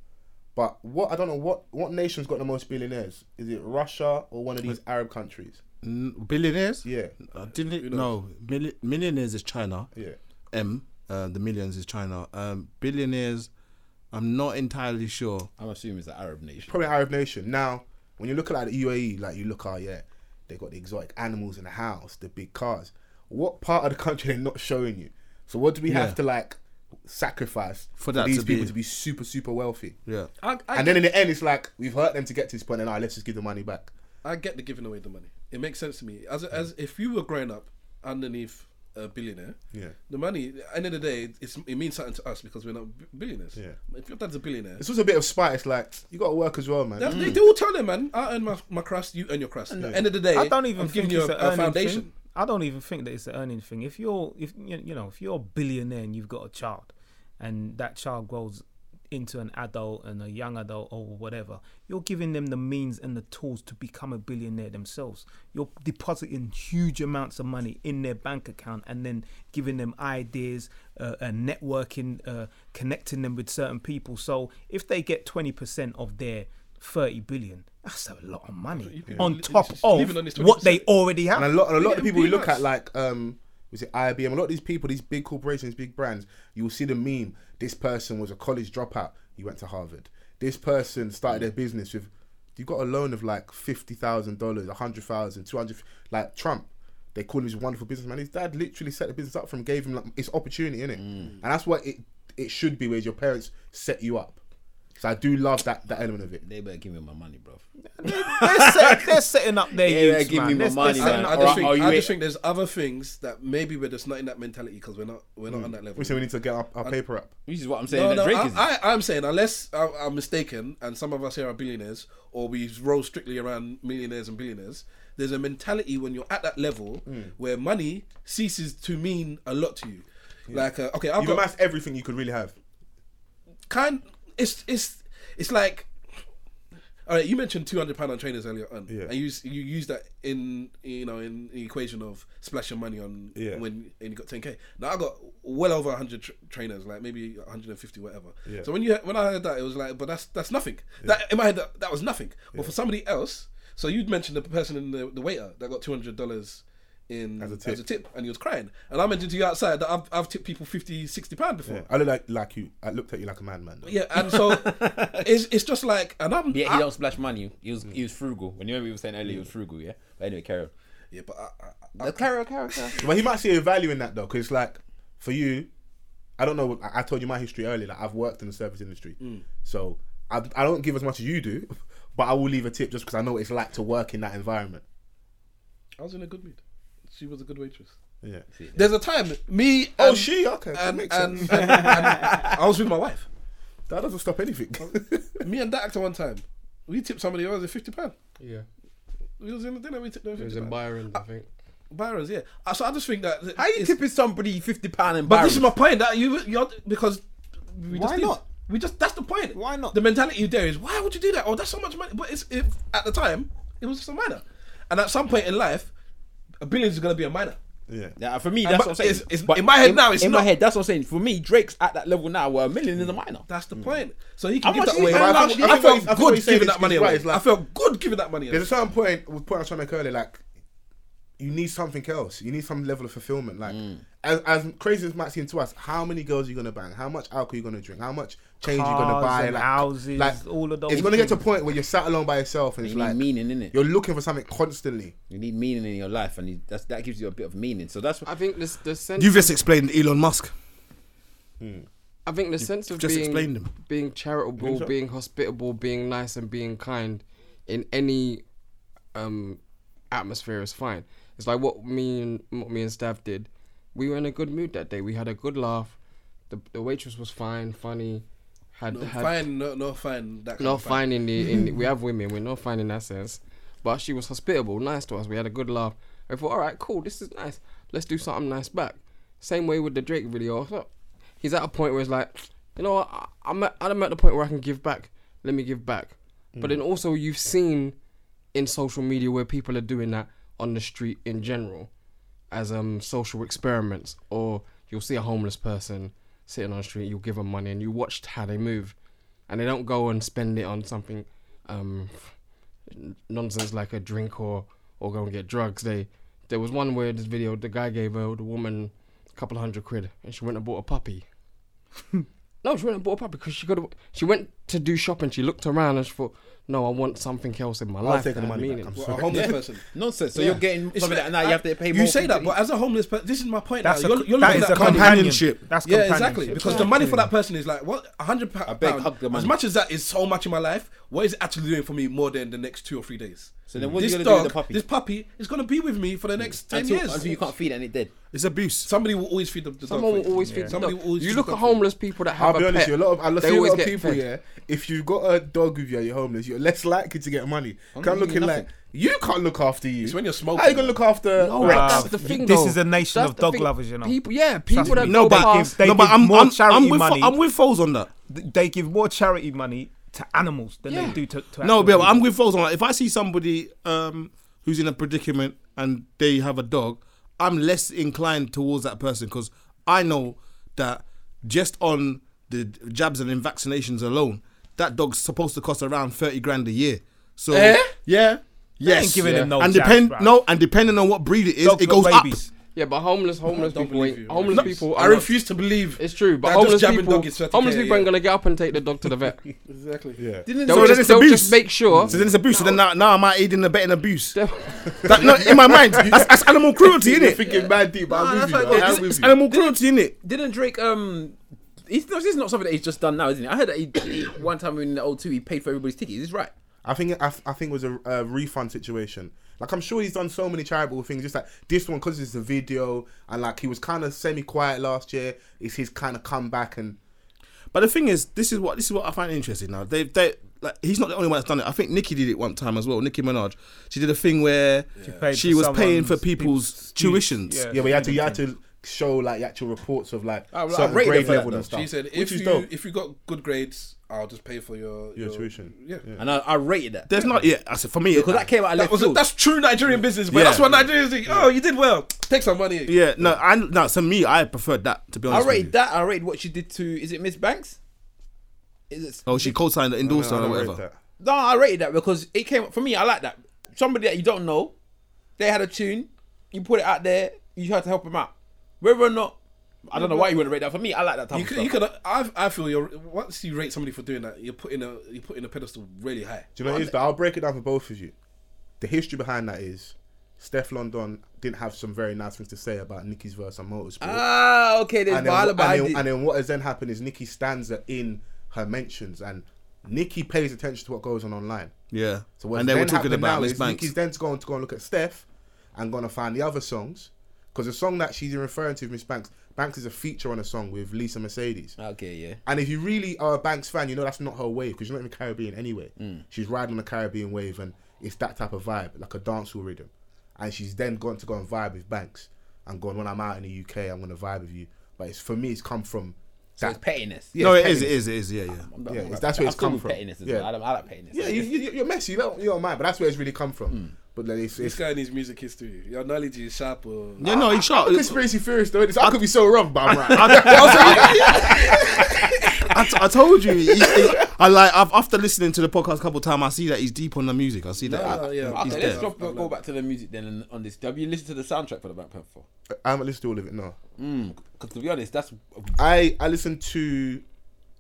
Speaker 2: But what I don't know what what nation's got the most billionaires? Is it Russia or one of these Arab countries?
Speaker 4: N- billionaires?
Speaker 2: Yeah.
Speaker 4: Uh, didn't it? No, Milli- millionaires is China.
Speaker 2: Yeah.
Speaker 4: M. Uh, the millions is China. Um, billionaires. I'm not entirely sure.
Speaker 3: I'm assuming it's an Arab nation.
Speaker 2: probably an Arab nation. Now, when you look at like the UAE, like you look at yeah, they got the exotic animals in the house, the big cars. What part of the country they're not showing you? So what do we
Speaker 4: Yeah.
Speaker 2: have to like sacrifice
Speaker 4: For that
Speaker 2: these
Speaker 4: to be-
Speaker 2: people to be super super wealthy?
Speaker 4: Yeah.
Speaker 5: I, I,
Speaker 2: and then in the end, it's like we've hurt them to get to this point, and now let's just give the money back.
Speaker 5: I get the giving away the money. It makes sense to me. As as if you were growing up underneath a billionaire,
Speaker 2: Yeah.
Speaker 5: the money. End of the day, it's, it means something to us because we're not b- billionaires.
Speaker 2: Yeah.
Speaker 5: If your dad's a billionaire,
Speaker 2: It's also a bit of spite. It's like you got to work as well, man. Mm.
Speaker 5: that's- they, they will tell them, man. I earn my, my crust, you earn your crust. End of the day,
Speaker 1: I don't even
Speaker 5: I'm
Speaker 1: think
Speaker 5: giving you
Speaker 1: it's
Speaker 5: a,
Speaker 1: an
Speaker 5: a
Speaker 1: earning
Speaker 5: foundation.
Speaker 1: thing. I don't even think that it's an earning thing. If you're, if you you know, if you're a billionaire and you've got a child, and that child grows into an adult and a young adult or whatever, you're giving them the means and the tools to become a billionaire themselves. You're depositing huge amounts of money in their bank account and then giving them ideas uh, and networking, uh, connecting them with certain people. So if they get twenty percent of their 30 billion that's a lot of money on top
Speaker 5: just
Speaker 1: of
Speaker 5: leaving on this
Speaker 1: what they
Speaker 5: 20%.
Speaker 1: already have
Speaker 2: And a lot, and a lot of
Speaker 5: getting
Speaker 2: people we look
Speaker 5: peanuts.
Speaker 2: at, like, um, was it IBM? A lot of these people, these big corporations, big brands, you will see the meme. This person was a college dropout. He went to Harvard. This person started their business with, you got a loan of like fifty thousand dollars, a hundred thousand, two hundred. Like Trump, they call him this wonderful businessman. His dad literally set the business up from, gave him like his opportunity in it, and that's what it it should be. Whereas your parents set you up. So I do love that that element of it.
Speaker 3: They better give me my money, bro.
Speaker 1: they're, set, they're setting up their
Speaker 3: Yeah,
Speaker 1: youths,
Speaker 3: give me
Speaker 1: man.
Speaker 3: my
Speaker 1: They're- they're
Speaker 3: money,
Speaker 1: setting
Speaker 3: man.
Speaker 5: I, I
Speaker 1: up
Speaker 3: Or-
Speaker 1: their-
Speaker 5: just, think,
Speaker 3: or you
Speaker 5: I
Speaker 3: ain't-
Speaker 5: just think there's other things that maybe we're just not in that mentality because we're not we're not on that level.
Speaker 2: We say we need to get our, our paper up.
Speaker 3: Which is what I'm saying.
Speaker 5: No,
Speaker 3: that
Speaker 5: no,
Speaker 3: Drake
Speaker 5: I,
Speaker 3: is.
Speaker 5: I, I'm saying unless I, I'm mistaken, and some of us here are billionaires, or we roll strictly around millionaires and billionaires. There's a mentality when you're at that level where money ceases to mean a lot to you. Like, uh, okay, I've
Speaker 2: You've
Speaker 5: got
Speaker 2: amassed everything you could really have.
Speaker 5: kind. It's it's it's like. All right, you mentioned two hundred pound on trainers earlier on,
Speaker 2: Yeah.
Speaker 5: and you s- you use that in you know in the equation of splashing money on
Speaker 2: Yeah.
Speaker 5: when and you got ten k. Now I got well over hundred tr trainers, like maybe one hundred and fifty, whatever.
Speaker 2: Yeah.
Speaker 5: So when you when I heard that, it was like, but that's that's nothing. That in my head that, that was nothing. But for somebody else, so you'd mentioned the person in the, the waiter that got two hundred dollars in
Speaker 2: As a
Speaker 5: as
Speaker 2: tip.
Speaker 5: a tip, and he was crying. And I mentioned to you outside that I've I've tipped people 50, 60 pound before.
Speaker 2: Yeah, I look like like you. I looked at you like a madman. though.
Speaker 5: Yeah, and so it's, it's just like, and I'm
Speaker 3: Yeah,
Speaker 5: I-
Speaker 3: he don't splash money. He was he was frugal. When you remember we were saying earlier, he was frugal. Yeah. But anyway, carry on.
Speaker 5: yeah, but I, I,
Speaker 3: The carry on, carry on, carry on.
Speaker 2: But he might see a value in that though, because like for you, I don't know. I I told you my history earlier. Like I've worked in the service industry,
Speaker 5: Mm.
Speaker 2: so I, I don't give as much as you do, but I will leave a tip just because I know what it's like to work in that environment.
Speaker 5: I was in a good mood. She was a good waitress.
Speaker 2: Yeah.
Speaker 5: There's a time me.
Speaker 2: Oh,
Speaker 5: and-
Speaker 2: she okay. that
Speaker 5: and,
Speaker 2: makes
Speaker 5: and,
Speaker 2: sense.
Speaker 5: and, and I was with my wife.
Speaker 2: that doesn't stop anything.
Speaker 5: Me and that actor one time, we tipped somebody. It was a fifty pound.
Speaker 6: Yeah.
Speaker 5: We was in the dinner. We tipped them
Speaker 6: It
Speaker 5: fifty
Speaker 6: was in
Speaker 5: pound.
Speaker 6: Byron, I think.
Speaker 5: Byron's, yeah. Uh, So I just think that.
Speaker 3: How you
Speaker 5: it's-
Speaker 3: tipping somebody fifty pound and
Speaker 5: But this is my point. That you, you're because we
Speaker 1: Why
Speaker 5: just did.
Speaker 1: not?
Speaker 5: We just that's the point.
Speaker 1: Why not?
Speaker 5: The mentality there is why would you do that? Oh, that's so much money. But it's if at the time it was just a minor, and at some point in life, a billion is gonna be a minor.
Speaker 2: yeah.
Speaker 3: Nah, for me, that's
Speaker 5: but
Speaker 3: what I'm saying.
Speaker 5: it's- it's- in my head now, it's
Speaker 3: in
Speaker 5: not.
Speaker 3: my head. That's what I'm saying. For me, Drake's at that level now where a million is a minor.
Speaker 5: That's
Speaker 1: Mm.
Speaker 5: the point. So he
Speaker 3: How
Speaker 5: can give
Speaker 3: much
Speaker 5: that
Speaker 3: is
Speaker 5: away.
Speaker 3: it? How
Speaker 5: I,
Speaker 3: much-
Speaker 5: felt-
Speaker 3: I
Speaker 5: I
Speaker 3: think what
Speaker 2: he's- I think what
Speaker 5: felt good
Speaker 2: he's saying
Speaker 5: giving
Speaker 2: is-
Speaker 5: that money
Speaker 2: is right,
Speaker 5: away.
Speaker 2: it's like-
Speaker 5: I felt good giving that money
Speaker 2: There's a
Speaker 5: away.
Speaker 2: certain point. The point I was trying to make earlier, like you need something else. You need some level of fulfillment. Like
Speaker 6: Mm.
Speaker 2: as, as crazy as it might seem to us, how many girls are you gonna bang? How much alcohol you gonna drink? How much change you
Speaker 1: Cars
Speaker 2: gonna buy?
Speaker 1: and
Speaker 2: like
Speaker 1: houses,
Speaker 2: like,
Speaker 1: all of those
Speaker 2: It's gonna get to a
Speaker 1: things.
Speaker 2: point where you're sat alone by yourself and
Speaker 3: You
Speaker 2: it's
Speaker 3: need
Speaker 2: like
Speaker 3: meaning in it.
Speaker 2: you're looking for something constantly.
Speaker 3: You need meaning in your life, and you, that's, that gives you a bit of meaning. So that's
Speaker 6: I
Speaker 3: what
Speaker 6: think this the sense.
Speaker 4: You've just explained Elon Musk.
Speaker 6: I think the sense of
Speaker 4: just
Speaker 6: being
Speaker 4: explained them.
Speaker 6: being charitable, being hospitable, being nice, and being kind in any um, atmosphere is fine. It's like what me and what me and Stav did. We were in a good mood that day. We had a good laugh. The, the waitress was fine, funny. Had
Speaker 5: No,
Speaker 6: had
Speaker 5: fine, no, no, fine. That kind
Speaker 6: not
Speaker 5: of fine.
Speaker 6: fine in the in. we have women. We're not fine in that sense. But she was hospitable, nice to us. We had a good laugh. I thought, all right, cool. This is nice. Let's do something nice back. Same way with the Drake video. I thought- He's at a point where it's like, you know, what, I, I'm at, I'm at the point where I can give back. Let me give back.
Speaker 5: Mm.
Speaker 6: But then also, you've seen in social media where people are doing that on the street in general as um social experiments or you'll see a homeless person sitting on the street you'll give them money and you watched how they move and they don't go and spend it on something um, nonsense like a drink or or go and get drugs. They there was one where this video the guy gave a the woman a couple of hundred quid and she went and bought a puppy. no, she went and bought a puppy because she got a, she went to do shopping. She looked around and she thought, no, I want something else in my life.
Speaker 2: taking the
Speaker 6: that had
Speaker 2: money back, I'm
Speaker 6: meaning."
Speaker 5: Well, a homeless person.
Speaker 3: Nonsense. So
Speaker 6: Yeah.
Speaker 3: you're getting something that now you have to pay more.
Speaker 5: You say
Speaker 3: for
Speaker 5: that,
Speaker 3: to
Speaker 5: but
Speaker 3: eat.
Speaker 5: as a homeless person, this is my point.
Speaker 1: That's
Speaker 5: now.
Speaker 1: a,
Speaker 5: You're, you're
Speaker 1: that
Speaker 5: looking
Speaker 1: is
Speaker 5: at
Speaker 1: a
Speaker 5: that
Speaker 1: companion.
Speaker 4: companionship.
Speaker 1: That's
Speaker 5: Yeah,
Speaker 1: companionship.
Speaker 5: exactly. Because the money for that person is like what a hundred pounds.
Speaker 3: beg, hug the
Speaker 5: As
Speaker 3: money.
Speaker 5: much as that is so much in my life, what is it actually doing for me more than the next two or three days?
Speaker 3: So then what are
Speaker 5: this
Speaker 3: you gonna do with
Speaker 5: dog,
Speaker 3: the puppy?
Speaker 5: This puppy is gonna be with me for the next ten
Speaker 3: until,
Speaker 5: years.
Speaker 3: until you can't feed it and it dead.
Speaker 4: It's abuse.
Speaker 5: Somebody will always feed the, the
Speaker 6: Someone
Speaker 5: dog.
Speaker 6: will always feed
Speaker 5: Somebody will always
Speaker 6: You
Speaker 5: feed
Speaker 6: look at
Speaker 5: the dog for you.
Speaker 6: homeless people that have
Speaker 2: I'll be
Speaker 6: a
Speaker 2: honest,
Speaker 6: pet.
Speaker 2: with you a lot of I
Speaker 6: they
Speaker 2: see a
Speaker 6: always
Speaker 2: lot of
Speaker 6: get
Speaker 2: people.
Speaker 6: fed.
Speaker 2: Yeah, if you got a dog with you, and you're homeless. You're less likely to get money. Can't looking like you can't look after you.
Speaker 5: It's when you're
Speaker 2: How you
Speaker 5: smoking.
Speaker 2: gonna look after?
Speaker 6: No,
Speaker 1: Right.
Speaker 6: that's
Speaker 1: Wow.
Speaker 6: the thing.
Speaker 1: This
Speaker 6: though.
Speaker 1: is a nation
Speaker 6: That's
Speaker 1: of
Speaker 6: the
Speaker 1: dog
Speaker 6: thing.
Speaker 1: lovers, you know.
Speaker 6: People, yeah, people that
Speaker 4: No,
Speaker 6: go
Speaker 4: but,
Speaker 1: give-
Speaker 6: past-
Speaker 1: they
Speaker 4: no, but
Speaker 1: give
Speaker 4: I'm,
Speaker 1: more
Speaker 4: I'm,
Speaker 1: charity
Speaker 4: I'm, with,
Speaker 1: money.
Speaker 4: I'm with Foles on that.
Speaker 1: Th- they give more charity money to animals than
Speaker 6: Yeah.
Speaker 1: they do to, to
Speaker 4: No,
Speaker 1: actual
Speaker 4: but I'm
Speaker 1: people.
Speaker 4: with Foles on that. If I see somebody um, who's in a predicament and they have a dog, I'm less inclined towards that person because I know that just on the jabs and in vaccinations alone, that dog's supposed to cost around thirty grand a year. So yeah, yes,
Speaker 1: Eh? ain't giving
Speaker 4: yeah.
Speaker 1: them no
Speaker 4: and
Speaker 1: jabs,
Speaker 4: depend
Speaker 1: bruv.
Speaker 4: no, and depending on what breed it is,
Speaker 1: Dogs
Speaker 4: it
Speaker 1: got
Speaker 4: goes up.
Speaker 1: rabies.
Speaker 6: Yeah, but homeless, homeless
Speaker 5: don't
Speaker 6: people,
Speaker 5: believe
Speaker 6: ain't,
Speaker 5: you.
Speaker 6: homeless people.
Speaker 5: I
Speaker 6: are not-
Speaker 5: refuse to believe.
Speaker 6: It's true, but
Speaker 5: that just
Speaker 6: homeless
Speaker 5: jabbing
Speaker 6: people,
Speaker 5: dog is 30K,
Speaker 6: homeless people
Speaker 5: yeah.
Speaker 6: ain't gonna get up and take the dog to the vet.
Speaker 5: Exactly.
Speaker 2: Yeah.
Speaker 6: They'll
Speaker 4: then
Speaker 6: just,
Speaker 4: it's
Speaker 6: they'll
Speaker 4: abuse.
Speaker 6: just make sure.
Speaker 4: So then it's abuse. So then now, now am I aiding and abetting abuse?
Speaker 6: they'll-
Speaker 4: that, no, in my mind, that's, that's animal cruelty,
Speaker 2: You're
Speaker 4: innit?
Speaker 2: thinking mad deep. but
Speaker 3: Nah,
Speaker 2: I'm with you.
Speaker 3: that's like-
Speaker 2: though. I'm
Speaker 3: it's-
Speaker 2: with
Speaker 4: It's
Speaker 2: you.
Speaker 4: animal cruelty, innit?
Speaker 3: Didn't Drake um? It's not, this is not something that he's just done now, isn't it? I heard that he, he one time in the old two he paid for everybody's ticket. Is this right?
Speaker 2: I think I, I think it was a, a refund situation. Like I'm sure he's done so many charitable things. Just like this one because it's a video and like he was kind of semi quiet last year. It's his kind of comeback and
Speaker 4: But the thing is, this is what this is what I find interesting now. They they like he's not the only one that's done it. I think Nicki did it one time as well. Nicki Minaj, she did a thing where she,
Speaker 1: paid for
Speaker 4: was paying for
Speaker 1: someone's
Speaker 4: people's
Speaker 1: people's-
Speaker 4: tuitions.
Speaker 1: yeah.
Speaker 2: yeah, but you had to you had to show like the actual reports of like
Speaker 5: Oh,
Speaker 3: well,
Speaker 2: certain
Speaker 3: I've rated
Speaker 2: grade
Speaker 3: her for that
Speaker 2: level
Speaker 3: though.
Speaker 2: and stuff.
Speaker 5: She said,
Speaker 2: which
Speaker 5: if
Speaker 2: is
Speaker 5: you
Speaker 2: dope.
Speaker 5: if you got good grades, I'll just pay for your
Speaker 2: Your tuition.
Speaker 5: Yeah.
Speaker 3: And I, I rated that
Speaker 4: There's not yeah. I said for me
Speaker 3: because that came out of
Speaker 5: That
Speaker 3: left
Speaker 5: was
Speaker 3: field.
Speaker 5: that's true Nigerian business, but
Speaker 4: Yeah.
Speaker 5: that's what Nigerians think. Oh, you did well. Take some money.
Speaker 4: yeah no I no so me I preferred that to be
Speaker 3: I
Speaker 4: honest. with you.
Speaker 3: rated that. I rated what she did to is it Miss Banks? Is it
Speaker 4: Oh, she co-signed it, endorsed
Speaker 2: No, I
Speaker 4: her or
Speaker 2: don't rate
Speaker 4: whatever.
Speaker 2: that.
Speaker 3: No, I rated that because it came for me. I like that. Somebody that you don't know, they had a tune, you put it out there, you tried to help them out. Whether or not, I don't know why you wouldn't rate that. For me, I like that type
Speaker 5: You
Speaker 3: of
Speaker 5: could,
Speaker 3: stuff.
Speaker 5: you could. I, I feel you're once you rate somebody for doing that, you're putting a you're putting a pedestal really high.
Speaker 2: Do you know what it is? Though? I'll break it down for both of you. The history behind that is Steph London didn't have some very nice things to say about Nicki's verse on motorsport.
Speaker 3: ah, okay, there's
Speaker 2: and then,
Speaker 3: Bahala,
Speaker 2: and
Speaker 3: but I
Speaker 2: then-
Speaker 3: did.
Speaker 2: and then what has then happened is Nikki stands in her mentions, and Nikki pays attention to what goes on online.
Speaker 4: Yeah.
Speaker 2: So what's
Speaker 4: and they were
Speaker 2: then
Speaker 4: talking
Speaker 2: happened
Speaker 4: about
Speaker 2: now
Speaker 4: Miss
Speaker 2: is
Speaker 4: Banks.
Speaker 2: Nikki's then going to go and look at Steph, and going to find the other songs, because the song that she's referring to, Miss Banks, Banks is a feature on a song with Lisa Mercedes.
Speaker 3: okay, yeah.
Speaker 2: And if you really are a Banks fan, you know that's not her wave because she's not in the Caribbean anyway.
Speaker 4: Mm.
Speaker 2: She's riding on the Caribbean wave, and it's that type of vibe, like a dancehall rhythm. And she's then gone to go and vibe with Banks and gone. When I'm out in the UK, I'm gonna vibe with you. But it's for me, it's come from
Speaker 3: So
Speaker 2: that.
Speaker 3: it's pettiness.
Speaker 2: yeah, Oh,
Speaker 4: no,
Speaker 2: it's
Speaker 4: it is, it
Speaker 2: petty.
Speaker 4: is, it is, yeah, yeah.
Speaker 3: I'm not-
Speaker 2: yeah,
Speaker 3: I'm
Speaker 2: it's-
Speaker 3: not-
Speaker 2: that's where it's
Speaker 3: I'm cool
Speaker 2: come
Speaker 3: with
Speaker 2: from.
Speaker 3: Pettiness as
Speaker 2: Yeah.
Speaker 3: well. I, don't, I like pettiness.
Speaker 2: Yeah, you, you, you're messy. You don't, you don't mind, but that's where it's really come from.
Speaker 4: Mm.
Speaker 2: But like, it's,
Speaker 5: This
Speaker 2: it's
Speaker 5: guy needs music history. Your knowledge is sharp. Or...
Speaker 4: Yeah, no, he shot.
Speaker 2: I'm a conspiracy theorist though. It's- I could be so wrong, but I'm right.
Speaker 4: I, t- I told you. he- he- I like. I've, after listening to the podcast a couple of times, I see that he's deep on the music. I see that.
Speaker 5: No, yeah.
Speaker 4: he's
Speaker 3: Okay,
Speaker 4: there.
Speaker 3: let's drop, go back to the music then and- on this. Have you listened to the soundtrack for the Black Panther?
Speaker 2: I haven't listened to all of it. No,
Speaker 3: Because to be honest, that's uh,
Speaker 2: I I listened to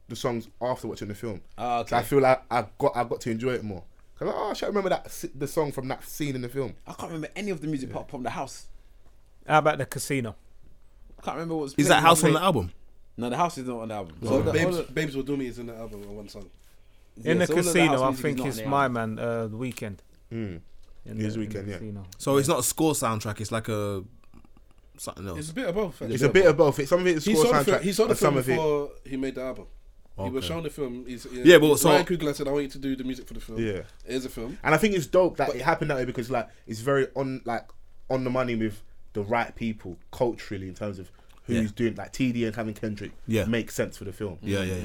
Speaker 2: the songs after watching the film.
Speaker 3: Ah, okay.
Speaker 2: So I feel like I got I got to enjoy it more. 'Cause, oh, I should remember that s- the song from that scene in the film.
Speaker 3: I can't remember any of the music apart from the house.
Speaker 1: How about the casino?
Speaker 3: I can't remember what's.
Speaker 4: Is that house on the album?
Speaker 3: No, the house is not on the album. So
Speaker 5: So
Speaker 3: the-
Speaker 5: babes,
Speaker 3: all the-
Speaker 5: babes will do me is in the album on one song.
Speaker 1: In the
Speaker 3: yeah, so all of house
Speaker 1: casino, I
Speaker 3: music is
Speaker 1: think
Speaker 3: not on
Speaker 1: it's
Speaker 3: the
Speaker 1: my
Speaker 3: album.
Speaker 1: man, uh, the weekend. In
Speaker 2: His
Speaker 1: in
Speaker 2: Weeknd, yeah.
Speaker 1: casino.
Speaker 4: So it's not a score soundtrack. It's like a something else.
Speaker 5: It's a bit of both.
Speaker 2: It's a bit of both. It's some of it is
Speaker 5: He
Speaker 2: score
Speaker 5: saw, the film,
Speaker 2: soundtrack.
Speaker 5: he saw the
Speaker 2: and some of
Speaker 5: film
Speaker 2: it.
Speaker 5: before he made the album. He was
Speaker 4: Okay.
Speaker 5: shown the film. He's,
Speaker 4: Yeah, but so-
Speaker 5: Ryan Coogler said, "I want you to do the music for the film."
Speaker 2: Yeah. Oh,
Speaker 5: here's a film.
Speaker 2: And I think it's dope that it happened that way because like it's very on like on the money with the right people culturally in terms of who's
Speaker 4: Yeah.
Speaker 2: doing like TD and having Kendrick
Speaker 4: Yeah.
Speaker 2: make sense for the film.
Speaker 4: Yeah, yeah, yeah.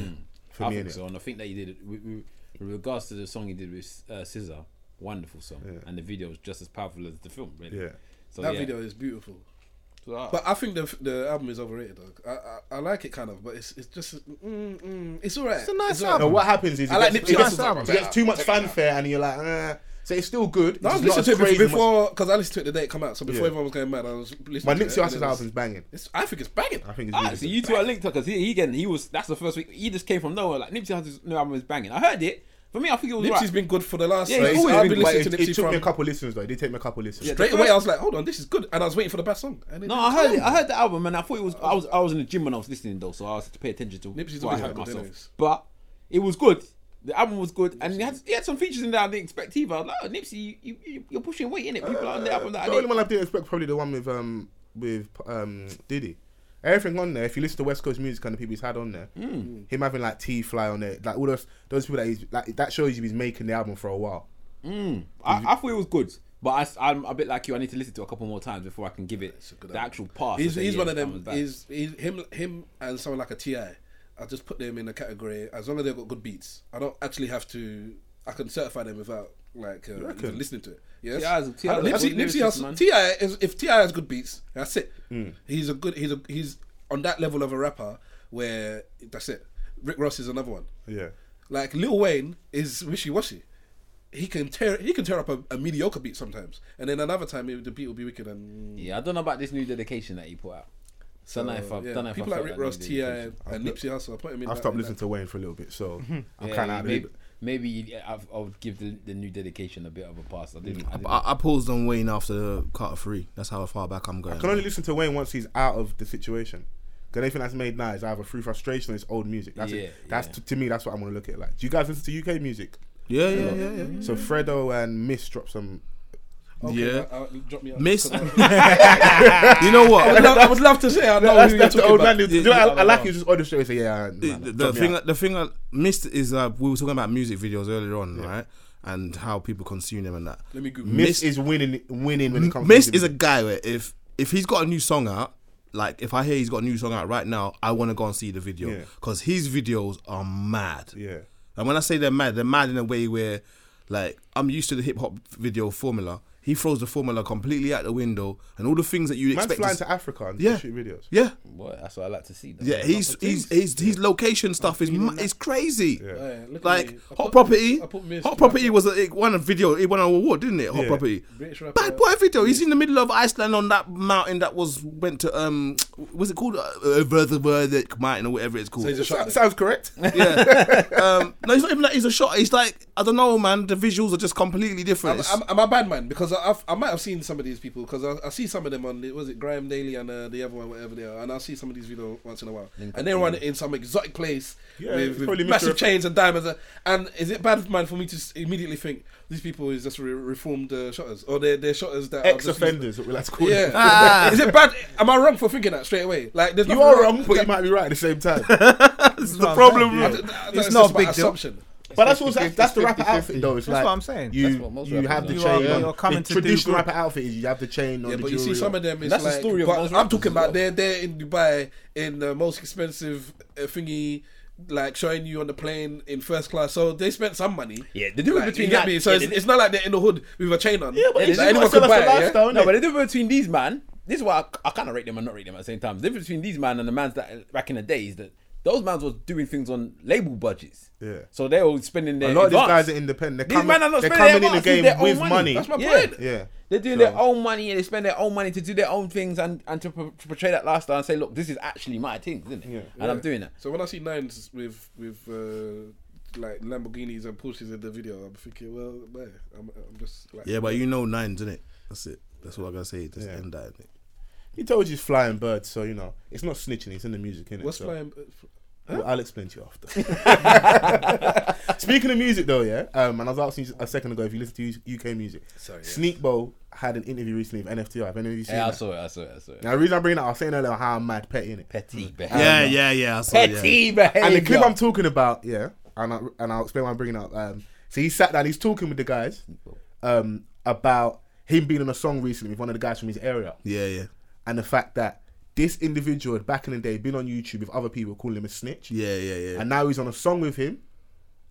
Speaker 2: For
Speaker 3: I
Speaker 2: me,
Speaker 3: think
Speaker 2: innit?
Speaker 3: so, and I think that he did it with, with, with regards to the song he did with uh, Scissor. Wonderful song, and the video was just as powerful as the film. Really.
Speaker 2: Yeah.
Speaker 3: So
Speaker 5: that
Speaker 3: yeah.
Speaker 5: video is beautiful. But I think the the album is overrated. Though. I, I I like it kind of, but it's it's just mm, mm, it's alright.
Speaker 1: It's a nice
Speaker 5: alright.
Speaker 1: album.
Speaker 2: No, what happens is
Speaker 5: I like
Speaker 2: it, gets,
Speaker 5: Nipsey
Speaker 2: it, gets,
Speaker 5: Hussle's album.
Speaker 2: it gets too much fanfare, and you're like, eh. so it's still good.
Speaker 5: No, I
Speaker 2: it's
Speaker 5: was
Speaker 2: just not
Speaker 5: listening to
Speaker 2: as
Speaker 5: it
Speaker 2: crazy much-
Speaker 5: before because I listened to it the day it come out. So before
Speaker 2: Yeah.
Speaker 5: everyone was going mad, I was listening.
Speaker 2: My
Speaker 5: to it,
Speaker 2: Nipsey
Speaker 5: and
Speaker 2: Hussle's
Speaker 5: it was-
Speaker 2: album's banging.
Speaker 5: It's, I think it's banging.
Speaker 2: I think it's really
Speaker 3: Ah, so
Speaker 2: good.
Speaker 3: you two are linked up because he, he again he was that's the first week he just came from nowhere like Nipsey Hussle's new album is banging. I heard it. For me, I think it was
Speaker 5: Nipsey's
Speaker 3: right.
Speaker 5: been good for the last.
Speaker 3: Yeah,
Speaker 5: like,
Speaker 3: he's always
Speaker 5: I've
Speaker 3: been
Speaker 5: been
Speaker 3: good.
Speaker 2: It,
Speaker 5: listening to
Speaker 2: it
Speaker 5: Nipsey
Speaker 2: took me a
Speaker 5: from
Speaker 2: couple listens though. It did take me a couple listens.
Speaker 5: straight away. I was like, hold on, this is good, and I was waiting for the best song. And it
Speaker 3: No,
Speaker 5: didn't
Speaker 3: I
Speaker 5: come.
Speaker 3: heard it. I heard the album, and I thought it was. I was I was in the gym when I was listening though, so I had to pay attention to
Speaker 5: Nipsey's
Speaker 3: what I
Speaker 5: always
Speaker 3: heard
Speaker 5: had good
Speaker 3: myself.
Speaker 5: demos.
Speaker 3: But it was good. The album was good, and he had, he had some features in there I didn't expect either. I was like, oh, Nipsey, you, you you're pushing weight in it. People are on the album that I
Speaker 2: The only
Speaker 3: didn't.
Speaker 2: one I didn't expect probably the one with um with um Diddy. Everything on there, if you listen to West Coast music and the people he's had on there,
Speaker 5: Hmm.
Speaker 2: him having like T Fly on there, like all those those people that he's like that shows you he's making the album for a while.
Speaker 3: Mm. I, I thought it was good, but I, am a bit like you. I need to listen to it a couple more times before I can give it
Speaker 5: a good
Speaker 3: the
Speaker 5: album.
Speaker 3: actual pass.
Speaker 5: He's,
Speaker 3: and say,
Speaker 5: he's
Speaker 3: yeah,
Speaker 5: one of
Speaker 3: this album's
Speaker 5: them.
Speaker 3: bad.
Speaker 5: He's, he's him him and someone like a Ti. I just put them in a category as long as they've got good beats. I don't actually have to. I can certify them without like uh, even listening to it. Yes.
Speaker 3: T.I. 's-
Speaker 5: And
Speaker 3: T.I. 's a
Speaker 5: Nipsey,
Speaker 3: good
Speaker 5: Nipsey
Speaker 3: lyricist,
Speaker 5: has
Speaker 3: man. Hmm.
Speaker 5: Ti is if Ti has good beats, that's it. He's a good. He's a he's on that level of a rapper where that's it. Rick Ross is another one.
Speaker 2: Yeah.
Speaker 5: Like Lil Wayne is wishy washy. He can tear he can tear up a, a mediocre beat sometimes, and then another time the beat will be wicked and
Speaker 3: yeah, I don't know about this new dedication that he put out. Don't know if I,
Speaker 5: yeah,
Speaker 3: don't know if I
Speaker 5: people
Speaker 3: felt
Speaker 5: like
Speaker 3: that
Speaker 5: Rick
Speaker 3: new
Speaker 5: Ross, Ti,
Speaker 3: dedication.
Speaker 5: and Nipsey Hussle. I put him in.
Speaker 2: I've
Speaker 5: that-
Speaker 2: stopped
Speaker 5: in
Speaker 2: listening
Speaker 5: that.
Speaker 2: to Wayne for a little bit, so I'm
Speaker 3: Yeah,
Speaker 2: kind of out of
Speaker 3: maybe,
Speaker 2: it.
Speaker 3: maybe you- I've, I'll give the, the new dedication a bit of a pass. I
Speaker 5: Mm.
Speaker 3: didn't. I didn't
Speaker 4: I, I paused on Wayne after Carter three. That's how far back I'm going.
Speaker 2: I can only listen to Wayne once he's out of the situation. Because anything that's made now is either through frustration or it's old music. That's
Speaker 3: Yeah,
Speaker 2: it. That's
Speaker 3: yeah.
Speaker 2: to, to me. That's what I'm gonna look at. it Like, do you guys listen to UK music?
Speaker 4: yeah, yeah, yeah, yeah.
Speaker 2: So Fredo and Miss dropped some.
Speaker 5: Okay,
Speaker 4: Yeah.
Speaker 5: I- I'll- drop me out.
Speaker 4: Miss,
Speaker 5: I
Speaker 4: you know what?
Speaker 5: would, love, I would love to say I know
Speaker 2: that's
Speaker 5: who you're
Speaker 2: that's the
Speaker 5: talking
Speaker 2: old
Speaker 5: about.
Speaker 2: man. who- do you know, I, I like it. Just audio straight and say, yeah. nah, nah,
Speaker 4: the, the
Speaker 2: drop me
Speaker 4: thing,
Speaker 2: out.
Speaker 4: the thing I missed is uh, we were talking about music videos earlier on, right? And how people consume them and that.
Speaker 5: Let me Google.
Speaker 2: Miss is winning, winning when it comes.
Speaker 4: Miss
Speaker 2: to
Speaker 4: is a guy where if if he's got a new song out, like if I hear he's got a new song out right now, I want to go and see the video
Speaker 2: Yeah.
Speaker 4: because his videos are mad.
Speaker 2: yeah.
Speaker 4: And when I say they're mad, they're mad in a way where, like, I'm used to the hip hop video formula. He throws the formula completely out the window, and all the things that you'd
Speaker 2: Man's
Speaker 4: expect.
Speaker 2: flying
Speaker 4: to-
Speaker 2: to Africa and
Speaker 4: Yeah.
Speaker 2: shoot videos.
Speaker 4: yeah,
Speaker 3: Boy, that's what I like to see. Though.
Speaker 4: yeah. He's he's his his location stuff is ma- is crazy.
Speaker 5: Yeah, look at
Speaker 4: Like
Speaker 5: me. I
Speaker 4: Hot
Speaker 5: put-
Speaker 4: Property,
Speaker 5: I put Miss
Speaker 4: Hot
Speaker 5: Black
Speaker 4: Property was a, it won a video, it won an award, didn't it? Hot
Speaker 2: Yeah.
Speaker 4: Property,
Speaker 5: British rapper.
Speaker 4: bad boy video. He's in the middle of Iceland on that mountain that was went to um, was it called uh, uh, Vrðavík Mountain or whatever it's called?
Speaker 5: he's a shot.
Speaker 2: Sounds correct.
Speaker 4: yeah. Um, no, it's not even that he's a shot. He's like I don't know, man. The visuals are just completely different.
Speaker 5: I'm,
Speaker 4: It's-
Speaker 5: I'm, I'm a bad man because I, I've, I might have seen some of these people because I, I see some of them on the- was it Graham Daly and uh, the other one whatever they are and I see some of these videos once in a while and they run it in some exotic place
Speaker 2: Yeah, it's
Speaker 5: with, with
Speaker 2: probably Mr.
Speaker 5: massive
Speaker 2: Rep-
Speaker 5: chains and diamonds uh, and is it bad man for me to s- immediately think these people is just re- reformed uh, shotters or they're, they're shotters that are just-
Speaker 2: Ex-offenders, what we like to call
Speaker 5: yeah
Speaker 2: them.
Speaker 3: Ah.
Speaker 5: is it bad am I wrong for thinking that straight away like there's
Speaker 2: You
Speaker 5: nothing
Speaker 2: are wrong, but you might be right at the same time.
Speaker 4: it's the problem.
Speaker 5: I
Speaker 4: with-
Speaker 5: d- d-
Speaker 2: It's
Speaker 5: that's
Speaker 2: not
Speaker 5: just
Speaker 2: a
Speaker 5: my
Speaker 2: big deal.
Speaker 5: assumption
Speaker 2: But that's what's
Speaker 1: It's
Speaker 2: that's the
Speaker 1: 50-50.
Speaker 2: rapper outfit though. It's
Speaker 1: That's
Speaker 2: like
Speaker 1: what I'm saying.
Speaker 2: You
Speaker 3: That's what most
Speaker 2: you
Speaker 3: rappers
Speaker 2: have
Speaker 3: are
Speaker 2: the
Speaker 3: like.
Speaker 2: chain.
Speaker 1: You are-
Speaker 2: on.
Speaker 1: you're coming
Speaker 2: The
Speaker 1: to do
Speaker 2: traditional
Speaker 1: good.
Speaker 2: rapper outfit is you have the chain on
Speaker 5: Yeah,
Speaker 2: the
Speaker 5: but you see
Speaker 2: jewelry
Speaker 5: some
Speaker 2: on.
Speaker 5: of them. It's
Speaker 3: that's the
Speaker 5: like,
Speaker 3: story of
Speaker 5: but
Speaker 3: most
Speaker 5: I'm
Speaker 3: rappers
Speaker 5: talking
Speaker 3: as
Speaker 5: about
Speaker 3: well.
Speaker 5: they're they're in Dubai in the most expensive uh, thingy, like showing you on the plane in first class. So they spent some money.
Speaker 3: Yeah, the difference
Speaker 5: Like,
Speaker 3: between
Speaker 5: you get
Speaker 3: that-
Speaker 5: me. So
Speaker 3: yeah,
Speaker 5: it's,
Speaker 3: the-
Speaker 5: it's not like they're in the hood with a chain on. Yeah,
Speaker 3: but it's-
Speaker 5: anyone
Speaker 2: That's
Speaker 5: could
Speaker 2: the
Speaker 5: buy it. Yeah?
Speaker 2: lifestyle,
Speaker 3: no,
Speaker 2: innit?
Speaker 3: but the difference between these man, this is why I, I kind of rate them and not rate them at the same time. The difference between these man and the man's that back in the day is that those mans was doing things on label budgets.
Speaker 2: Yeah.
Speaker 3: So they were spending their
Speaker 2: A lot of these
Speaker 3: advance.
Speaker 2: guys are independent.
Speaker 3: These
Speaker 2: They're
Speaker 3: man are
Speaker 2: coming,
Speaker 3: not
Speaker 2: they're
Speaker 3: spending
Speaker 2: coming
Speaker 3: their
Speaker 2: in the
Speaker 3: advance, it's their
Speaker 2: game
Speaker 3: own
Speaker 2: with
Speaker 3: money.
Speaker 2: money.
Speaker 5: That's my
Speaker 3: Yeah.
Speaker 5: point.
Speaker 2: Yeah.
Speaker 3: They're doing their own money and they spend their own money to do their own things and, and to, pro- to portray that lifestyle and say, look, this is actually my thing, isn't it? and I'm doing that.
Speaker 5: So when I see nines with with uh, like Lamborghinis and Porsches in the video, I'm thinking, well, man, I'm, I'm just like
Speaker 4: Yeah, but you know nines, isn't it? That's it. That's what I gotta say. Just end that. innit?
Speaker 2: He told you it's flying bird, so you know it's not snitching. It's in the music, innit?
Speaker 5: what's uh,
Speaker 2: so.
Speaker 5: flying?
Speaker 2: Well, I'll explain to you after. Speaking of music, though, yeah, um, and I was asking you a second ago if you listen to U- UK music.
Speaker 5: Sorry, yeah.
Speaker 2: Sneak Bowl had an interview recently with NFTR. Have any of you seen
Speaker 3: Yeah, I
Speaker 2: that?
Speaker 3: saw it, I saw it, I saw it.
Speaker 2: Now, the reason I bring that, I was saying earlier how I'm mad petty in it.
Speaker 3: Petty behavior.
Speaker 4: Yeah, yeah, yeah. I saw, yeah.
Speaker 3: Petty behavior.
Speaker 2: And the clip I'm talking about, yeah, and I, and I'll explain why I'm bringing it up. Um, so he sat down, he's talking with the guys um, about him being on a song recently with one of the guys from his area,
Speaker 4: Yeah, yeah,
Speaker 2: and the fact that this individual had back in the day been on YouTube with other people calling him a snitch.
Speaker 4: yeah, yeah, yeah.
Speaker 2: and now he's on a song with him,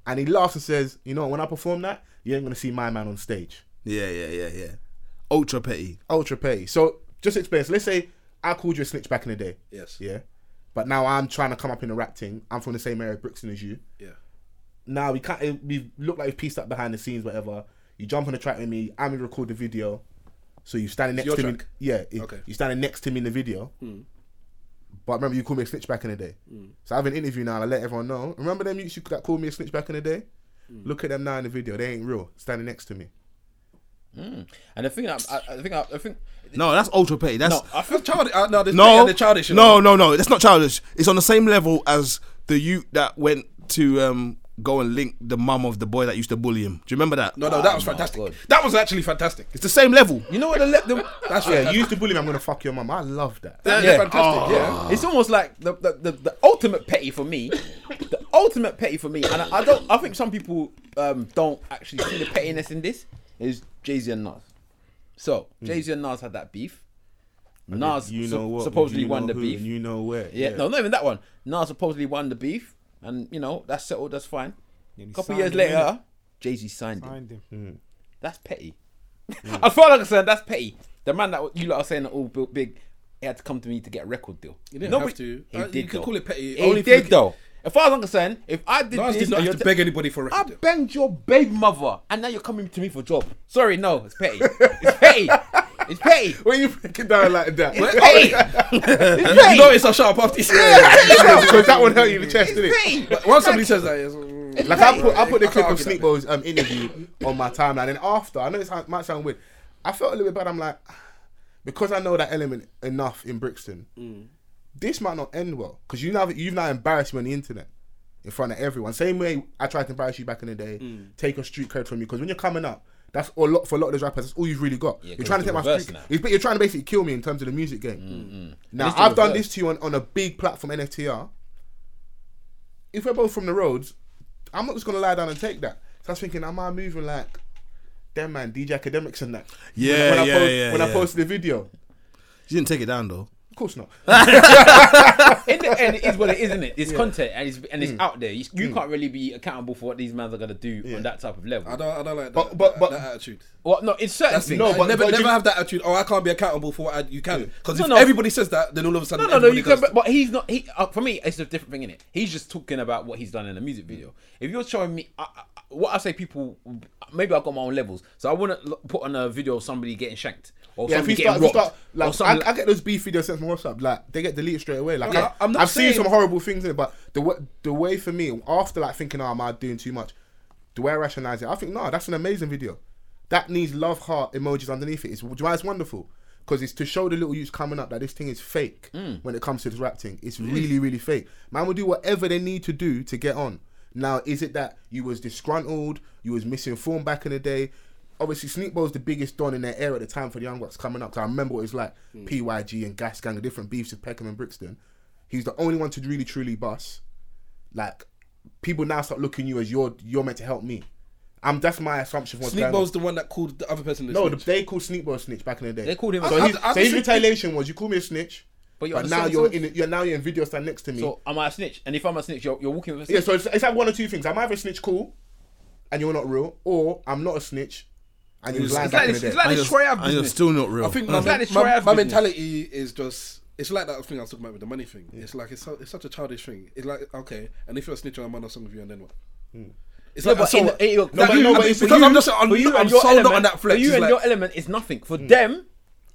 Speaker 2: and he laughs and says, "You know, when I perform that, you ain't gonna see my man on stage."
Speaker 4: Yeah, yeah, yeah, yeah. Ultra petty.
Speaker 2: Ultra petty. So just explain. So let's say I called you a snitch back in the day.
Speaker 5: Yes.
Speaker 2: Yeah. But now I'm trying to come up in the rap thing. I'm from the same area of Brixton as you.
Speaker 5: Yeah.
Speaker 2: Now we can't. eh, We look like we've pieced up behind the scenes, whatever. You jump on the track with me. I'm gonna record the video. So you standing next
Speaker 5: your
Speaker 2: to me.
Speaker 5: track?
Speaker 2: Yeah. it-
Speaker 5: Okay. Hmm.
Speaker 2: You standing next to me in the video. But remember, you called me a snitch back in the day. So I have an interview now. and I let everyone know. Remember them youths you that called me a snitch back in the day?
Speaker 5: Hmm.
Speaker 2: Look at them now in the video. They ain't real. Standing next to me.
Speaker 3: And the thing that I, I think I, I think
Speaker 4: No, that's ultra petty. That's
Speaker 3: no, I
Speaker 5: That's childish. Uh, no, there's
Speaker 4: no,
Speaker 5: the childish. in
Speaker 4: No,
Speaker 5: it.
Speaker 4: no, no. That's not childish. It's on the same level as the you that went to um go and link the mum of the boy that used to bully him. Do you remember that?
Speaker 5: no, no. That was fantastic.
Speaker 3: God.
Speaker 5: That was actually fantastic.
Speaker 4: It's the same level.
Speaker 3: you know what the, le- the
Speaker 5: That's
Speaker 2: Yeah,
Speaker 5: fantastic.
Speaker 2: you used to bully me. I'm gonna fuck your mum. I love that.
Speaker 5: That-
Speaker 3: Yeah.
Speaker 5: that's fantastic.
Speaker 2: Oh.
Speaker 5: Yeah.
Speaker 3: It's almost like the the, the, the ultimate petty for me. The ultimate petty for me, and I, I don't. I think some people um, don't actually see the pettiness in this. Is Jay Z and Nas. So Jay Z and Nas had that beef. Nas
Speaker 2: Hmm. You
Speaker 3: sup-
Speaker 2: know what?
Speaker 3: supposedly
Speaker 2: you
Speaker 3: won
Speaker 2: know
Speaker 3: the
Speaker 2: who,
Speaker 3: beef.
Speaker 2: and You know where?
Speaker 3: yeah, no, not even that one. Nas supposedly won the beef, and you know that's settled. That's fine.
Speaker 1: And he
Speaker 3: couple
Speaker 1: signed
Speaker 3: years
Speaker 1: him,
Speaker 3: later, Jay Z signed him.
Speaker 1: innit? Signed him.
Speaker 3: That's petty.
Speaker 5: Hmm.
Speaker 3: as far as I'm concerned, that's petty. The man that you lot are saying that all built big, he had to come to me to get a record deal.
Speaker 5: You didn't have to.
Speaker 3: He
Speaker 5: Uh, you
Speaker 3: did
Speaker 5: could
Speaker 3: though.
Speaker 5: call it petty,
Speaker 3: He
Speaker 5: only if you
Speaker 3: did
Speaker 5: look at-
Speaker 3: though. As far as I'm concerned, if I did
Speaker 5: Nas
Speaker 3: this,
Speaker 5: did
Speaker 3: and
Speaker 5: not have
Speaker 3: uh, you're
Speaker 5: to
Speaker 3: t-
Speaker 5: beg anybody for a
Speaker 3: I
Speaker 5: record deal.
Speaker 3: banged your baby mother, and now you're coming to me for a job. Sorry, no, it's petty. It's petty. It's petty.
Speaker 2: When you break it down like that,
Speaker 3: It's petty. It's petty.
Speaker 5: You notice I shut up after he said that.
Speaker 2: because that one hurt you in the chest, didn't
Speaker 3: It's
Speaker 2: it?
Speaker 3: petty.
Speaker 5: But Once somebody says that, yes. mm,
Speaker 2: Like I put, I
Speaker 5: I
Speaker 2: put the clip of
Speaker 5: can't argue that bit.
Speaker 2: Sneakbo's um, interview on my timeline, and after I know it sound- might sound weird, I felt a little bit bad. I'm like, because I know that element enough in Brixton,
Speaker 3: Mm.
Speaker 2: this might not end well because you now you've now embarrassed me on the internet in front of everyone. Same way I tried to embarrass you back in the day,
Speaker 3: Mm.
Speaker 2: taking street cred from you because when you're coming up. That's a lot for a lot of those rappers. That's all you've really got. you're
Speaker 3: 'cause
Speaker 2: trying to
Speaker 3: it's the
Speaker 2: take my
Speaker 3: reverse
Speaker 2: street.
Speaker 3: now.
Speaker 2: You're, you're trying to basically kill me in terms of the music game. Now
Speaker 3: it's the
Speaker 2: I've done
Speaker 3: reverse.
Speaker 2: this to you on, on a big platform, NFTR if we're both from the roads, I'm not just gonna lie down and take that. So I was thinking, am I moving like them man, DJ academics and that?
Speaker 4: Yeah,
Speaker 2: when I
Speaker 4: yeah,
Speaker 2: post,
Speaker 4: yeah,
Speaker 2: When I
Speaker 4: yeah.
Speaker 2: posted the video,
Speaker 4: She didn't take it down though.
Speaker 2: of course not.
Speaker 3: In the end, it is what it is, isn't it? It's content and it's
Speaker 2: Mm.
Speaker 3: and it's out there. You, you can't really be accountable for what these men are gonna do on that type of level.
Speaker 5: I don't, I don't like that,
Speaker 2: But- but-
Speaker 5: that-
Speaker 2: but-
Speaker 5: that attitude.
Speaker 3: Well, no, it's certain
Speaker 5: That's
Speaker 3: things.
Speaker 5: no,
Speaker 2: No,
Speaker 5: but
Speaker 2: but-
Speaker 5: never,
Speaker 2: but
Speaker 5: never
Speaker 2: you-
Speaker 5: have that attitude. Oh, I can't be accountable for what I, you can. Because
Speaker 3: No,
Speaker 5: if
Speaker 3: no.
Speaker 5: everybody says that, then all of a sudden,
Speaker 3: No, no, no. You can,
Speaker 5: everybody goes-
Speaker 3: but, but he's not. He uh, for me, it's a different thing in it. He's just talking about what he's done in a music video. If you're showing me I, I, what I say, people, maybe I've got my own levels, so I wouldn't l- put on a video of somebody getting shanked or
Speaker 2: yeah, if
Speaker 3: somebody
Speaker 2: you start,
Speaker 3: getting
Speaker 2: if you start
Speaker 3: robbed. or
Speaker 2: like, I,
Speaker 3: something
Speaker 2: I get those beef videos sent from WhatsApp, like they get deleted straight away. Like
Speaker 5: No,
Speaker 2: I,
Speaker 5: I'm not
Speaker 2: have seen
Speaker 5: saying-
Speaker 2: some horrible things in it, but the way, the way for me after like thinking, oh, am I doing too much? The way I rationalize it, I think no, that's an amazing video. That needs love heart emojis underneath it. It's why it's wonderful. Because it's to show the little youths coming up that this thing is fake when it comes to this rap thing. It's really, really fake. Man will do whatever they need to do to get on. Now, is it that you was disgruntled, you was misinformed back in the day? Obviously, Sneak Bowl's the biggest don in their era at the time for the young bucks coming up. 'Cause I remember what it was like PYG and Gas Gang, the different beefs with Peckham and Brixton. He's the only one to really truly bust like people now start looking you as you're you're meant to help me. I'm that's my assumption. For what's
Speaker 5: Sneak
Speaker 2: going
Speaker 5: Bow's
Speaker 2: on.
Speaker 5: the one that called the other person. the
Speaker 2: No, the,
Speaker 5: snitch.
Speaker 2: they called Sneakball a snitch back in the day.
Speaker 3: They called him a
Speaker 2: So,
Speaker 3: snitch.
Speaker 2: his,
Speaker 5: I- I-
Speaker 2: so his
Speaker 5: I-
Speaker 2: retaliation was, you call me a snitch,
Speaker 3: But
Speaker 2: but,
Speaker 3: you're on the
Speaker 2: now
Speaker 3: same
Speaker 2: you're
Speaker 3: side.
Speaker 2: in you're now you're in video stand next to me.
Speaker 3: So am I a snitch? And if I'm a snitch, you're, you're walking with a
Speaker 2: yeah,
Speaker 3: snitch.
Speaker 2: so it's, it's like one or two things. I'm either a snitch cool, and you're not real, or I'm not a snitch, and you're lying back
Speaker 3: it's like
Speaker 2: in the
Speaker 3: this-
Speaker 2: day.
Speaker 3: it's like
Speaker 4: And
Speaker 3: this
Speaker 4: you're,
Speaker 3: Troy Ave
Speaker 4: and you're
Speaker 3: business.
Speaker 4: still not real.
Speaker 5: I think
Speaker 4: Uh,
Speaker 5: my,
Speaker 3: It's like this
Speaker 5: my-
Speaker 3: Troy Ave
Speaker 5: my
Speaker 3: business.
Speaker 5: mentality is just it's like that thing I was talking about with the money thing. It's like it's, so, it's such a childish thing. It's like okay, and if you're a snitch on a man or something with you, and then what? It's
Speaker 3: Hmm. Yeah,
Speaker 5: like
Speaker 3: but
Speaker 5: so
Speaker 3: in
Speaker 5: what?
Speaker 3: the- in your-
Speaker 5: That-
Speaker 3: but you-
Speaker 5: I mean,
Speaker 3: but
Speaker 5: it's
Speaker 3: for
Speaker 5: because
Speaker 3: you-
Speaker 5: I'm just I'm,
Speaker 3: for you
Speaker 5: I'm
Speaker 3: and your
Speaker 5: sold
Speaker 3: element-
Speaker 5: out on that flex.
Speaker 3: For you
Speaker 5: It's
Speaker 3: and
Speaker 5: like, Hmm.
Speaker 3: your element is nothing. For them,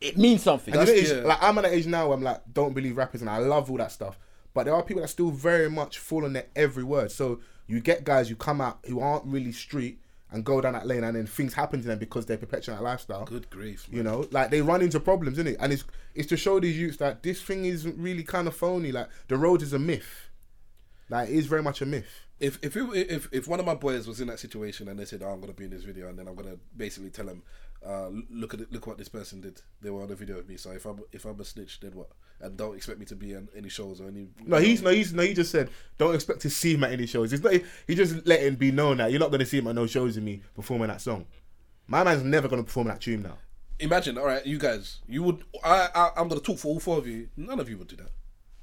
Speaker 3: it means something.
Speaker 2: And it is,
Speaker 5: yeah.
Speaker 2: like I'm at an age now where I'm like, don't believe rappers, and I love all that stuff. But there are people that still very much fall on their every word. So you get guys who come out who aren't really street and go down that lane, and then things happen to them because they're perpetuating that lifestyle.
Speaker 5: good grief, man.
Speaker 2: You know, like they run into problems, innit? And it's it's to show these youths that this thing is really kind of phony. Like the road is a myth. Like it is very much a myth.
Speaker 5: if if, it, if if one of my boys was in that situation and they said, "Oh, I'm gonna be in this video," and then I'm gonna basically tell him, uh, l- "Look at it, look what this person did. They were on a video of me. So if I'm if I'm a snitch, then what? And don't expect me to be on any shows or any."
Speaker 2: No, he's no, he's no. He just said, "Don't expect to see him at any shows." He's not. He just letting be known that you're not going to see him at no shows with me performing that song. My man's never going to perform that tune now.
Speaker 5: Imagine, all right, you guys, you would. I, I I'm gonna talk for all four of you. None of you would do that.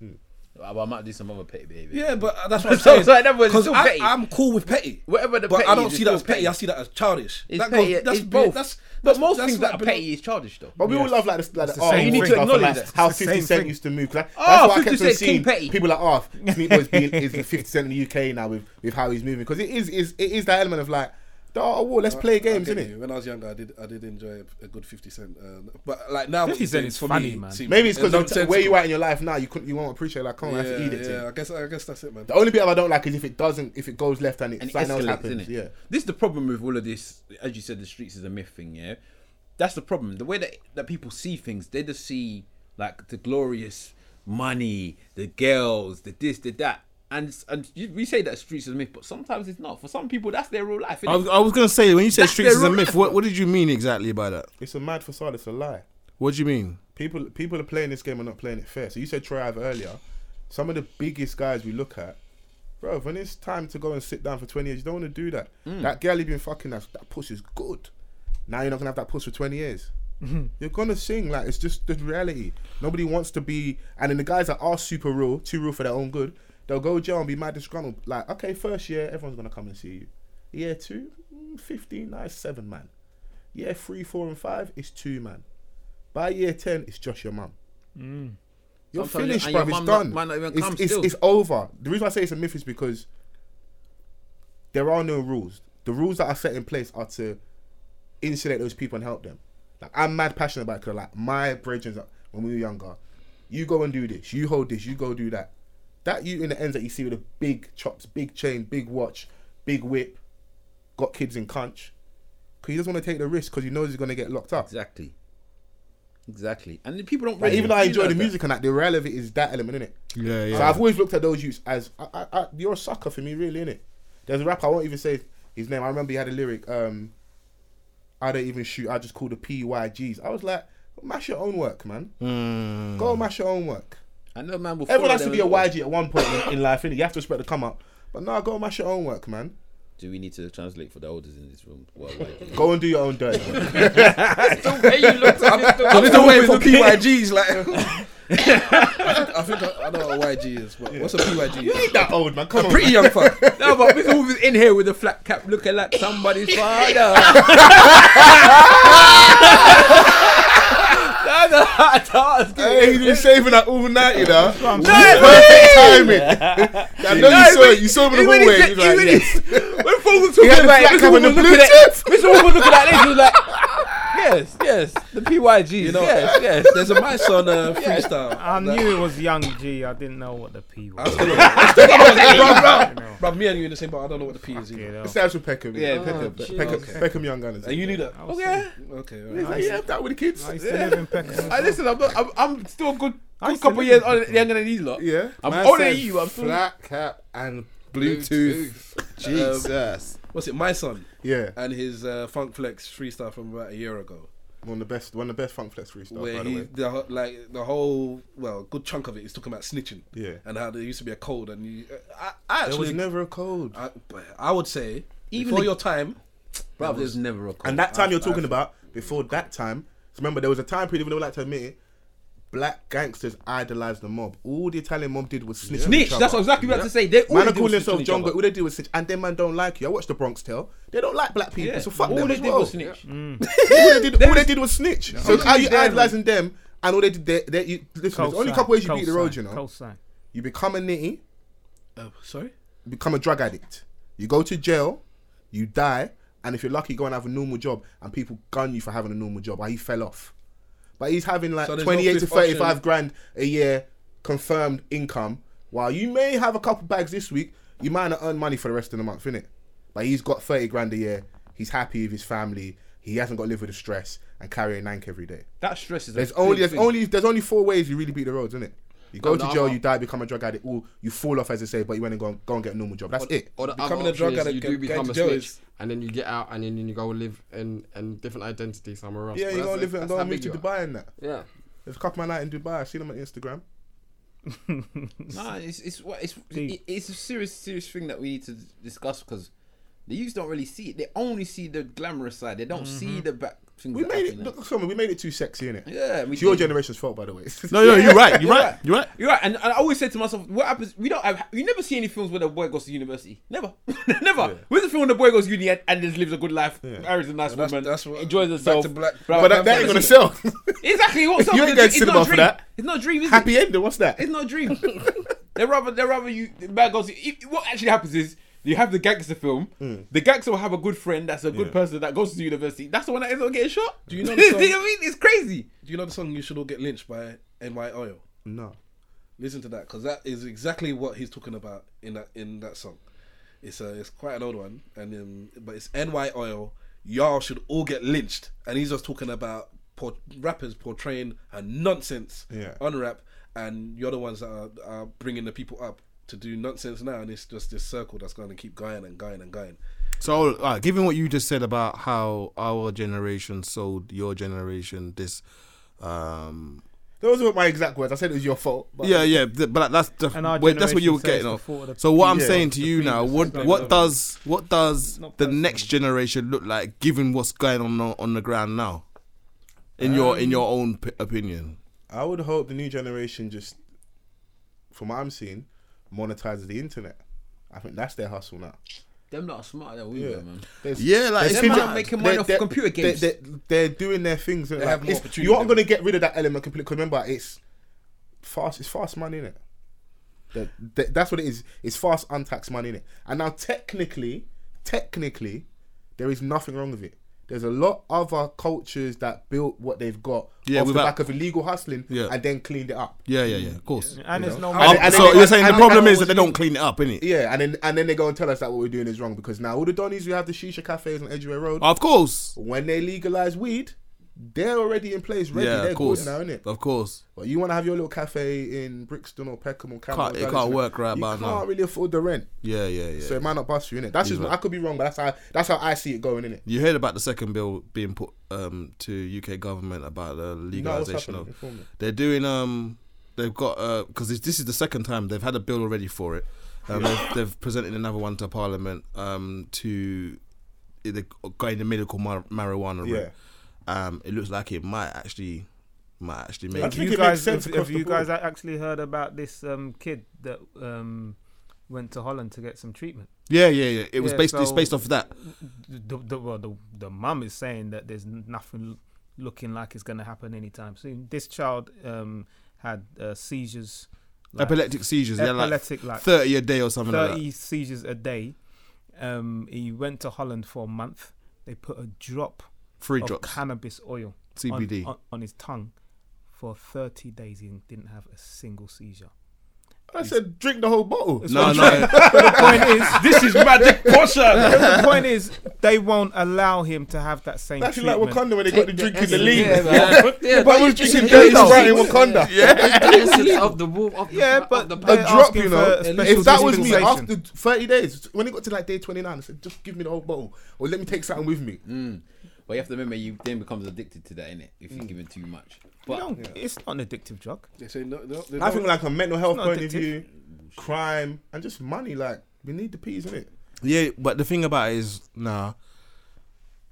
Speaker 3: I, Ah, I might do some other petty behavior.
Speaker 5: Yeah, but uh, that's what I'm
Speaker 3: So-
Speaker 5: saying.
Speaker 3: so in other words, it's
Speaker 5: 'Cause
Speaker 3: still
Speaker 5: I,
Speaker 3: petty.
Speaker 5: I'm cool with petty.
Speaker 3: Whatever the
Speaker 5: but
Speaker 3: petty
Speaker 5: I
Speaker 3: is,
Speaker 5: don't
Speaker 3: it's
Speaker 5: see that
Speaker 3: still
Speaker 5: as petty.
Speaker 3: petty.
Speaker 5: I see that as childish.
Speaker 3: It's
Speaker 5: that goes-
Speaker 3: petty.
Speaker 5: that's
Speaker 3: it's
Speaker 5: be-
Speaker 3: both.
Speaker 5: That's,
Speaker 3: but
Speaker 5: that's,
Speaker 3: most
Speaker 5: that's
Speaker 3: things
Speaker 5: like
Speaker 3: that are
Speaker 5: below-
Speaker 3: petty is childish though.
Speaker 2: But we all love like the like the,
Speaker 1: the
Speaker 2: Arf
Speaker 1: same
Speaker 3: You need to
Speaker 2: stuff and,
Speaker 3: acknowledge
Speaker 2: like,
Speaker 3: that.
Speaker 2: how
Speaker 1: It's the
Speaker 2: Fifty
Speaker 1: same
Speaker 2: Cent
Speaker 1: thing.
Speaker 2: used to move. 'Cause that-
Speaker 3: Oh,
Speaker 2: that's why I
Speaker 3: 50
Speaker 2: kept
Speaker 3: Cent
Speaker 2: on
Speaker 3: is King
Speaker 2: seeing
Speaker 3: Petty.
Speaker 2: people like Arf, Sneak Boy's being is the Fifty Cent in the UK now with with how he's moving because it is is it is that element of like, oh, well, let's play games,
Speaker 5: I get
Speaker 2: innit?
Speaker 5: you. When I was younger, I did I did enjoy a good Fifty Cent, um, but like now
Speaker 1: 50
Speaker 5: 50
Speaker 1: Cent is funny, man.
Speaker 2: Maybe it's because
Speaker 5: nonsense.
Speaker 2: where you are in your life now, you couldn't you won't appreciate like, come on,
Speaker 5: Yeah,
Speaker 2: that's an edict.
Speaker 5: yeah,
Speaker 2: innit?
Speaker 5: I guess I guess that's it, man.
Speaker 2: The only bit I don't like is if it doesn't, if it goes left and it
Speaker 3: and it
Speaker 2: something else
Speaker 3: escalates,
Speaker 2: happens.
Speaker 3: innit?
Speaker 2: Yeah.
Speaker 3: This is the problem with all of this. As you said, the streets is a myth thing. Yeah, that's the problem. The way that that people see things, they just see like the glorious money, the girls, the this, the that. And, and you- we say that streets is a myth, but sometimes it's not. For some people, that's their real life. innit?
Speaker 4: I was, I was gonna say when you said
Speaker 3: That's
Speaker 4: streets
Speaker 3: their
Speaker 4: is a
Speaker 3: real
Speaker 4: myth,
Speaker 3: life,
Speaker 4: what,
Speaker 3: though.
Speaker 4: what did you mean exactly by that?
Speaker 2: It's a mad facade. It's a lie.
Speaker 4: What do you mean?
Speaker 2: People people are playing this game and not playing it fair. So you said Troy Ave earlier. Some of the biggest guys we look at, bro. When it's time to go and sit down for twenty years, you don't want to do that. That girl you've been fucking, that that puss is good. Now you're not gonna have that puss for twenty years. You're gonna sing like it's just the reality. Nobody wants to be, and then the guys that are super real, too real for their own good, they'll go jail and be mad disgruntled. Like, okay, first year, everyone's gonna come and see you. Year two, mm, 15, nice, seven man. Year three, four, and five, it's two man. By year ten, it's just your mum. You're
Speaker 3: Sometimes-
Speaker 2: finished,
Speaker 3: and
Speaker 2: bro.
Speaker 3: your
Speaker 2: It's
Speaker 3: mum not-
Speaker 2: done.
Speaker 3: might not even
Speaker 2: it's,
Speaker 3: come
Speaker 2: it's,
Speaker 3: still.
Speaker 2: it's over. The reason I say it's a myth is because there are no rules. The rules that are set in place are to insulate those people and help them. Like I'm mad passionate about it 'cause, like my brethren when we were younger, you go and do this, you hold this, you go do that. That you in the ends that you see with the big chops, big chain, big watch, big whip, got kids in cunch. Cause he doesn't want to take the risk because he knows he's gonna get locked up.
Speaker 3: Exactly. Exactly. And the people don't
Speaker 2: Like,
Speaker 3: really
Speaker 2: even though I
Speaker 3: do
Speaker 2: enjoy
Speaker 3: that
Speaker 2: the
Speaker 3: though.
Speaker 2: music and that, the reality of it is that element in it.
Speaker 4: Yeah,
Speaker 2: So I've always looked at those youths as I, I, I, you're a sucker for me, really, innit? There's a rapper I won't even say his name. I remember he had a lyric. Um, I don't even shoot. I just call the PYGs. I was like, mash your own work, man. Go mash your own work.
Speaker 3: I know, man.
Speaker 2: Everyone
Speaker 3: Will follow
Speaker 2: has to
Speaker 3: them
Speaker 2: be a
Speaker 3: and-
Speaker 2: YG at one point in, in life, innit? You have to expect to come up. But no, go mash your own work, man.
Speaker 3: Do we need to translate for the elders in this room? Well,
Speaker 2: Go and do your own dirt. man.
Speaker 5: So this is a way for PYGs, like. I think I, I know what a YG is, but what's a PYG?
Speaker 2: Ain't that old, man. Come on.
Speaker 5: Pretty young fuck.
Speaker 3: no, but this who's in here with a flat cap looking like somebody's father. no, no, I don't.
Speaker 2: Hey, he's been saving that all night, you know. Perfect timing. I know
Speaker 3: No,
Speaker 2: you saw
Speaker 3: but
Speaker 2: it. You saw him in the
Speaker 3: Even
Speaker 2: hallway. He
Speaker 3: if
Speaker 2: was like,
Speaker 3: even
Speaker 2: yes.
Speaker 3: if- when Paul was
Speaker 2: He
Speaker 3: talking
Speaker 2: had a
Speaker 3: about it,
Speaker 2: black
Speaker 3: Mr.
Speaker 2: cap
Speaker 3: Wolf
Speaker 2: and a
Speaker 3: was
Speaker 2: blue
Speaker 3: looking at
Speaker 2: tip.
Speaker 3: Mr. Wolf was looking at this. He was like, yes, yes, the PYGs, you know, yes, yes.
Speaker 5: There's a mice on uh, freestyle.
Speaker 1: I knew it was Young G. I didn't know what the P was.
Speaker 5: But me and you in the same boat. I don't know what the P is
Speaker 1: You
Speaker 5: either.
Speaker 1: know.
Speaker 2: It stands for Peckham.
Speaker 3: Yeah,
Speaker 2: innit?
Speaker 3: Peckham.
Speaker 2: Peckham, Peckham Young Gunners.
Speaker 5: And you knew that.
Speaker 1: Okay.
Speaker 5: Okay. all
Speaker 2: He's
Speaker 5: right.
Speaker 2: like, yeah, that with the kids.
Speaker 1: I used to live in Peckham.
Speaker 3: I listen, I'm, not, I'm, I'm still a good,
Speaker 1: I
Speaker 3: good
Speaker 1: used to
Speaker 3: couple
Speaker 1: live
Speaker 3: years
Speaker 1: in
Speaker 3: older, younger than these lot.
Speaker 2: Yeah.
Speaker 3: I'm
Speaker 2: Man
Speaker 3: older than
Speaker 2: said
Speaker 3: you. I'm still-
Speaker 2: flat cap and
Speaker 4: Bluetooth. Jesus.
Speaker 5: What's it? My son
Speaker 2: Yeah,
Speaker 5: and his uh, Funk Flex freestyle from about a year ago,
Speaker 2: one of the best, one of the best funk flex freestyles.
Speaker 5: where
Speaker 2: Oh, by the
Speaker 5: he
Speaker 2: way.
Speaker 5: the ho- like the whole well, good chunk of it is talking about snitching.
Speaker 2: Yeah.
Speaker 5: And how there used to be a code, and you, I, I
Speaker 2: There
Speaker 5: actually,
Speaker 2: was never a
Speaker 3: Ah,
Speaker 2: cold.
Speaker 5: I, I would say
Speaker 3: Even
Speaker 5: even before
Speaker 3: the-
Speaker 5: your time,
Speaker 3: Bro, there's never a call.
Speaker 2: And that time you're talking about, before that time, remember there was a time period when they would like to admit it. Black gangsters idolized the mob. All the Italian mob did was snitch. on each
Speaker 3: Snitch,
Speaker 2: other.
Speaker 3: that's exactly what I had to say. They all
Speaker 2: Man,
Speaker 3: they
Speaker 2: are
Speaker 3: do
Speaker 2: calling
Speaker 3: was snitch on
Speaker 2: themselves
Speaker 3: each
Speaker 2: John
Speaker 3: other.
Speaker 2: Gotti. All they do is snitch, and them man don't like you. I watched the Bronx Tale. They don't like black people,
Speaker 3: Yeah.
Speaker 2: so fuck
Speaker 3: all
Speaker 2: them
Speaker 3: they
Speaker 2: as
Speaker 3: did
Speaker 2: well. Mm.
Speaker 3: was snitch.
Speaker 2: all they did, all
Speaker 3: They
Speaker 2: they
Speaker 3: was-
Speaker 2: did was snitch. So are you idolizing them? And all they did, they, they, you, listen, there's only a couple ways you beat the road, you know.
Speaker 1: Cosign.
Speaker 2: You become a nitty,
Speaker 4: Oh,
Speaker 5: uh, sorry,
Speaker 2: you become a drug addict. You go to jail, you die, and if you're lucky, go and have a normal job, and people gun you for having a normal job. Like he fell off, but he's having like
Speaker 5: So there's no
Speaker 2: 28 to
Speaker 5: fifth
Speaker 2: 35
Speaker 5: option.
Speaker 2: grand a year confirmed income. While you may have a couple bags this week, you might not earn money for the rest of the month, innit? Like he's got 30 grand a year. He's happy with his family. He hasn't got to live with the stress and carry a nank every day.
Speaker 3: That stress is. a
Speaker 2: There's only
Speaker 3: big
Speaker 2: there's
Speaker 3: thing.
Speaker 2: only there's only four ways you really beat the roads, isn't it? You go
Speaker 6: No, no,
Speaker 2: to jail,
Speaker 6: I'm-
Speaker 2: you die, become a drug addict, or you fall off, as they say, but you went and go, go and get a normal job. That's it.
Speaker 6: Or the
Speaker 5: Becoming
Speaker 6: other
Speaker 5: a drug
Speaker 6: option is
Speaker 5: addict
Speaker 6: you
Speaker 5: can
Speaker 6: do
Speaker 5: get
Speaker 6: become
Speaker 5: into
Speaker 6: a
Speaker 5: jail
Speaker 6: snitch,
Speaker 5: is-
Speaker 6: and then you get out, and then you go live in and different identity somewhere else.
Speaker 2: Yeah,
Speaker 6: But
Speaker 2: you go
Speaker 6: that's-
Speaker 2: live and
Speaker 6: that's
Speaker 2: go
Speaker 6: how
Speaker 2: and move
Speaker 6: big
Speaker 2: to
Speaker 6: you are.
Speaker 2: Dubai and that.
Speaker 6: Yeah.
Speaker 2: There's a couple man out in Dubai. I've seen them on Instagram.
Speaker 3: Nah, it's it's what- it's
Speaker 1: Deep.
Speaker 3: it- it's a serious serious thing that we need to discuss because
Speaker 7: The youth don't really see it. They only see the glamorous side. They don't
Speaker 4: Mm-hmm.
Speaker 7: see the back things.
Speaker 2: We
Speaker 7: that
Speaker 2: made it.
Speaker 7: happen.
Speaker 2: Look, Summer, we made it too sexy, innit?
Speaker 7: Yeah, we
Speaker 2: It's your
Speaker 7: did.
Speaker 2: generation's fault, by the way.
Speaker 4: No, no, you're right. You're right. You're right.
Speaker 7: You're right, and, and I always said to myself, "What happens? We don't have. You never see any films where the boy goes to university. Never, never. Where's the film when the boy goes to uni and, and just lives a good life, marries a nice
Speaker 5: that's-
Speaker 7: woman,
Speaker 5: that's what-
Speaker 7: enjoys
Speaker 5: back
Speaker 7: herself?
Speaker 5: to black-
Speaker 7: blah, blah,
Speaker 2: but that, that ain't
Speaker 7: blah, blah.
Speaker 2: gonna sell.
Speaker 7: Exactly. What's up?
Speaker 2: You ain't
Speaker 7: It's-
Speaker 2: going to
Speaker 7: it's
Speaker 2: cinema
Speaker 7: not a
Speaker 2: for
Speaker 7: dream.
Speaker 2: that.
Speaker 7: It's not a dream. Is it?
Speaker 2: Happy ending. What's that?
Speaker 7: It's not a dream. they rather they rather you the man goes. if- What actually happens is you have the gangster film.
Speaker 2: Mm.
Speaker 7: The gangster will have a good friend that's a good person that goes to university. That's the one that ends up getting shot. Do
Speaker 5: you know
Speaker 7: Do
Speaker 5: the
Speaker 7: you know
Speaker 5: song?
Speaker 7: what I mean? It's crazy.
Speaker 5: Do you know the song "You Should All Get Lynched" by NY Oil?
Speaker 2: No.
Speaker 5: Listen to that because that is exactly what he's talking about in that in that song. It's a it's quite an old one, and um, but it's NY Oil. Y'all should all get lynched, and he's just talking about por- rappers portraying a nonsense
Speaker 2: Yeah.
Speaker 5: on rap, and you're the ones that are, are bringing the people up to do nonsense now, and it's just this circle that's going to keep going and going and going.
Speaker 4: So, uh, given what you just said about how our generation sold your generation, this, um,
Speaker 2: Those weren't my exact words. I said it was your fault. But
Speaker 4: yeah, yeah, th- but that's the,
Speaker 1: And our
Speaker 4: wait, that's what you were
Speaker 1: generation
Speaker 4: getting
Speaker 1: says
Speaker 4: off.
Speaker 1: before the-
Speaker 4: So, what I'm
Speaker 2: Yeah,
Speaker 4: saying to you now, what
Speaker 1: it's not
Speaker 4: what
Speaker 1: relevant.
Speaker 4: does what does
Speaker 1: not
Speaker 4: the
Speaker 1: personal.
Speaker 4: next generation look like, given what's going on on, on the ground now, in your in
Speaker 1: Um,
Speaker 4: your own p- opinion?
Speaker 2: I would hope the new generation just, from what I'm seeing, monetizes the internet. I think that's their hustle now.
Speaker 7: Them not smart that we
Speaker 2: Yeah.
Speaker 7: were, man.
Speaker 2: There's-
Speaker 4: Yeah, like,
Speaker 2: there's
Speaker 4: Them man
Speaker 2: things-
Speaker 7: are making money
Speaker 2: they're-
Speaker 7: off
Speaker 2: they're-
Speaker 7: computer
Speaker 2: they're-
Speaker 7: games.
Speaker 2: They're, they're doing their things. They
Speaker 5: have more opportunity
Speaker 2: you aren't
Speaker 5: than
Speaker 2: going to get rid of that element completely. 'cause remember, it's fast. It's fast money, innit? That, that, that's what it is. It's fast, untaxed money, innit? And now, technically, technically, there is nothing wrong with it. There's a lot other cultures that built what they've got
Speaker 4: Yeah,
Speaker 2: off the
Speaker 4: without-
Speaker 2: back of illegal hustling
Speaker 4: Yeah.
Speaker 2: and then cleaned it up.
Speaker 4: Yeah, yeah, yeah. Of course.
Speaker 1: And it's no
Speaker 2: And
Speaker 4: Um,
Speaker 2: they- and
Speaker 4: so
Speaker 2: they-
Speaker 4: you're saying the
Speaker 2: and-
Speaker 4: problem
Speaker 2: and-
Speaker 4: is that they don't clean it up, innit?
Speaker 2: Yeah, and then and then they go and tell us that what we're doing is wrong because now all the Donnies who have the shisha cafes on Edgeway Road,
Speaker 4: Of course.
Speaker 2: when they legalize weed, they're already in place, ready.
Speaker 4: yeah,
Speaker 2: they're
Speaker 4: of course.
Speaker 2: good now, innit?
Speaker 4: Of course.
Speaker 2: But you want to have your little cafe in Brixton or Peckham or Campbell,
Speaker 4: Can't- it can't work right
Speaker 2: You
Speaker 4: about
Speaker 2: can't
Speaker 4: now.
Speaker 2: really afford the rent,
Speaker 4: Yeah, yeah, yeah.
Speaker 2: so it might not bust you, innit? That's just
Speaker 4: Either.
Speaker 2: I could be wrong, but that's how that's how I see it going, innit?
Speaker 4: You heard about the second bill being put um, to UK government about the legalization
Speaker 2: happening?
Speaker 4: of.
Speaker 2: Inform me.
Speaker 4: They're doing um, they've got because this this is the second time they've had a bill already for it. Um, they've, they've presented another one to Parliament um to, the going the medical mar- marijuana route. Um, it looks like it might actually, might actually
Speaker 2: I
Speaker 4: make.
Speaker 2: think
Speaker 4: it.
Speaker 1: you
Speaker 2: it makes
Speaker 1: guys,
Speaker 2: sense
Speaker 1: have,
Speaker 2: across
Speaker 1: have
Speaker 2: the
Speaker 1: you
Speaker 2: board.
Speaker 1: guys a- actually heard about this um, kid that um, went to Holland to get some treatment?
Speaker 4: Yeah, yeah, yeah. It was
Speaker 1: Yeah,
Speaker 4: based. it's
Speaker 1: so-
Speaker 4: based off of that.
Speaker 1: The the, well, the, the mum is saying that there's n- nothing looking like it's going to happen anytime soon. This child um, had uh, seizures, like,
Speaker 4: Epileptic seizures.
Speaker 1: epileptic,
Speaker 4: yeah, like
Speaker 1: like
Speaker 4: thirty a day or something like that.
Speaker 1: thirty seizures a day. Um, he went to Holland for a month. They put a drop
Speaker 4: Free
Speaker 1: of
Speaker 4: drops.
Speaker 1: cannabis oil on-
Speaker 4: CBD.
Speaker 1: on, on his tongue for 30 days. He didn't have a single seizure.
Speaker 2: I said drink the whole bottle.
Speaker 4: no, no.
Speaker 1: point is,
Speaker 7: This is magic portion.
Speaker 1: the point is, they won't allow him to have that same
Speaker 2: That's like
Speaker 1: treatment.
Speaker 2: Wakanda when they got the drink in the league.
Speaker 7: yeah, man. Yeah,
Speaker 2: But we was drinking dirty
Speaker 6: though.
Speaker 2: Sprite in Wakanda.
Speaker 6: of the wolf, of the,
Speaker 1: yeah,
Speaker 6: of
Speaker 1: but
Speaker 6: the
Speaker 1: they're
Speaker 2: a drop,
Speaker 1: asking
Speaker 2: you know.
Speaker 1: for a special
Speaker 2: If that was me
Speaker 1: dispensation.
Speaker 2: after 30 days, when it got to like day 29, I said, just give me the whole bottle or let me take something with me.
Speaker 3: But you have to remember, you then becomes addicted to that, innit? If
Speaker 7: Mm.
Speaker 3: you give it too much. But
Speaker 1: No, it's not an addictive drug.
Speaker 5: They say no, no, they
Speaker 2: I
Speaker 5: don't-
Speaker 2: think, like, a mental health
Speaker 1: not
Speaker 2: point
Speaker 1: addictive.
Speaker 2: of view, crime, and just money, like, we need the peas, innit?
Speaker 4: Yeah, but the thing about it is, nah.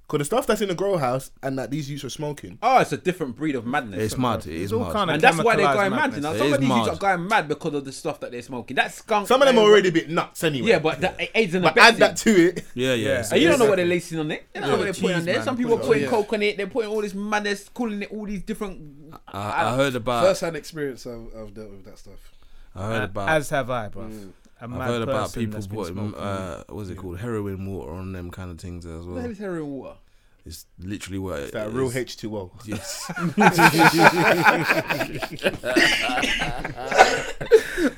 Speaker 2: Because the stuff that's in the grow house and that these youths are smoking,
Speaker 3: oh, it's a different breed of madness.
Speaker 4: It's mad. It is
Speaker 1: all
Speaker 4: mad.
Speaker 1: kind of
Speaker 3: and that's why they're
Speaker 1: chemicalized
Speaker 3: going mad.
Speaker 1: madness.
Speaker 3: You know,
Speaker 4: It
Speaker 3: some
Speaker 4: is
Speaker 3: of these youths
Speaker 4: mad.
Speaker 3: are going mad because of the stuff that they're smoking. That skunk.
Speaker 2: some of them
Speaker 3: they-
Speaker 2: are already a bit nuts anyway.
Speaker 3: Yeah, but that AIDS and
Speaker 2: but
Speaker 3: the
Speaker 2: add that to it.
Speaker 4: Yeah, yeah.
Speaker 3: And Uh, you
Speaker 4: yeah.
Speaker 3: don't know what they're lacing on it. You don't know what they're putting on
Speaker 1: Jeez,
Speaker 3: there.
Speaker 1: man.
Speaker 3: Some people are
Speaker 5: Oh,
Speaker 3: putting
Speaker 5: yeah.
Speaker 3: coke on it. They're putting all this madness, calling it all these different.
Speaker 4: I, I heard about.
Speaker 5: first hand experience I've, I've dealt with that stuff.
Speaker 4: I heard about.
Speaker 1: uh,
Speaker 4: Mm.
Speaker 1: As have I, bruv. A mad
Speaker 4: I've heard about
Speaker 1: person
Speaker 4: people
Speaker 1: that's been
Speaker 4: putting
Speaker 1: smoking.
Speaker 4: uh, what's it called heroin water on them kind of things as
Speaker 3: What the hell
Speaker 4: well.
Speaker 3: is heroin water?
Speaker 4: It's literally what it's
Speaker 2: That real H2O.
Speaker 4: Yes.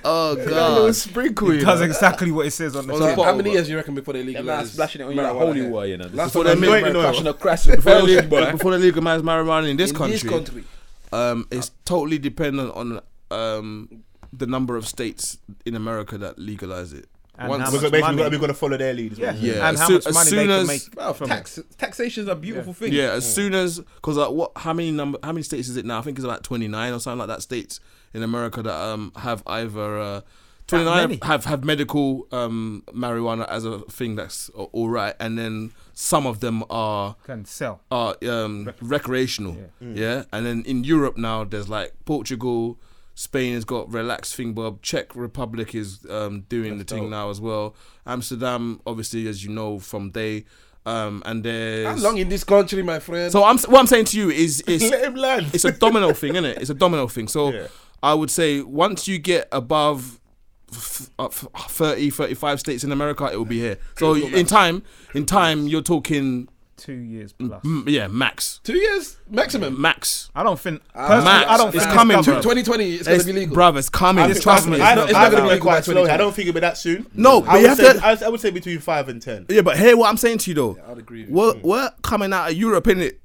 Speaker 4: oh god. Oh,
Speaker 2: sprinkle, you
Speaker 1: Does exactly what it says on the
Speaker 5: So
Speaker 1: tin.
Speaker 5: how many years do you reckon before they
Speaker 3: Them man
Speaker 5: legalize
Speaker 3: splashing it on you like
Speaker 5: marijuana
Speaker 3: holy
Speaker 5: here?
Speaker 3: water, you know.
Speaker 5: Last
Speaker 4: Before
Speaker 5: time I
Speaker 4: they
Speaker 5: remember
Speaker 2: make no-
Speaker 5: crashing a crash before
Speaker 4: Before
Speaker 5: they
Speaker 4: they,
Speaker 5: leave, boy.
Speaker 4: before they legalize marijuana in this
Speaker 5: in
Speaker 4: country,
Speaker 5: this country.
Speaker 4: um, it's totally dependent on um, the number of states in America that legalize it.
Speaker 1: And
Speaker 4: Once-
Speaker 1: how
Speaker 2: Because
Speaker 1: much
Speaker 2: basically,
Speaker 1: money-
Speaker 2: we're going to follow their lead. as well.
Speaker 4: Yeah,
Speaker 1: and
Speaker 4: as
Speaker 1: how
Speaker 4: soon-
Speaker 1: much
Speaker 4: as
Speaker 1: money
Speaker 4: soon
Speaker 1: they
Speaker 4: as-
Speaker 1: can make from it.
Speaker 3: Tax, taxation is a beautiful thing.
Speaker 4: Yeah, as soon as because like what? How many number? How many states is it now? I think it's about twenty nine or something like that. States in America that um have either uh, Twenty nine
Speaker 1: many?
Speaker 4: have have medical um, marijuana as a thing that's a- all right, and then some of them are
Speaker 1: Can sell.
Speaker 4: are um, recreational. Yeah. and then in Europe now, there's like Portugal, Spain has got relaxed thing, Bob. Czech Republic is um, doing the thing now as well. Amsterdam, obviously, as you know from they, um, and there's
Speaker 5: I'm long in this country, my friend.
Speaker 4: so I'm what I'm saying to you is is
Speaker 2: Let him land.
Speaker 4: it's a domino thing, isn't it? It's a domino thing. So I would say once you get above f- uh, f- 30, 35 states in America, it will be here. So in time, in time, you're talking,
Speaker 1: Two years plus.
Speaker 4: mm, yeah, max,
Speaker 5: Two years maximum.
Speaker 4: max,
Speaker 1: I don't think. personally, I
Speaker 4: max.
Speaker 1: don't
Speaker 4: It's
Speaker 1: think
Speaker 4: coming,
Speaker 1: it's
Speaker 4: bro.
Speaker 1: coming.
Speaker 5: 2020, it's, gonna be legal.
Speaker 4: Bruv, it's coming.
Speaker 1: It's
Speaker 4: Trust
Speaker 1: coming.
Speaker 4: me.
Speaker 1: I
Speaker 2: I
Speaker 1: don't-
Speaker 2: don't, it's
Speaker 1: I
Speaker 2: not
Speaker 1: don't
Speaker 2: going to
Speaker 1: think
Speaker 2: be quite
Speaker 1: it's
Speaker 2: slow. I don't think it'll be that soon.
Speaker 4: No, but
Speaker 2: I
Speaker 4: you
Speaker 2: would,
Speaker 4: have
Speaker 2: say,
Speaker 4: to-
Speaker 2: I, would- I would say between five and ten.
Speaker 4: Yeah, but hear what I'm saying to you though.
Speaker 5: I'd agree with you.
Speaker 4: We're, we're coming out of Europe, innit?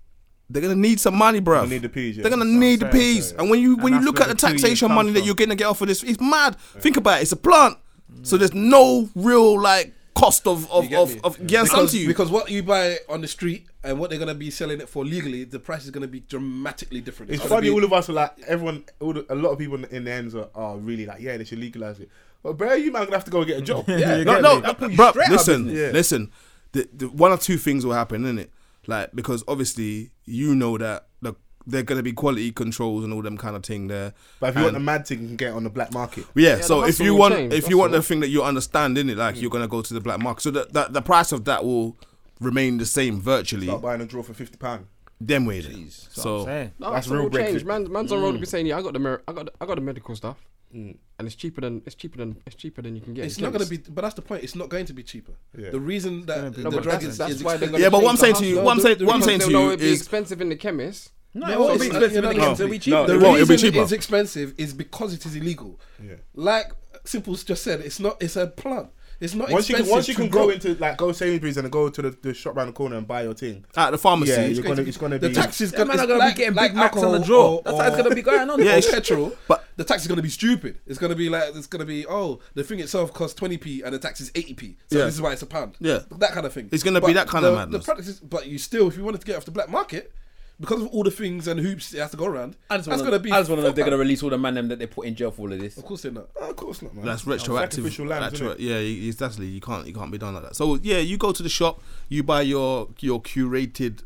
Speaker 4: They're gonna need some money, bruv.
Speaker 2: need the peas, yeah.
Speaker 4: They're gonna need the
Speaker 1: I'm saying,
Speaker 4: peas. And when you when you
Speaker 1: that's
Speaker 4: look at
Speaker 1: where
Speaker 4: the
Speaker 1: the two years
Speaker 4: taxation
Speaker 1: come
Speaker 4: money that
Speaker 1: from.
Speaker 4: you're gonna get off of this, it's mad. Think about it. It's a plant, so there's no real like cost of of
Speaker 5: You get
Speaker 4: of,
Speaker 5: me?
Speaker 4: of yeah. it's
Speaker 5: because,
Speaker 4: onto you.
Speaker 5: because what you buy on the street and what they're gonna be selling it for legally, the price is gonna be dramatically different.
Speaker 2: It's
Speaker 5: gonna
Speaker 2: funny,
Speaker 5: be-
Speaker 2: all of us are like, everyone, all the, a lot of people in the, in the ends are, are really like, yeah, they should legalize it. But, bro, you man gonna have to go and get a job.
Speaker 1: You
Speaker 4: no,
Speaker 1: get
Speaker 4: no,
Speaker 1: me?
Speaker 4: bro. Listen,
Speaker 2: isn't it? Yeah.
Speaker 4: listen. The, the one or two things will happen, innit? Like because obviously you know that the, they're gonna be quality controls and all them kind of thing there.
Speaker 2: But if you want
Speaker 4: And-
Speaker 2: the mad thing, you can get it on the black market.
Speaker 4: Yeah, so
Speaker 6: the
Speaker 4: if
Speaker 6: hustle
Speaker 4: you
Speaker 6: will
Speaker 4: want
Speaker 6: change,
Speaker 4: if you
Speaker 6: that's
Speaker 4: want
Speaker 6: all.
Speaker 4: the thing that you understand in it, like you're gonna go to the black market. So that, that the price of that will remain the same virtually.
Speaker 2: Start buying a draw for fifty pound.
Speaker 4: Them way there.
Speaker 1: I'm
Speaker 4: So
Speaker 1: saying.
Speaker 6: No,
Speaker 2: That's
Speaker 6: that's
Speaker 2: real
Speaker 6: Oh, real Mm. change.
Speaker 2: Brexit.
Speaker 6: Man, man's on road to be saying, "Yeah, I got the, mer- I got, the, I got the medical stuff, and it's cheaper than, it's cheaper than, Mm. it's cheaper than you can get."
Speaker 5: It's
Speaker 6: in
Speaker 5: not going
Speaker 6: clinics."
Speaker 5: to be, but that's the point. It's not going to be cheaper.
Speaker 2: Yeah.
Speaker 5: The reason that
Speaker 1: be
Speaker 5: the
Speaker 1: more
Speaker 5: drug
Speaker 1: expensive.
Speaker 5: is,
Speaker 6: That's
Speaker 5: is
Speaker 6: why they're
Speaker 5: expensive-
Speaker 6: gonna
Speaker 4: Yeah, but what
Speaker 6: change
Speaker 4: I'm
Speaker 6: the
Speaker 4: saying to you,
Speaker 6: hustle.
Speaker 4: what I'm saying,
Speaker 6: The
Speaker 4: what I'm
Speaker 6: reason
Speaker 4: saying
Speaker 6: they'll
Speaker 4: to you
Speaker 6: know it'd be
Speaker 4: is
Speaker 6: expensive in the chemist.
Speaker 5: No,
Speaker 3: it'll
Speaker 5: it's
Speaker 3: be
Speaker 5: not-
Speaker 3: expensive
Speaker 5: no,
Speaker 3: in the
Speaker 5: no,
Speaker 3: end, so it'll be cheaper.
Speaker 5: no, The
Speaker 4: it won't, it'll be
Speaker 5: reason
Speaker 4: cheaper.
Speaker 5: it's expensive is because it is illegal.
Speaker 2: Yeah.
Speaker 5: Like Simple's just said, it's not. It's a plant. It's not
Speaker 2: Once you
Speaker 5: expensive.
Speaker 2: can, once you
Speaker 5: to
Speaker 2: can
Speaker 5: grow.
Speaker 2: go into like go Sainsbury's and go to the, the shop round the corner and buy your thing.
Speaker 4: at the pharmacy.
Speaker 2: Yeah,
Speaker 4: Yeah,
Speaker 2: you're gonna, it's gonna
Speaker 5: the
Speaker 2: be
Speaker 5: tax is
Speaker 3: Them
Speaker 5: gonna,
Speaker 3: man
Speaker 5: it's
Speaker 3: are gonna be
Speaker 5: like,
Speaker 3: getting
Speaker 5: like
Speaker 3: Big Macs on the
Speaker 5: alcohol
Speaker 3: draw.
Speaker 5: or-
Speaker 3: That's how it's gonna be going on.
Speaker 5: or
Speaker 4: Yeah, it's-
Speaker 5: petrol,
Speaker 4: but-
Speaker 5: but the tax is going to be stupid. It's going to be like it's going to be oh the thing itself costs twenty p and the tax is eighty p. So
Speaker 4: Yeah.
Speaker 5: this is why it's a pound.
Speaker 4: Yeah.
Speaker 5: that kind of thing.
Speaker 4: It's gonna be
Speaker 5: But
Speaker 4: that kind of
Speaker 5: the-
Speaker 4: madness.
Speaker 5: The product is, but you still, if you wanted to get off the black market, because of all the things and hoops it has to go around,
Speaker 3: I just
Speaker 5: that's
Speaker 3: want
Speaker 5: going to
Speaker 3: to
Speaker 5: be.
Speaker 3: I just want to know if they're
Speaker 5: £4.
Speaker 3: gonna release all the man them that they put in jail for all of this.
Speaker 5: Of course they're not.
Speaker 2: of course not, man.
Speaker 4: that's retroactive.
Speaker 2: Sacrificial lambs,
Speaker 4: retro-
Speaker 2: innit?
Speaker 4: yeah, you- it's actually you can't you can't be done like that. So yeah, you go to the shop, you buy your your curated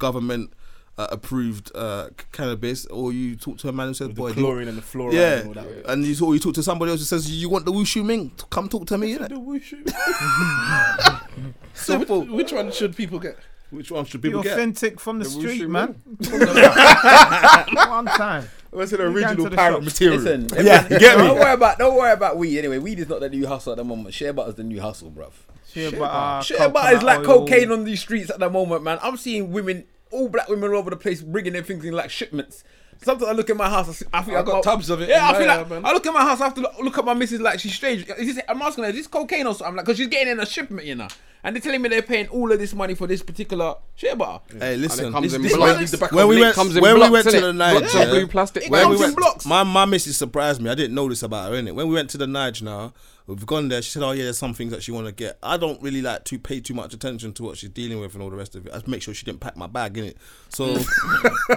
Speaker 4: government uh, approved uh, c- cannabis, or you talk to a man who says,
Speaker 2: With
Speaker 4: "Boy,
Speaker 2: the
Speaker 4: do you-
Speaker 2: chlorine and the fluoride
Speaker 4: yeah,"
Speaker 2: and all that.
Speaker 4: and you talk, you talk to somebody else who says, "You want the wushu ming? Come talk to me." innit?
Speaker 2: The wushu.
Speaker 5: So which, which one should people get?
Speaker 4: Which one should
Speaker 1: Be
Speaker 4: people get?
Speaker 1: authentic from the, street,
Speaker 6: Wushu
Speaker 1: man. One time.
Speaker 2: What's an
Speaker 1: You going to
Speaker 2: original
Speaker 1: the
Speaker 2: pirate
Speaker 1: shops.
Speaker 2: material?
Speaker 3: Listen,
Speaker 4: Yeah, you get me?
Speaker 3: Don't worry about don't worry about weed anyway. Weed is not the new hustle at the moment. Share butter's the new hustle, bruv.
Speaker 1: Shea butter,
Speaker 3: Share butter is
Speaker 1: uh, coconut
Speaker 3: like
Speaker 1: oil.
Speaker 3: cocaine on these streets at the moment, man. I'm seeing women, all black women all over the place, bringing their things in like shipments. Sometimes I look at my house, I, see, I think
Speaker 5: I've
Speaker 3: I've
Speaker 5: got tubs of it in
Speaker 3: Yeah, I
Speaker 5: my
Speaker 3: feel
Speaker 5: yard,
Speaker 3: like
Speaker 5: man.
Speaker 3: I look at my house. I have to look, look at my missus like she's strange. Is this, I'm asking her, is this cocaine or something? I'm like, because she's getting in a shipment, you know. And they're telling me they're paying all of this money for this particular share butter.
Speaker 4: Hey, listen.
Speaker 6: And it comes
Speaker 4: this-
Speaker 6: in
Speaker 4: this
Speaker 6: blocks.
Speaker 4: man-
Speaker 5: The back
Speaker 4: when
Speaker 5: of
Speaker 4: we
Speaker 5: the
Speaker 4: went,
Speaker 6: comes in
Speaker 4: when we
Speaker 6: blocks,
Speaker 4: went to
Speaker 6: innit?
Speaker 4: the Nige,
Speaker 6: Blocks of blue plastic.
Speaker 3: It
Speaker 4: when
Speaker 3: comes
Speaker 4: we
Speaker 3: in
Speaker 4: went,
Speaker 3: blocks.
Speaker 4: my my missus surprised me. I didn't know this about her innit? When we went to the Nige now, we've gone there. She said, "Oh yeah, there's some things that she want to get." I don't really like to pay too much attention to what she's dealing with and all the rest of it. I just make sure she didn't pack my bag in it. So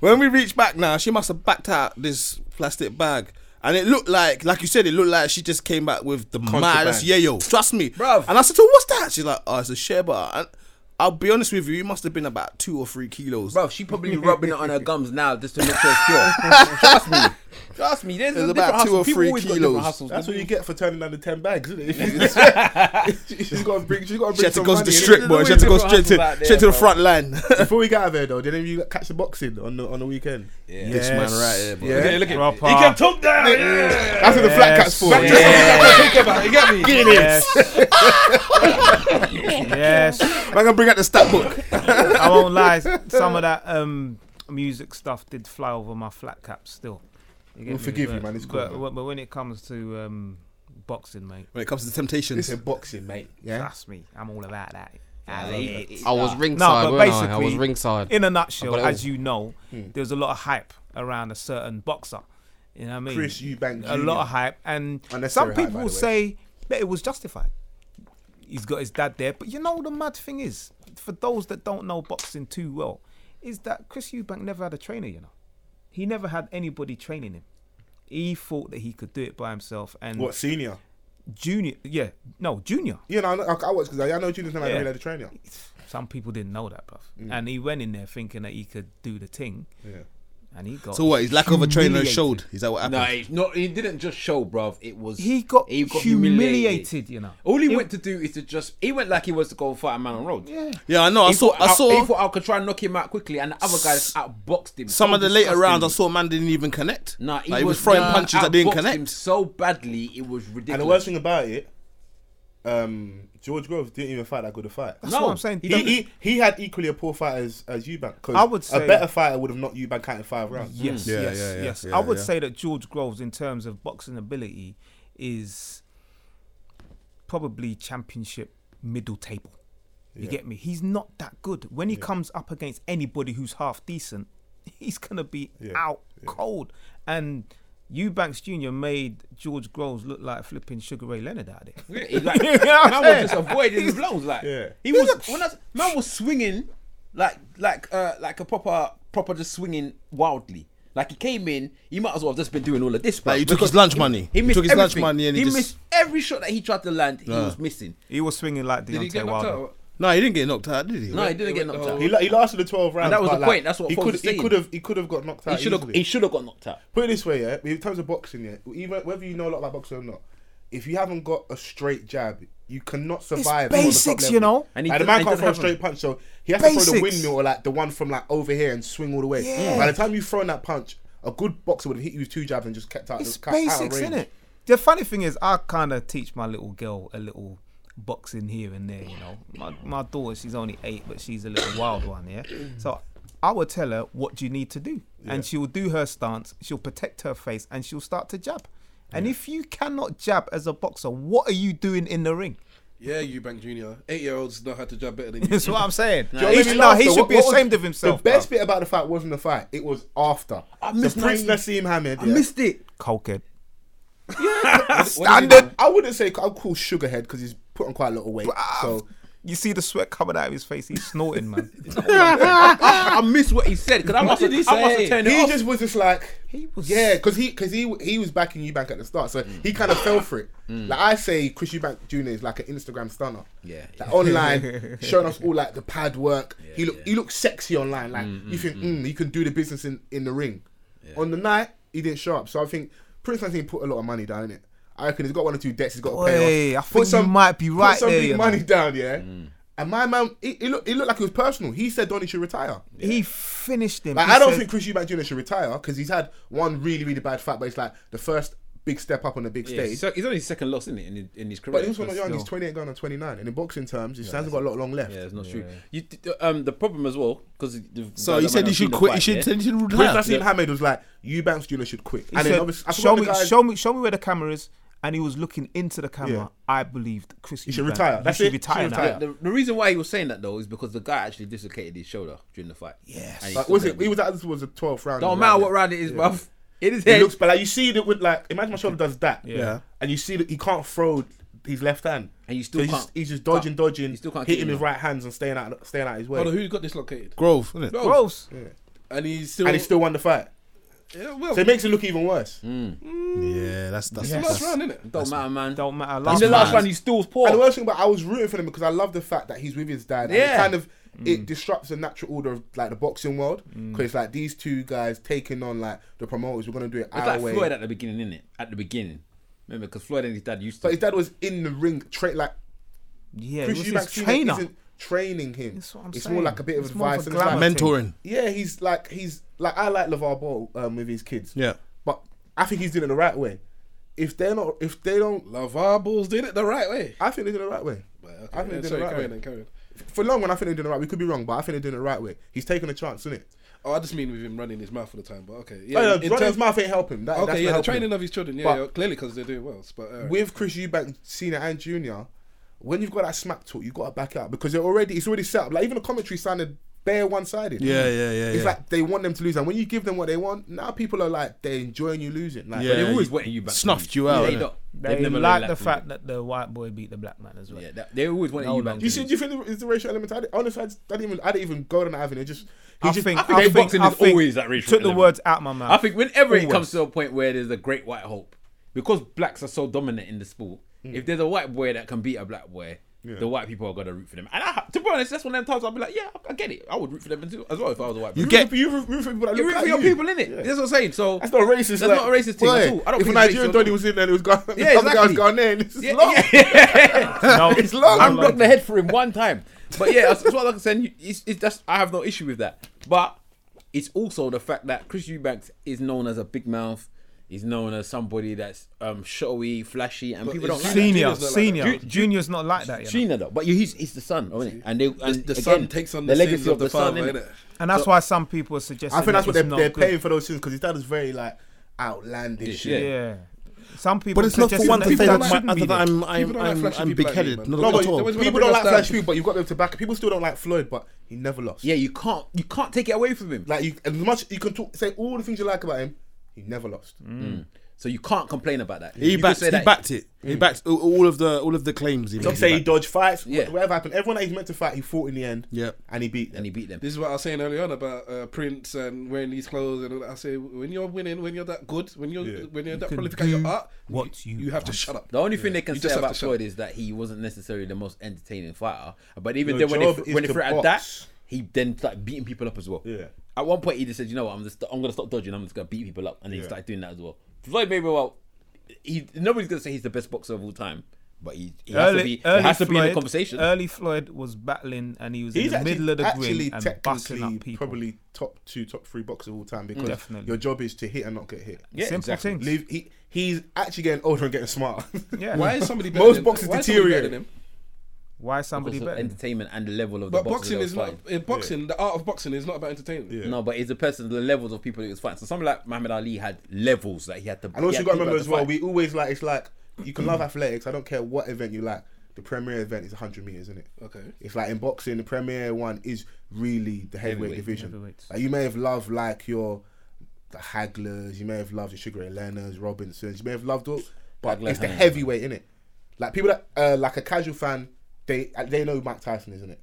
Speaker 4: when we reached back now, she must have backed out this plastic bag. And it looked like, like you said, it looked like she just came back with the maddest yayo. Trust me,
Speaker 3: Bruv.
Speaker 4: And I said to her, "What's that?" She's like, "Oh, it's a share bar." And I'll be honest with you, it must have been about two or three kilos.
Speaker 3: Bro, she probably rubbing it on her gums now just to make sure it's pure. Trust me. Trust me. There's,
Speaker 4: There's
Speaker 3: a
Speaker 4: about
Speaker 3: different
Speaker 4: two
Speaker 3: hustle.
Speaker 4: or
Speaker 3: People
Speaker 4: three
Speaker 3: always got
Speaker 4: kilos.
Speaker 3: different hustles.
Speaker 2: That's what
Speaker 3: People-
Speaker 2: you get for turning down the ten bags, isn't it? she's got to bring. She's got to bring
Speaker 4: She had to
Speaker 2: some
Speaker 4: go to
Speaker 2: money,
Speaker 4: the
Speaker 2: innit?
Speaker 4: strip, boy. She had to go straight to
Speaker 3: Hustles out there,
Speaker 4: straight to the
Speaker 3: bro.
Speaker 4: front line.
Speaker 2: Before we get out of here, though, did any of you catch the boxing on the on the weekend?
Speaker 3: Yeah.
Speaker 4: This man right here, boy.
Speaker 2: Yeah.
Speaker 5: look at
Speaker 1: Proper.
Speaker 5: talk down.
Speaker 2: That's what the flat cat's for.
Speaker 1: Yes.
Speaker 5: You get me?
Speaker 1: Yes. yes.
Speaker 4: I'm gonna bring out the stat book.
Speaker 1: I won't lie. Some of that um, music stuff did fly over my flat cap still. You get
Speaker 2: We'll
Speaker 1: me?
Speaker 2: forgive you,
Speaker 1: But-
Speaker 2: man, it's cool,
Speaker 1: But,
Speaker 2: man.
Speaker 1: but, when it comes to um, boxing, mate,
Speaker 4: When it comes to the temptations,
Speaker 2: This is boxing, mate. Yeah.
Speaker 1: trust me, I'm all about that. I
Speaker 3: love
Speaker 1: love
Speaker 3: it.
Speaker 1: it.
Speaker 6: I was ringside.
Speaker 1: No, but
Speaker 6: weren't I? I
Speaker 1: basically,
Speaker 6: was ringside.
Speaker 1: in a
Speaker 6: I've
Speaker 1: nutshell,
Speaker 6: got it Hmm. all.
Speaker 1: as you know, there was a lot of hype around a certain boxer. You know what I mean?
Speaker 2: Chris Eubank.
Speaker 1: a lot of hype, and
Speaker 2: Unnecessary
Speaker 1: some
Speaker 2: hype,
Speaker 1: people
Speaker 2: by
Speaker 1: will
Speaker 2: the way.
Speaker 1: say that it was justified. He's got his dad there, but you know the mad thing is, for those that don't know boxing too well, is that Chris Eubank never had a trainer. You know, he never had anybody training him. He thought that he could do it by himself. And
Speaker 2: What senior?
Speaker 1: junior? Yeah, no, junior.
Speaker 2: You know, I, know- I watch because I, I know Junior's not like
Speaker 1: Yeah.
Speaker 2: really the trainer.
Speaker 1: Some people didn't know that, bruv. And he went in there thinking that he could do the thing,
Speaker 2: Yeah.
Speaker 1: and he got.
Speaker 4: So what? His lack of a trainer
Speaker 1: humiliated.
Speaker 4: showed. Is that what happened?
Speaker 3: No, he, no, he didn't just show, bruv. It was
Speaker 1: He got, humiliated, You know.
Speaker 3: All he went to do is to just he went like he was to go and fight a man on road. Yeah,
Speaker 4: Yeah, Oh, I know. I
Speaker 3: he
Speaker 4: saw.
Speaker 3: Thought,
Speaker 4: I
Speaker 3: He
Speaker 4: saw
Speaker 3: thought I could try and knock him out quickly, and the other guy just outboxed him.
Speaker 4: some
Speaker 3: So
Speaker 4: of the later
Speaker 3: disgusting.
Speaker 4: rounds. I saw man didn't even connect.
Speaker 3: Nah, he,
Speaker 4: Like,
Speaker 3: was,
Speaker 4: throwing
Speaker 3: nah,
Speaker 4: punches that didn't
Speaker 3: outboxed Him
Speaker 4: connect.
Speaker 3: so badly, it was ridiculous.
Speaker 2: And the worst thing about it, um, George Groves didn't even fight that good a fight.
Speaker 1: That's what I'm saying.
Speaker 2: He, he, he had equally a poor fight as, as Eubank. 'cause
Speaker 1: I would
Speaker 2: a
Speaker 1: say-
Speaker 2: better fighter would have knocked Eubank out in five rounds.
Speaker 1: Yes,
Speaker 4: Mm. Yeah,
Speaker 1: yes,
Speaker 4: yeah, yeah,
Speaker 1: yes.
Speaker 4: yeah,
Speaker 1: I would
Speaker 4: yeah.
Speaker 1: say that George Groves, in terms of boxing ability, is probably championship middle table. You get me? He's not that good. When he comes up against anybody who's half decent, he's gonna be
Speaker 2: Yeah,
Speaker 1: out cold. And Eubanks Jr. made George Groves look like flipping Sugar Ray Leonard out of it.
Speaker 3: Yeah, he, like,
Speaker 1: know what I'm
Speaker 3: man
Speaker 1: saying?
Speaker 3: was just avoiding the blows. Like
Speaker 2: Yeah.
Speaker 3: he was when I, man was swinging like like uh like a proper proper just swinging wildly. Like he came in, he might as well have just been doing all of this.
Speaker 4: Like,
Speaker 3: bruv,
Speaker 4: he took
Speaker 3: because
Speaker 4: his lunch money. He
Speaker 3: missed
Speaker 4: took his lunch
Speaker 3: everything.
Speaker 4: money and he just-
Speaker 3: missed every shot that he tried to land. He was missing.
Speaker 1: He was swinging like
Speaker 5: Did he
Speaker 1: Deontay
Speaker 5: get knocked
Speaker 1: Wilder.
Speaker 5: out?
Speaker 4: No, he didn't get knocked out, did he?
Speaker 3: No, he didn't
Speaker 5: He
Speaker 3: get
Speaker 5: went
Speaker 3: knocked
Speaker 5: the
Speaker 3: out.
Speaker 2: He, la- he lasted the twelve rounds.
Speaker 3: that was
Speaker 2: but,
Speaker 3: the
Speaker 2: like,
Speaker 3: point, that's what
Speaker 2: he
Speaker 3: Foles
Speaker 2: could
Speaker 3: was
Speaker 2: he
Speaker 3: saying.
Speaker 2: could have he could have got knocked
Speaker 3: He
Speaker 2: out.
Speaker 3: should have.
Speaker 2: easily.
Speaker 3: He should have got knocked out.
Speaker 2: Put it this way, yeah. In terms of boxing, yeah, even whether you know a lot about boxing or not, if you haven't got a straight jab, you cannot survive. on the top
Speaker 1: basics,
Speaker 2: level.
Speaker 1: you know?
Speaker 3: And
Speaker 2: And,
Speaker 3: he
Speaker 2: the
Speaker 3: does-
Speaker 2: man
Speaker 3: and
Speaker 2: can't
Speaker 3: he doesn't
Speaker 2: throw a
Speaker 3: have
Speaker 2: straight
Speaker 3: them.
Speaker 2: punch, so he has to throw the
Speaker 1: Basics.
Speaker 2: windmill or like the one from like over here and swing all the way.
Speaker 1: Yeah.
Speaker 2: By the time you've thrown that punch, a good boxer would have hit you with two jabs and just kept out.
Speaker 1: It's
Speaker 2: kept out of
Speaker 1: basics,
Speaker 2: range.
Speaker 1: innit? The funny thing is, I kind of teach my little girl a little boxing here and there. You know, my my daughter, she's only eight, but she's a little wild one. Yeah, so I would tell her what you need to do, and she will do her stance. She'll protect her face, and she'll start to jab. And if you cannot jab as a boxer, what are you doing in the ring?
Speaker 5: Yeah, Eubank Jr. Eight year olds know how to jab better than you.
Speaker 1: That's what I'm saying.
Speaker 2: Do you know
Speaker 1: he
Speaker 2: what
Speaker 1: should,
Speaker 2: made me
Speaker 1: no,
Speaker 2: laugh,
Speaker 1: he
Speaker 2: though?
Speaker 1: should
Speaker 2: What-
Speaker 1: be
Speaker 2: what was-
Speaker 1: ashamed of himself.
Speaker 2: The best
Speaker 1: bruv.
Speaker 2: bit about the fight wasn't the fight; it was after.
Speaker 3: I
Speaker 2: So
Speaker 3: missed
Speaker 2: Prince
Speaker 3: Naeem.
Speaker 2: Nassim Hamed.
Speaker 3: I
Speaker 2: yeah.
Speaker 3: missed it.
Speaker 1: Cokehead.
Speaker 2: Standard. I wouldn't say I'll call Sugarhead because he's put on quite a lot of weight. So
Speaker 1: You see the sweat coming out of his face. He's snorting, man.
Speaker 3: I missed what he said because I must have.
Speaker 7: did he
Speaker 3: I must
Speaker 7: say?
Speaker 3: have turned it
Speaker 2: he
Speaker 3: off.
Speaker 2: just was just like,
Speaker 1: He was-
Speaker 2: yeah, because he because he he was backing Eubank at the start, so he kind
Speaker 1: Mm.
Speaker 2: of fell for it. Like I say, Chris Eubank Jr. is like an Instagram stunner.
Speaker 3: Yeah.
Speaker 2: like online, showing us all like the pad work. he look he looks sexy online. Like you think mm, he can do the business in in the ring. On the night he didn't show up, so I think Prince Anthony put a lot of money down in it. I reckon he's got one or two debts he's got to pay
Speaker 1: Wait, I
Speaker 2: off.
Speaker 1: think you might be right
Speaker 2: Put some
Speaker 1: there,
Speaker 2: big
Speaker 1: you know. Mm.
Speaker 2: money down, yeah. And my man, it, it looked it looked like it was personal. He said Donny should retire.
Speaker 1: He finished him.
Speaker 2: Like,
Speaker 1: He
Speaker 2: I don't
Speaker 1: said-
Speaker 2: think Chris Eubank Jr. should retire because he's had one really, really bad fight, but it's like the first big step up on the big
Speaker 3: Yeah,
Speaker 2: stage.
Speaker 3: he's he's only his second loss in it in, in his career.
Speaker 2: but this one, not young, he's
Speaker 1: still-
Speaker 2: 28 going on 29. And in boxing terms, he yeah, has got a lot long left.
Speaker 3: Yeah, it's not true. You, d- d- um, the problem as well because
Speaker 4: So he said he should quit. He should. He should
Speaker 2: Prince
Speaker 4: retire.
Speaker 2: Nassim Hamed was like, Eubanks Jr. should quit.
Speaker 1: He
Speaker 2: and
Speaker 1: said,
Speaker 2: then obviously, I
Speaker 1: show
Speaker 2: forgot
Speaker 1: me,
Speaker 2: the guy,
Speaker 1: show me, show me where the camera is. And he was looking into the camera.
Speaker 2: Yeah.
Speaker 1: I believed Chris. He
Speaker 2: should retire. That's
Speaker 1: he
Speaker 2: it.
Speaker 1: should retire.
Speaker 2: Should
Speaker 1: now.
Speaker 2: retire.
Speaker 3: The, the reason why he was saying that though is because the guy actually dislocated his shoulder during the fight.
Speaker 1: Yes.
Speaker 3: And he
Speaker 2: like,
Speaker 3: still
Speaker 2: was
Speaker 3: got
Speaker 2: it? He was at this was the 12th round.
Speaker 3: Don't
Speaker 2: round
Speaker 3: matter
Speaker 2: there.
Speaker 3: what round it is, bruv. It is
Speaker 2: It
Speaker 3: head.
Speaker 2: looks, but like you see that with like, imagine my shoulder does that,
Speaker 1: Yeah.
Speaker 2: and you see that he can't throw his left hand,
Speaker 3: And you still
Speaker 2: he's
Speaker 3: can't-
Speaker 2: just, he's just dodging, dodging,
Speaker 3: you still can't keep
Speaker 2: hitting
Speaker 3: him
Speaker 2: his
Speaker 3: up.
Speaker 2: right hands and staying out, staying out his way,
Speaker 5: Hold on, who got dislocated?
Speaker 4: Grove, isn't it?
Speaker 1: Gross.
Speaker 5: And he's still.
Speaker 2: and he still won the fight.
Speaker 5: Yeah, well,
Speaker 2: So it makes it look even worse.
Speaker 4: Yeah, that's that's.
Speaker 5: it's the
Speaker 4: that's-
Speaker 5: last round, isn't it?
Speaker 3: Don't matter, man.
Speaker 1: Don't matter.
Speaker 3: In
Speaker 1: Last
Speaker 3: the last
Speaker 1: man.
Speaker 3: round, he still was poor.
Speaker 2: And
Speaker 1: Oh.
Speaker 2: the worst thing about I was rooting for him because I love the fact that he's with his dad. And it
Speaker 3: Yeah.
Speaker 2: kind of it disrupts the natural order of like the boxing world because it's like these two guys taking on like the promoters. We're gonna do it
Speaker 3: It's
Speaker 2: our
Speaker 3: like
Speaker 2: way.
Speaker 3: Floyd at the beginning, innit? At the beginning, remember? Because Floyd and his dad used
Speaker 2: But
Speaker 3: to.
Speaker 2: his dad was in the ring, tra- like
Speaker 1: Yeah,
Speaker 2: Chris
Speaker 1: he was his
Speaker 2: Eubanks Jr.
Speaker 1: trainer.
Speaker 2: isn't training him.
Speaker 1: That's what I'm
Speaker 2: it's more
Speaker 1: saying.
Speaker 2: like a bit of
Speaker 1: It's more of
Speaker 2: advice.
Speaker 1: a
Speaker 2: and it's like,
Speaker 1: glamour.
Speaker 4: Mentoring.
Speaker 2: yeah, he's like he's like I like LeVar Ball um, with his kids.
Speaker 4: Yeah.
Speaker 2: but I think he's doing it the right way. If they're not, if they don't,
Speaker 5: Lavar Bulls did it the right way.
Speaker 2: I think they're doing it the right way.
Speaker 5: But,
Speaker 2: I think
Speaker 5: yeah,
Speaker 2: they're doing
Speaker 5: sorry,
Speaker 2: it the right
Speaker 5: carry on
Speaker 2: way.
Speaker 5: then, carry on.
Speaker 2: For long run, I think they're doing it right. We could be wrong, but I think they're doing it the right way. He's taking a chance, isn't it?
Speaker 5: Oh, I just mean with him running his mouth all the time, but okay. Yeah,
Speaker 2: Oh, Yeah, no,
Speaker 5: in
Speaker 2: running
Speaker 5: terms-
Speaker 2: his mouth ain't helping. That, that's
Speaker 5: Okay, yeah, the
Speaker 2: not helping.
Speaker 5: training of his children, yeah,
Speaker 2: But-
Speaker 5: yeah clearly because they're doing well. But uh, alright.
Speaker 2: with Chris Eubank Senior and Junior. When you've got that smack talk, you have got to back out because it already it's already set up. Like even the commentary sounded bare one sided.
Speaker 4: Yeah, yeah, yeah,
Speaker 2: It's
Speaker 4: yeah.
Speaker 2: like they want them to lose, and when you give them what they want, now people are like they're enjoying you losing. Like,
Speaker 4: Yeah.
Speaker 3: They're always wanting you back.
Speaker 4: Snuffed you
Speaker 3: Yeah,
Speaker 4: out,
Speaker 3: They
Speaker 4: innit?
Speaker 3: don't.
Speaker 1: They
Speaker 3: they've never
Speaker 1: like
Speaker 3: let
Speaker 1: the
Speaker 3: that
Speaker 1: fact that the white boy beat the black man as
Speaker 3: be-
Speaker 1: well.
Speaker 3: Yeah, that- they always wanting
Speaker 1: No
Speaker 3: you back.
Speaker 1: longer.
Speaker 2: You see, do you think there is the racial element? I di- honestly, I, just, I didn't even, I didn't even go down that avenue. Just, he
Speaker 1: I
Speaker 2: just,
Speaker 1: think,
Speaker 2: I
Speaker 1: I
Speaker 2: think
Speaker 1: think,
Speaker 2: they
Speaker 3: boxing
Speaker 1: I
Speaker 3: is
Speaker 1: think-
Speaker 3: always that racial
Speaker 1: Took the
Speaker 3: element.
Speaker 1: words out my mouth.
Speaker 3: I think whenever it
Speaker 1: Always.
Speaker 3: comes to a point where there's a great white hope, because blacks are so dominant in the sport,
Speaker 2: Mm.
Speaker 3: if there's a white boy that can beat a black boy, the white people are gonna root for them. And I, ha- to be honest, that's one of them times I'll be like, yeah, I get it. I would root for them too, as well if I was a white.
Speaker 4: You
Speaker 3: boy.
Speaker 4: get
Speaker 2: you root root for people that
Speaker 3: you
Speaker 2: look
Speaker 3: root
Speaker 2: like
Speaker 3: for your
Speaker 2: you.
Speaker 3: people, innit? That's what I'm saying. So
Speaker 2: That's not racist.
Speaker 3: That's
Speaker 2: like,
Speaker 3: not a racist thing at
Speaker 2: boy,
Speaker 3: all. I don't
Speaker 2: if
Speaker 3: think
Speaker 2: a
Speaker 3: it's
Speaker 2: Nigerian
Speaker 3: racist at
Speaker 2: Donny
Speaker 3: all.
Speaker 2: was in there and it was Ghana,
Speaker 3: Yeah,
Speaker 2: the other
Speaker 3: exactly.
Speaker 2: guy's Ghanaian, it's
Speaker 3: Yeah,
Speaker 2: long.
Speaker 3: yeah.
Speaker 1: no,
Speaker 2: It's long.
Speaker 3: I blocked the head for him one time. But yeah, that's, that's what I was saying. It's, it's just I have no issue with that. But it's also the fact that Chris Eubanks is known as a big mouth. He's known as somebody that's um, showy, flashy, and people don't
Speaker 5: it's
Speaker 3: like that.
Speaker 1: senior,
Speaker 5: Junior's not like that.
Speaker 1: senior,
Speaker 3: Ju- ju-
Speaker 1: junior's not like that. You know?
Speaker 3: Sheena though, but he's he's the son, isn't it? And they and
Speaker 5: The
Speaker 3: again,
Speaker 5: son takes on the, sins of the
Speaker 3: son,
Speaker 5: father,
Speaker 3: innit?
Speaker 5: innit?
Speaker 1: And that's why some people are suggesting.
Speaker 2: I think
Speaker 1: that
Speaker 2: that's what they're,
Speaker 1: it's not
Speaker 2: they're
Speaker 1: good.
Speaker 2: paying for those things because his dad is very like outlandish.
Speaker 3: Yeah.
Speaker 1: Yeah. Some people.
Speaker 4: But it's not for
Speaker 1: suggesting
Speaker 4: one to
Speaker 1: that
Speaker 4: say
Speaker 1: people
Speaker 4: that,
Speaker 1: shouldn't
Speaker 4: my,
Speaker 1: be
Speaker 4: that
Speaker 1: there.
Speaker 4: I'm I'm,
Speaker 5: People don't like
Speaker 4: I'm,
Speaker 5: flashy
Speaker 4: I'm
Speaker 5: people
Speaker 4: big
Speaker 5: like
Speaker 4: headed.
Speaker 5: me, man.
Speaker 4: not
Speaker 2: No,
Speaker 4: at
Speaker 2: but
Speaker 4: all.
Speaker 5: there was-
Speaker 2: people
Speaker 5: People
Speaker 2: don't like
Speaker 5: understand.
Speaker 2: flash people, but you've got them to back. People still don't like Floyd, but he never lost.
Speaker 3: Yeah, you can't you can't take it away from him.
Speaker 2: Like you, as much you can talk, say all the things you like about him, he never lost.
Speaker 3: Mm. So you can't complain about that.
Speaker 4: He
Speaker 3: you could
Speaker 4: backed,
Speaker 3: say
Speaker 4: he
Speaker 3: that-
Speaker 4: backed it. He backed all- all of the all of the claims. He
Speaker 2: Some
Speaker 4: made.
Speaker 2: say he dodged fights,
Speaker 3: Yeah.
Speaker 2: whatever happened. Everyone that he's meant to fight, he fought in the end.
Speaker 4: Yeah.
Speaker 2: and he beat them.
Speaker 3: and he beat them.
Speaker 5: This is what I was saying earlier on about uh, Prince and wearing these clothes, and all that. I say when you're winning, when you're that good, when you're when you're that prolific at your art,
Speaker 1: what you
Speaker 5: have to shut up.
Speaker 3: The only thing they can
Speaker 5: You
Speaker 3: say
Speaker 5: just have
Speaker 3: about
Speaker 5: to shut
Speaker 3: Floyd is that he wasn't necessarily the most entertaining fighter. But even
Speaker 2: Your
Speaker 3: then, when
Speaker 2: job
Speaker 3: they
Speaker 2: is
Speaker 3: when they
Speaker 2: to
Speaker 3: threw it at that,
Speaker 2: box.
Speaker 3: he then started beating people up as well.
Speaker 2: Yeah.
Speaker 3: At one point, he just said, "You know what? I'm just I'm gonna stop dodging. I'm just gonna beat people up," and then he started doing that as well. Floyd Mayweather, he nobody's gonna say he's the best boxer of all time, but he, he has to be he has to be in the conversation.
Speaker 1: Early Floyd was battling, and he was
Speaker 2: He's
Speaker 1: in the
Speaker 2: actually,
Speaker 1: middle of the
Speaker 2: actually
Speaker 1: grid and busting
Speaker 2: technically
Speaker 1: up people.
Speaker 2: probably top two, top three boxers of all time because
Speaker 1: Definitely.
Speaker 2: your job is to hit and not get hit.
Speaker 3: yeah,
Speaker 1: Simple
Speaker 3: exactly.
Speaker 1: things.
Speaker 2: Leave, he he's actually getting older and getting smart.
Speaker 1: Yeah.
Speaker 5: Why
Speaker 1: Why?
Speaker 5: is somebody better
Speaker 2: Most
Speaker 5: than,
Speaker 2: boxers
Speaker 5: why is somebody better
Speaker 2: deteriorate.
Speaker 5: than him?
Speaker 1: Why somebody
Speaker 3: Because of
Speaker 1: better?
Speaker 3: entertainment and the level of the
Speaker 5: But
Speaker 3: boxers
Speaker 5: boxing
Speaker 3: that
Speaker 5: is
Speaker 3: was
Speaker 5: not
Speaker 3: fighting.
Speaker 5: in boxing. The art of boxing is not about entertainment.
Speaker 2: Yeah.
Speaker 3: No, but it's the person, the levels of people he was fighting. So something like Muhammad Ali had levels that he had to.
Speaker 2: And also,
Speaker 3: he
Speaker 2: you
Speaker 3: had
Speaker 2: got to
Speaker 3: people
Speaker 2: remember
Speaker 3: had
Speaker 2: as
Speaker 3: to
Speaker 2: well,
Speaker 3: fight.
Speaker 2: we always like, it's like, you can
Speaker 3: Mm.
Speaker 2: love athletics, I don't care what event you like. The premier event is 100 meters, isn't it?
Speaker 5: Okay.
Speaker 2: It's like in boxing, the premier one is really the heavyweight,
Speaker 3: Heavyweight,
Speaker 2: division.
Speaker 1: heavyweights.
Speaker 2: Like you may have loved like your the Haglers, you may have loved your Sugar Ray Leonards, Robinsons, you may have loved all, but
Speaker 3: Hagler,
Speaker 2: it's the
Speaker 3: Hearns.
Speaker 2: heavyweight, innit? Like people that, uh, like a casual fan, they they know who Mike Tyson is, isn't it?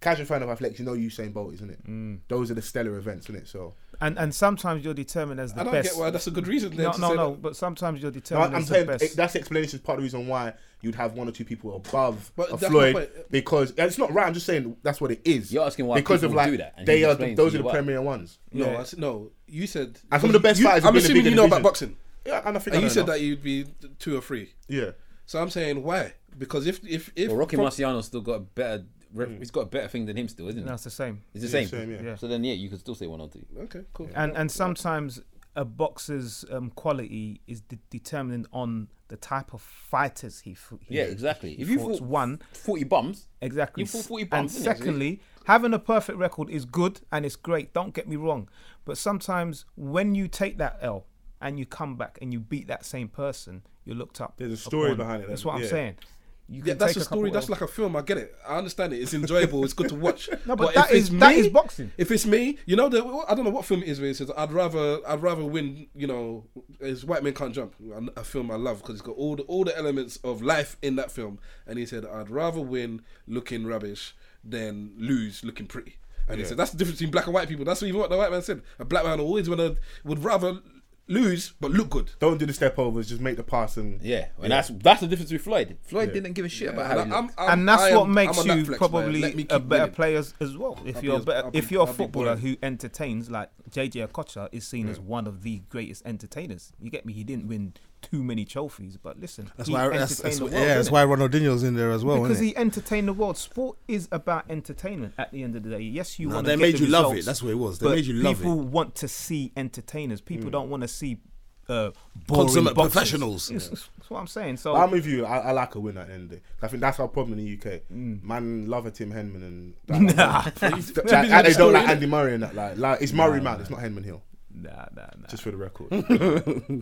Speaker 2: Casual fan of athletics, you know Usain Bolt, isn't it?
Speaker 3: Mm.
Speaker 2: Those are the stellar events, isn't it? So
Speaker 1: And and sometimes you're determined as the
Speaker 5: I don't
Speaker 1: best.
Speaker 5: get why that's a good reason. then
Speaker 1: no,
Speaker 5: to
Speaker 1: no,
Speaker 5: say
Speaker 1: no.
Speaker 5: that.
Speaker 1: But sometimes you're
Speaker 2: No,
Speaker 1: determined
Speaker 2: I'm
Speaker 1: as the
Speaker 2: saying it,
Speaker 1: best.
Speaker 2: that's the explanation. Is part of the reason why you'd have one or two people above
Speaker 5: But
Speaker 2: a
Speaker 5: that's
Speaker 2: Floyd
Speaker 5: my point.
Speaker 2: because and it's not right. I'm just saying that's what it is.
Speaker 3: You're asking why
Speaker 2: because of
Speaker 3: people
Speaker 2: like
Speaker 3: do that, and
Speaker 2: they
Speaker 3: he's
Speaker 2: are
Speaker 3: explaining to
Speaker 2: those
Speaker 3: you
Speaker 2: are the
Speaker 3: why.
Speaker 2: premier ones.
Speaker 5: No,
Speaker 1: Yeah.
Speaker 5: I said, no. You said
Speaker 2: And some of the best
Speaker 5: you,
Speaker 2: fighters have
Speaker 5: I'm
Speaker 2: been in
Speaker 5: assuming
Speaker 2: bigger
Speaker 5: you know about
Speaker 2: divisions.
Speaker 5: boxing,
Speaker 2: Yeah, and I think
Speaker 5: and
Speaker 2: I
Speaker 5: you
Speaker 2: know
Speaker 5: said
Speaker 2: enough.
Speaker 5: that you'd be two or three.
Speaker 2: Yeah,
Speaker 5: So I'm saying why? Because if if if
Speaker 3: But Rocky
Speaker 5: from-
Speaker 3: Marciano's still got a better. Ref, He's got a better thing than him still, isn't he?
Speaker 1: No, it's the same.
Speaker 3: It's the
Speaker 2: Yeah,
Speaker 3: same.
Speaker 2: same, yeah.
Speaker 1: Yeah.
Speaker 3: So then, yeah, you could still say one or two.
Speaker 5: okay, cool.
Speaker 1: And and sometimes a boxer's um, quality is de- determined on the type of fighters he. f- he
Speaker 3: Yeah, exactly.
Speaker 1: He
Speaker 3: If you
Speaker 1: fought
Speaker 3: fought
Speaker 1: one,
Speaker 3: forty bums,
Speaker 1: Exactly.
Speaker 3: You fought 40
Speaker 1: and
Speaker 3: bums, didn't you, actually?
Speaker 1: secondly, having a perfect record is good and it's great. Don't get me wrong, but sometimes when you take that L and you come back and you beat that same person, you're looked up.
Speaker 2: There's a story
Speaker 1: upon.
Speaker 2: behind it then,
Speaker 1: That's what
Speaker 2: yeah.
Speaker 1: I'm saying. You
Speaker 5: Yeah,
Speaker 1: can
Speaker 5: that's
Speaker 1: take
Speaker 5: a
Speaker 1: couple
Speaker 5: story. That's
Speaker 1: Ls.
Speaker 5: like a film. I get it. I understand it. It's enjoyable. it's good to watch.
Speaker 1: No, but that is- that is boxing.
Speaker 5: If it's me, you know, the, I don't know what film it is. Where it says, "I'd rather, I'd rather win." You know, is White Men Can't Jump, a film I love because it's got all the all the elements of life in that film. And he said, "I'd rather win looking rubbish than lose looking pretty." And he said, "That's the difference between black and white people." That's even what the white man said. A black man always wanna would rather lose but look good.
Speaker 2: don't do the step overs. Just make the pass and
Speaker 3: yeah, and that's that's the difference with Floyd. Floyd didn't give a shit about how.
Speaker 5: And
Speaker 3: he
Speaker 5: I'm-
Speaker 3: looked.
Speaker 5: I'm-
Speaker 1: and that's
Speaker 5: I am-
Speaker 1: what
Speaker 5: I'm
Speaker 1: makes
Speaker 5: on
Speaker 1: you
Speaker 5: Netflix, man.
Speaker 1: probably
Speaker 5: Let me
Speaker 1: a
Speaker 5: keep
Speaker 1: better
Speaker 5: winning.
Speaker 1: player as, as well. If
Speaker 5: I'll be
Speaker 1: you're
Speaker 5: as-
Speaker 1: a better,
Speaker 5: I'll be-
Speaker 1: if you're a
Speaker 5: I'll be
Speaker 1: footballer
Speaker 5: boring.
Speaker 1: who entertains, like JJ Okocha is seen
Speaker 4: Mm.
Speaker 1: as one of the greatest entertainers. You get me? He didn't win too many trophies, but listen,
Speaker 4: That's
Speaker 1: he
Speaker 4: why. That's,
Speaker 1: entertained
Speaker 4: that's,
Speaker 1: the world,
Speaker 4: yeah, that's
Speaker 1: innit?
Speaker 4: why Ronaldinho's in there as well.
Speaker 1: because
Speaker 4: isn't it?
Speaker 1: he entertained the world. Sport is about entertainment. At the end of the day, yes, you
Speaker 4: No,
Speaker 1: want.
Speaker 4: they
Speaker 1: to
Speaker 4: made
Speaker 1: get
Speaker 4: you
Speaker 1: the
Speaker 4: love
Speaker 1: results,
Speaker 4: it. That's what it was. They
Speaker 1: but
Speaker 4: made you love it. Mm.
Speaker 1: People want to see entertainers. People don't want to see uh, boring
Speaker 4: Consummate
Speaker 1: boxers.
Speaker 4: professionals.
Speaker 1: Yes, That's, that's what I'm saying. So
Speaker 2: I'm with you. I, I like a winner at the end of the day. I think that's our problem in the UK.
Speaker 5: Mm.
Speaker 2: Man, love a Tim Henman and that, that- and they don't like Andy Murray and that. Like, like it's Murray man. It's not Henman Hill.
Speaker 1: Nah, nah, nah.
Speaker 2: Just for the record.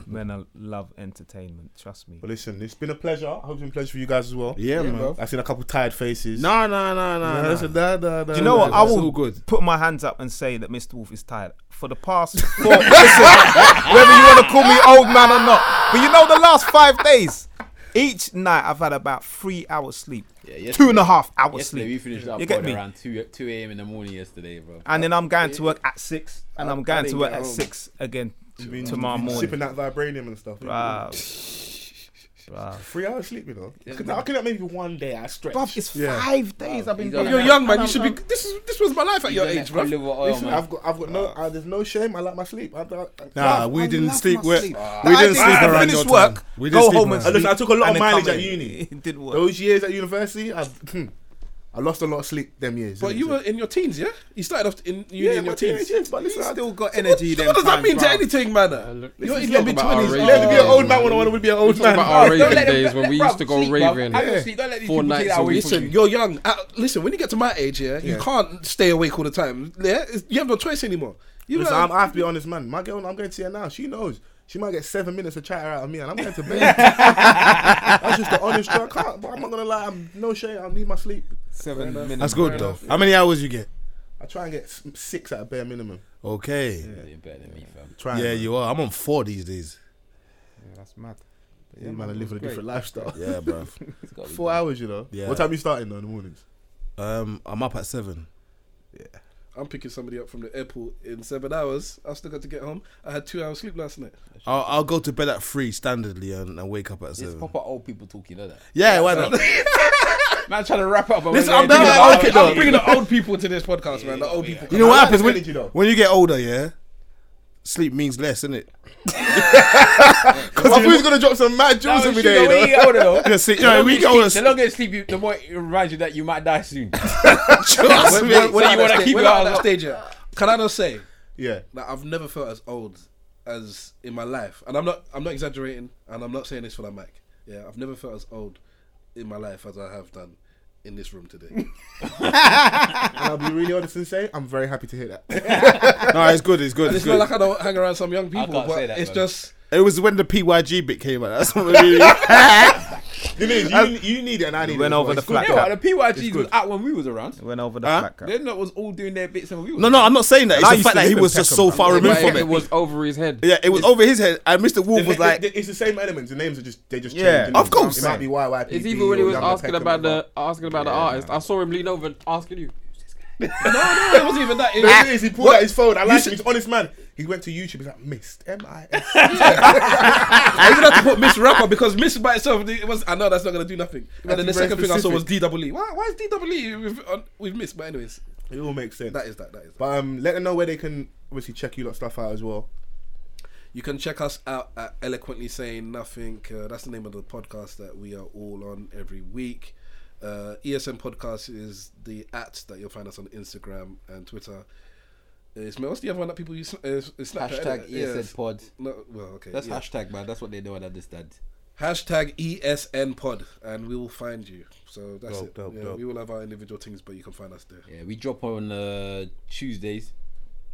Speaker 1: Men are- love entertainment. Trust me.
Speaker 2: But listen, it's been a pleasure. I hope it's been a pleasure for you guys as well.
Speaker 4: Yeah, man.
Speaker 2: I've seen a couple tired faces.
Speaker 4: Nah, nah, nah, nah. nah.
Speaker 2: listen, nah, nah, nah,
Speaker 1: Do you know what?
Speaker 2: nah.
Speaker 1: I
Speaker 4: It's
Speaker 1: will
Speaker 4: all good.
Speaker 1: put my hands up and say that Mr. Wolf is tired. For the past four, listen, whether you want to call me old man or not, but you know the last five days, each night I've had about three hours sleep,
Speaker 3: yesterday-
Speaker 1: two and a half hours
Speaker 3: Yesterday we
Speaker 1: sleep,
Speaker 3: finished up
Speaker 1: You get me?
Speaker 3: around two two a.m. in the morning yesterday, bro.
Speaker 1: and then I'm going to work at six, and I'm going to
Speaker 5: didn't
Speaker 1: work
Speaker 5: get
Speaker 1: at
Speaker 5: home.
Speaker 1: six again
Speaker 2: You've been-
Speaker 1: tomorrow
Speaker 2: you've been Sipping
Speaker 1: morning.
Speaker 2: that vibranium and stuff.
Speaker 1: Bruv. Bruv.
Speaker 2: Three hours sleep, you know. I could have maybe one day I stretch.
Speaker 1: Bruv, it's
Speaker 2: Yeah.
Speaker 1: five days I've been.
Speaker 3: He's
Speaker 1: doing
Speaker 3: on
Speaker 5: You're
Speaker 1: that.
Speaker 5: young, man.
Speaker 1: And
Speaker 5: You
Speaker 1: I'm-
Speaker 5: should be. This is this was my life at your age, bro.
Speaker 3: Oliver Oil,
Speaker 2: Listen,
Speaker 3: man.
Speaker 2: I've got, I've got no, uh, there's no shame. I like my sleep. I, I, I,
Speaker 4: Nah,
Speaker 1: Bruv,
Speaker 4: we
Speaker 1: I
Speaker 4: didn't
Speaker 1: love
Speaker 4: sleep.
Speaker 1: my
Speaker 4: We're,
Speaker 1: sleep.
Speaker 4: We
Speaker 1: I
Speaker 4: didn't sleep
Speaker 1: I
Speaker 4: around
Speaker 1: finished
Speaker 4: your
Speaker 1: work,
Speaker 4: time. We didn't
Speaker 1: go
Speaker 4: sleep
Speaker 1: home and
Speaker 4: around.
Speaker 2: Listen, I took a lot of
Speaker 1: and then
Speaker 2: mileage
Speaker 1: come
Speaker 2: at
Speaker 1: in.
Speaker 2: uni.
Speaker 1: It did work.
Speaker 2: Those years at university, I, hmm, I lost a lot of sleep them years.
Speaker 5: But
Speaker 2: innit?
Speaker 5: you were in your teens, yeah? You started off in uni
Speaker 2: yeah,
Speaker 5: in your
Speaker 2: my teenage
Speaker 5: teens.
Speaker 2: years, But listen,
Speaker 1: You
Speaker 2: I
Speaker 1: still got
Speaker 5: What,
Speaker 1: energy. them
Speaker 5: what does that
Speaker 1: times,
Speaker 5: mean to
Speaker 1: bruh.
Speaker 5: anything, man?
Speaker 6: Uh, look,
Speaker 5: You're
Speaker 6: let's talk
Speaker 5: in your mid
Speaker 6: about our
Speaker 5: twenties.
Speaker 6: race.
Speaker 5: Let me be an old man
Speaker 2: when I want to be an old
Speaker 6: Talk
Speaker 2: man.
Speaker 6: about our
Speaker 3: Don't
Speaker 6: raving
Speaker 3: let them-
Speaker 6: days when we
Speaker 3: bruv,
Speaker 6: used to go
Speaker 3: sleep, bruv.
Speaker 6: raving.
Speaker 3: I don't sleep. Don't let these
Speaker 6: Four
Speaker 3: people take
Speaker 6: nights
Speaker 3: that
Speaker 6: a
Speaker 3: away
Speaker 6: week.
Speaker 3: from
Speaker 5: Listen,
Speaker 3: you.
Speaker 5: you're young. Uh, listen, when you get to my age, yeah, you
Speaker 2: Yeah.
Speaker 5: can't stay awake all the time. Yeah, it's, you have no choice anymore. You
Speaker 2: Listen,
Speaker 5: gotta-
Speaker 2: I'm, I have to be honest, man. My girl, I'm going to see her now. She knows. She might get seven minutes of chatter out of me, and I'm going to bed. That's just the honest truth. I can't, but I'm not going to lie. I'm no shame. I need my sleep.
Speaker 1: Seven minutes.
Speaker 4: That's good though. How many hours you get?
Speaker 2: I try and get s- six at a bare minimum.
Speaker 4: Okay.
Speaker 3: You're better than me, fam.
Speaker 2: Try.
Speaker 4: yeah
Speaker 2: man.
Speaker 4: you are. I'm on four these days.
Speaker 1: That's mad. But
Speaker 2: Yeah, man, I live a different lifestyle.
Speaker 4: Yeah, bro.
Speaker 3: It's gotta be
Speaker 2: Four
Speaker 3: done.
Speaker 2: hours, you know.
Speaker 4: Yeah.
Speaker 2: What time you starting though in the mornings?
Speaker 4: um, I'm up at seven.
Speaker 5: I'm picking somebody up from the airport in seven hours. I still got to get home. I had two hours sleep last night.
Speaker 4: I'll, I'll go to bed at three standardly and, and wake up at
Speaker 3: It's
Speaker 4: seven.
Speaker 3: proper old people talking, isn't it?
Speaker 4: yeah, why not?
Speaker 3: Man, trying to wrap up. but
Speaker 4: Listen,
Speaker 3: we're
Speaker 4: I'm
Speaker 3: going
Speaker 4: bringing
Speaker 3: to-
Speaker 4: the old kid
Speaker 5: I'm
Speaker 4: though.
Speaker 5: bringing the old people to this podcast, man. The old people.
Speaker 4: You know what
Speaker 2: I like
Speaker 4: happens
Speaker 2: the
Speaker 4: when,
Speaker 2: energy, though.
Speaker 4: when you get older, yeah? Sleep means less, isn't it?
Speaker 2: Because who's gonna drop some mad jewels
Speaker 3: No,
Speaker 2: every
Speaker 3: you know,
Speaker 2: day?
Speaker 3: when
Speaker 2: though?
Speaker 3: you get older, though,
Speaker 4: Because sleep, you
Speaker 3: the
Speaker 4: know,
Speaker 3: longer
Speaker 4: we
Speaker 3: you
Speaker 4: get
Speaker 3: sleep-
Speaker 4: older.
Speaker 3: the longer you sleep, you, the more it reminds you that you might die soon.
Speaker 4: Trust me.
Speaker 5: We're
Speaker 3: you
Speaker 5: not
Speaker 3: wanna
Speaker 5: at that
Speaker 3: keep
Speaker 5: sta- we're
Speaker 3: it
Speaker 5: not
Speaker 3: out
Speaker 5: at that
Speaker 3: loud.
Speaker 5: stage yet. Can I not say
Speaker 2: Yeah.
Speaker 5: that I've never felt as old as in my life, and I'm not. I'm not exaggerating, and I'm not saying this for the mic. Yeah, I've never felt as old in my life as I have done in this room today.
Speaker 2: And I'll be really honest and say, I'm very happy to hear that.
Speaker 4: No, it's good, it's good,
Speaker 5: And
Speaker 4: it's
Speaker 5: it's not
Speaker 4: good.
Speaker 5: like I don't hang around some young people,
Speaker 3: can't
Speaker 5: but
Speaker 3: say that,
Speaker 5: it's
Speaker 3: man.
Speaker 5: just
Speaker 4: It was when the PYG bit came out. That's what really. yeah,
Speaker 2: you, need, you, you need it, and I need
Speaker 1: It
Speaker 2: it.
Speaker 1: went
Speaker 2: as
Speaker 1: over
Speaker 2: well.
Speaker 1: the
Speaker 2: It's good.
Speaker 1: flat
Speaker 3: You know what? The
Speaker 1: cap.
Speaker 3: PYG was out when we was around.
Speaker 1: Went over the
Speaker 4: Huh?
Speaker 1: flat cap.
Speaker 3: They're not was all doing their bits and we was.
Speaker 4: No, no, I'm not saying that.
Speaker 1: And I
Speaker 4: It's the
Speaker 1: used
Speaker 4: fact
Speaker 1: to
Speaker 4: that he
Speaker 1: live in
Speaker 4: was just
Speaker 1: Peckham.
Speaker 4: so far removed from
Speaker 6: it
Speaker 4: it.
Speaker 6: was over his head.
Speaker 4: Yeah, it was over his head, and Mr. Wolf was
Speaker 2: It's-
Speaker 4: like,
Speaker 2: it's it's the same elements. The names are just they just
Speaker 1: Yeah.
Speaker 2: changed. innit?
Speaker 4: Of course.
Speaker 2: it might be YYPB.
Speaker 6: It's even when he
Speaker 2: or
Speaker 6: was
Speaker 2: Younger
Speaker 6: asking
Speaker 2: Peckham
Speaker 6: about
Speaker 2: or
Speaker 6: the asking about the artist. I saw him lean over and asking you.
Speaker 5: no, no. It wasn't even that. It,
Speaker 2: whatever. The thing is, he pulled out his phone. I like
Speaker 4: should-
Speaker 2: him. He's an honest man. He went to YouTube. He's like, missed. M I S.
Speaker 5: I even had to put Miss Rapper because Miss by itself it was. I know that's not gonna do nothing. And
Speaker 2: to
Speaker 5: then
Speaker 2: be
Speaker 5: the
Speaker 2: very
Speaker 5: second thing I saw was
Speaker 2: specific.
Speaker 5: DWE. Why, why is DWE with, on, with Miss? But anyways,
Speaker 2: It all makes sense.
Speaker 5: that is that. That is. That.
Speaker 2: But um, let them know where they can obviously check you lot stuff out as well.
Speaker 5: You can check us out at Eloquently Saying Nothing. Uh, that's the name of the podcast that we are all on every week. Uh, ESM Podcast is the at that you'll find us on Instagram and Twitter. It's, what's the other one that people use? Uh, it's Snapchat,
Speaker 3: Hashtag
Speaker 5: innit? Yeah,
Speaker 3: ESN
Speaker 5: it's-
Speaker 3: pod.
Speaker 5: No, well, okay.
Speaker 3: That's
Speaker 5: yeah.
Speaker 3: hashtag, man. That's what they don't understand.
Speaker 5: Hashtag ESN Pod, and we will find you. So that's
Speaker 2: Dope,
Speaker 5: it.
Speaker 2: dope,
Speaker 5: yeah,
Speaker 2: dope.
Speaker 5: We will have our individual things, but you can find us there.
Speaker 3: Yeah, we drop on uh, Tuesdays.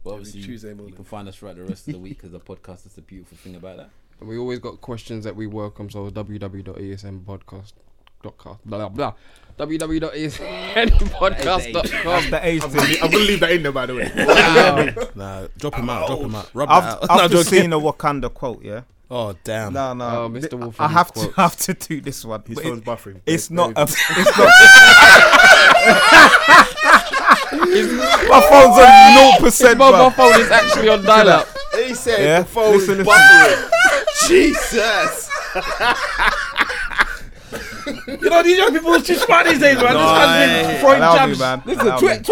Speaker 3: But obviously,
Speaker 5: Tuesday
Speaker 3: you
Speaker 5: morning.
Speaker 3: can find us throughout the rest of the week because the podcast is the beautiful thing about that.
Speaker 6: And we always got questions that we welcome. So www.esmpodcast.com blah blah blah.
Speaker 1: That's
Speaker 6: www.esmpodcast.com.
Speaker 1: the age
Speaker 2: I'm gonna,
Speaker 1: thing.
Speaker 2: I'm gonna leave that in there, by the way.
Speaker 4: nah, drop him out, drop him out. Rub that
Speaker 1: I've,
Speaker 4: out.
Speaker 1: I've
Speaker 4: No,
Speaker 1: just
Speaker 4: joking.
Speaker 1: seen a Wakanda quote, yeah.
Speaker 4: Oh, damn.
Speaker 1: No, no,
Speaker 6: Oh, Mr.
Speaker 1: th-
Speaker 6: Wolf
Speaker 1: I
Speaker 6: and his
Speaker 1: have to
Speaker 6: quotes.
Speaker 1: have to do this one.
Speaker 2: His
Speaker 1: But
Speaker 2: phone's
Speaker 1: it,
Speaker 2: buffering.
Speaker 1: it's
Speaker 2: Very-
Speaker 1: not
Speaker 2: very-
Speaker 1: a. It's not. my phone's on zero percent.
Speaker 6: Mobile phone is actually on dial-up.
Speaker 4: He said
Speaker 1: Yeah,
Speaker 4: the phone
Speaker 1: listen,
Speaker 4: is
Speaker 1: listen.
Speaker 4: buffering. Jesus.
Speaker 5: You know, these young people are too smart these days, man.
Speaker 4: No,
Speaker 5: this
Speaker 4: I-
Speaker 5: man's been throwing
Speaker 1: allow me,
Speaker 5: jabs.
Speaker 1: man.
Speaker 3: Listen,
Speaker 1: Allow me.
Speaker 3: tw-
Speaker 1: Allow me.
Speaker 3: tw- tw-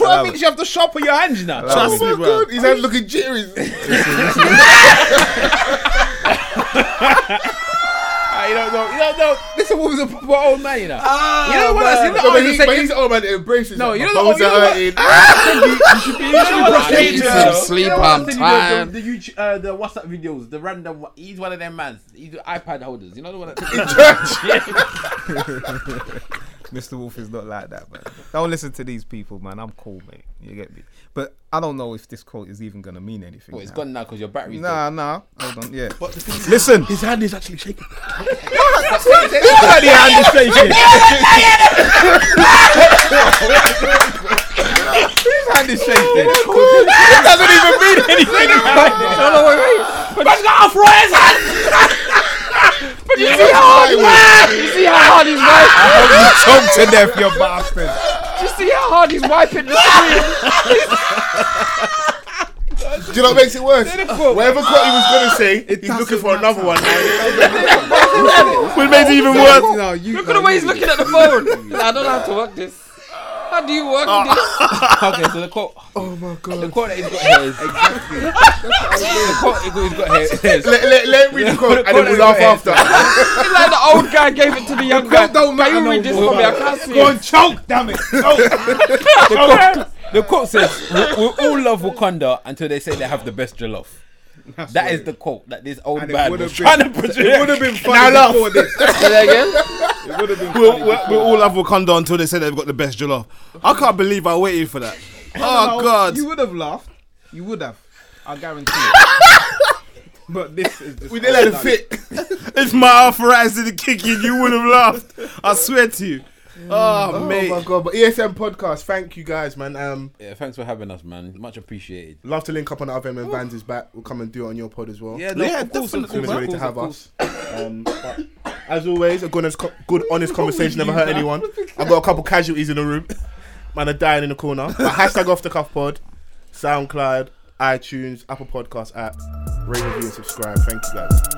Speaker 1: Allow
Speaker 3: 12
Speaker 1: me.
Speaker 3: means you have to shop with your hands now.
Speaker 4: Trust me, bro.
Speaker 2: His head looking jittery.
Speaker 3: Ah, you don't know. You don't know. This woman's a proper old man, you know.
Speaker 4: Ah,
Speaker 3: you know what? I said?
Speaker 2: No, but
Speaker 3: you
Speaker 2: he's,
Speaker 3: said-
Speaker 2: but he's old man. It embraces.
Speaker 3: No,
Speaker 2: it.
Speaker 3: you
Speaker 2: My
Speaker 3: know
Speaker 2: bones
Speaker 3: the- oh,
Speaker 2: are
Speaker 3: you
Speaker 2: hurting.
Speaker 3: you know what I said?
Speaker 6: need
Speaker 3: You
Speaker 6: some
Speaker 3: know-
Speaker 6: sleep,
Speaker 3: you know what I
Speaker 6: I'm
Speaker 3: said? You know,
Speaker 6: tired.
Speaker 3: The, the, YouTube- uh, the WhatsApp videos, the random. one- He's one of them mans. He's the iPad holders. You know the one that.
Speaker 1: Mr. Wolf is not like that, man. Don't listen to these people, man. I'm cool, mate. You get me? But I don't know if this quote is even gonna mean anything.
Speaker 3: Well, it's
Speaker 1: now.
Speaker 3: gone now because your battery's dead.
Speaker 1: Nah, nah. Hold on. Yeah.
Speaker 5: But the thing is,
Speaker 1: Listen.
Speaker 5: his hand is actually shaking.
Speaker 1: His hand is shaking.
Speaker 3: doesn't even mean anything. Man's got afro in his hand. But you see how hard he's wiping. You see how hard he's wiping.
Speaker 1: Choke to death, you bastard.
Speaker 3: You see how hard he's wiping the screen.
Speaker 2: Do you know what makes it worse? Whatever quote he was gonna say, he's looking for Oh, another one.
Speaker 4: Which makes it even worse.
Speaker 1: No, you,
Speaker 3: Look at the way he's looking at the phone. I don't have to work this. How do you work this? Okay, so the quote. Oh my god. The quote that he's got here is exactly. the quote he's got here is
Speaker 2: Let, let, let him read the quote and then we'll laugh after.
Speaker 3: It's like the old guy gave it to the young guy. Don't Can you read this for me? I can't see it.
Speaker 1: choke, damn it.
Speaker 3: The quote, the quote says, we, we all love Wakanda until they say they have the best jollof. That's the quote that this old
Speaker 2: And it
Speaker 3: man
Speaker 2: would've
Speaker 3: was trying to
Speaker 2: It would
Speaker 3: project.
Speaker 2: have been funny now before this. It would have
Speaker 1: Oh,
Speaker 2: been
Speaker 4: We'll,
Speaker 2: funny.
Speaker 4: we'll, we'll all have Wakanda until they say they've got the best jollof. I can't believe I waited for that. Oh God!
Speaker 1: You would have laughed. You would have. I guarantee it. but this is just
Speaker 2: We didn't let it fit.
Speaker 4: If my arthritis didn't kick in, you would have laughed. I swear to you. Oh, mate.
Speaker 2: Oh my god! But ESM podcast, thank you guys, man. Um,
Speaker 3: Yeah, thanks for having us, man. Much appreciated.
Speaker 2: love to link up on the other MM Vans is back. We'll come and do it on your pod as well.
Speaker 7: Yeah, no,
Speaker 4: Yeah,
Speaker 7: of course, of
Speaker 4: definitely,
Speaker 7: course,
Speaker 2: Always ready to
Speaker 7: of
Speaker 2: have
Speaker 7: course.
Speaker 2: us. Um, but as always, a good, honest co- good, honest conversation never hurt anyone. I've got a couple casualties in the room. Man are dying in the corner. But hashtag off the cuff pod, SoundCloud, iTunes, Apple Podcast app. Rate, review, and subscribe. Thank you guys.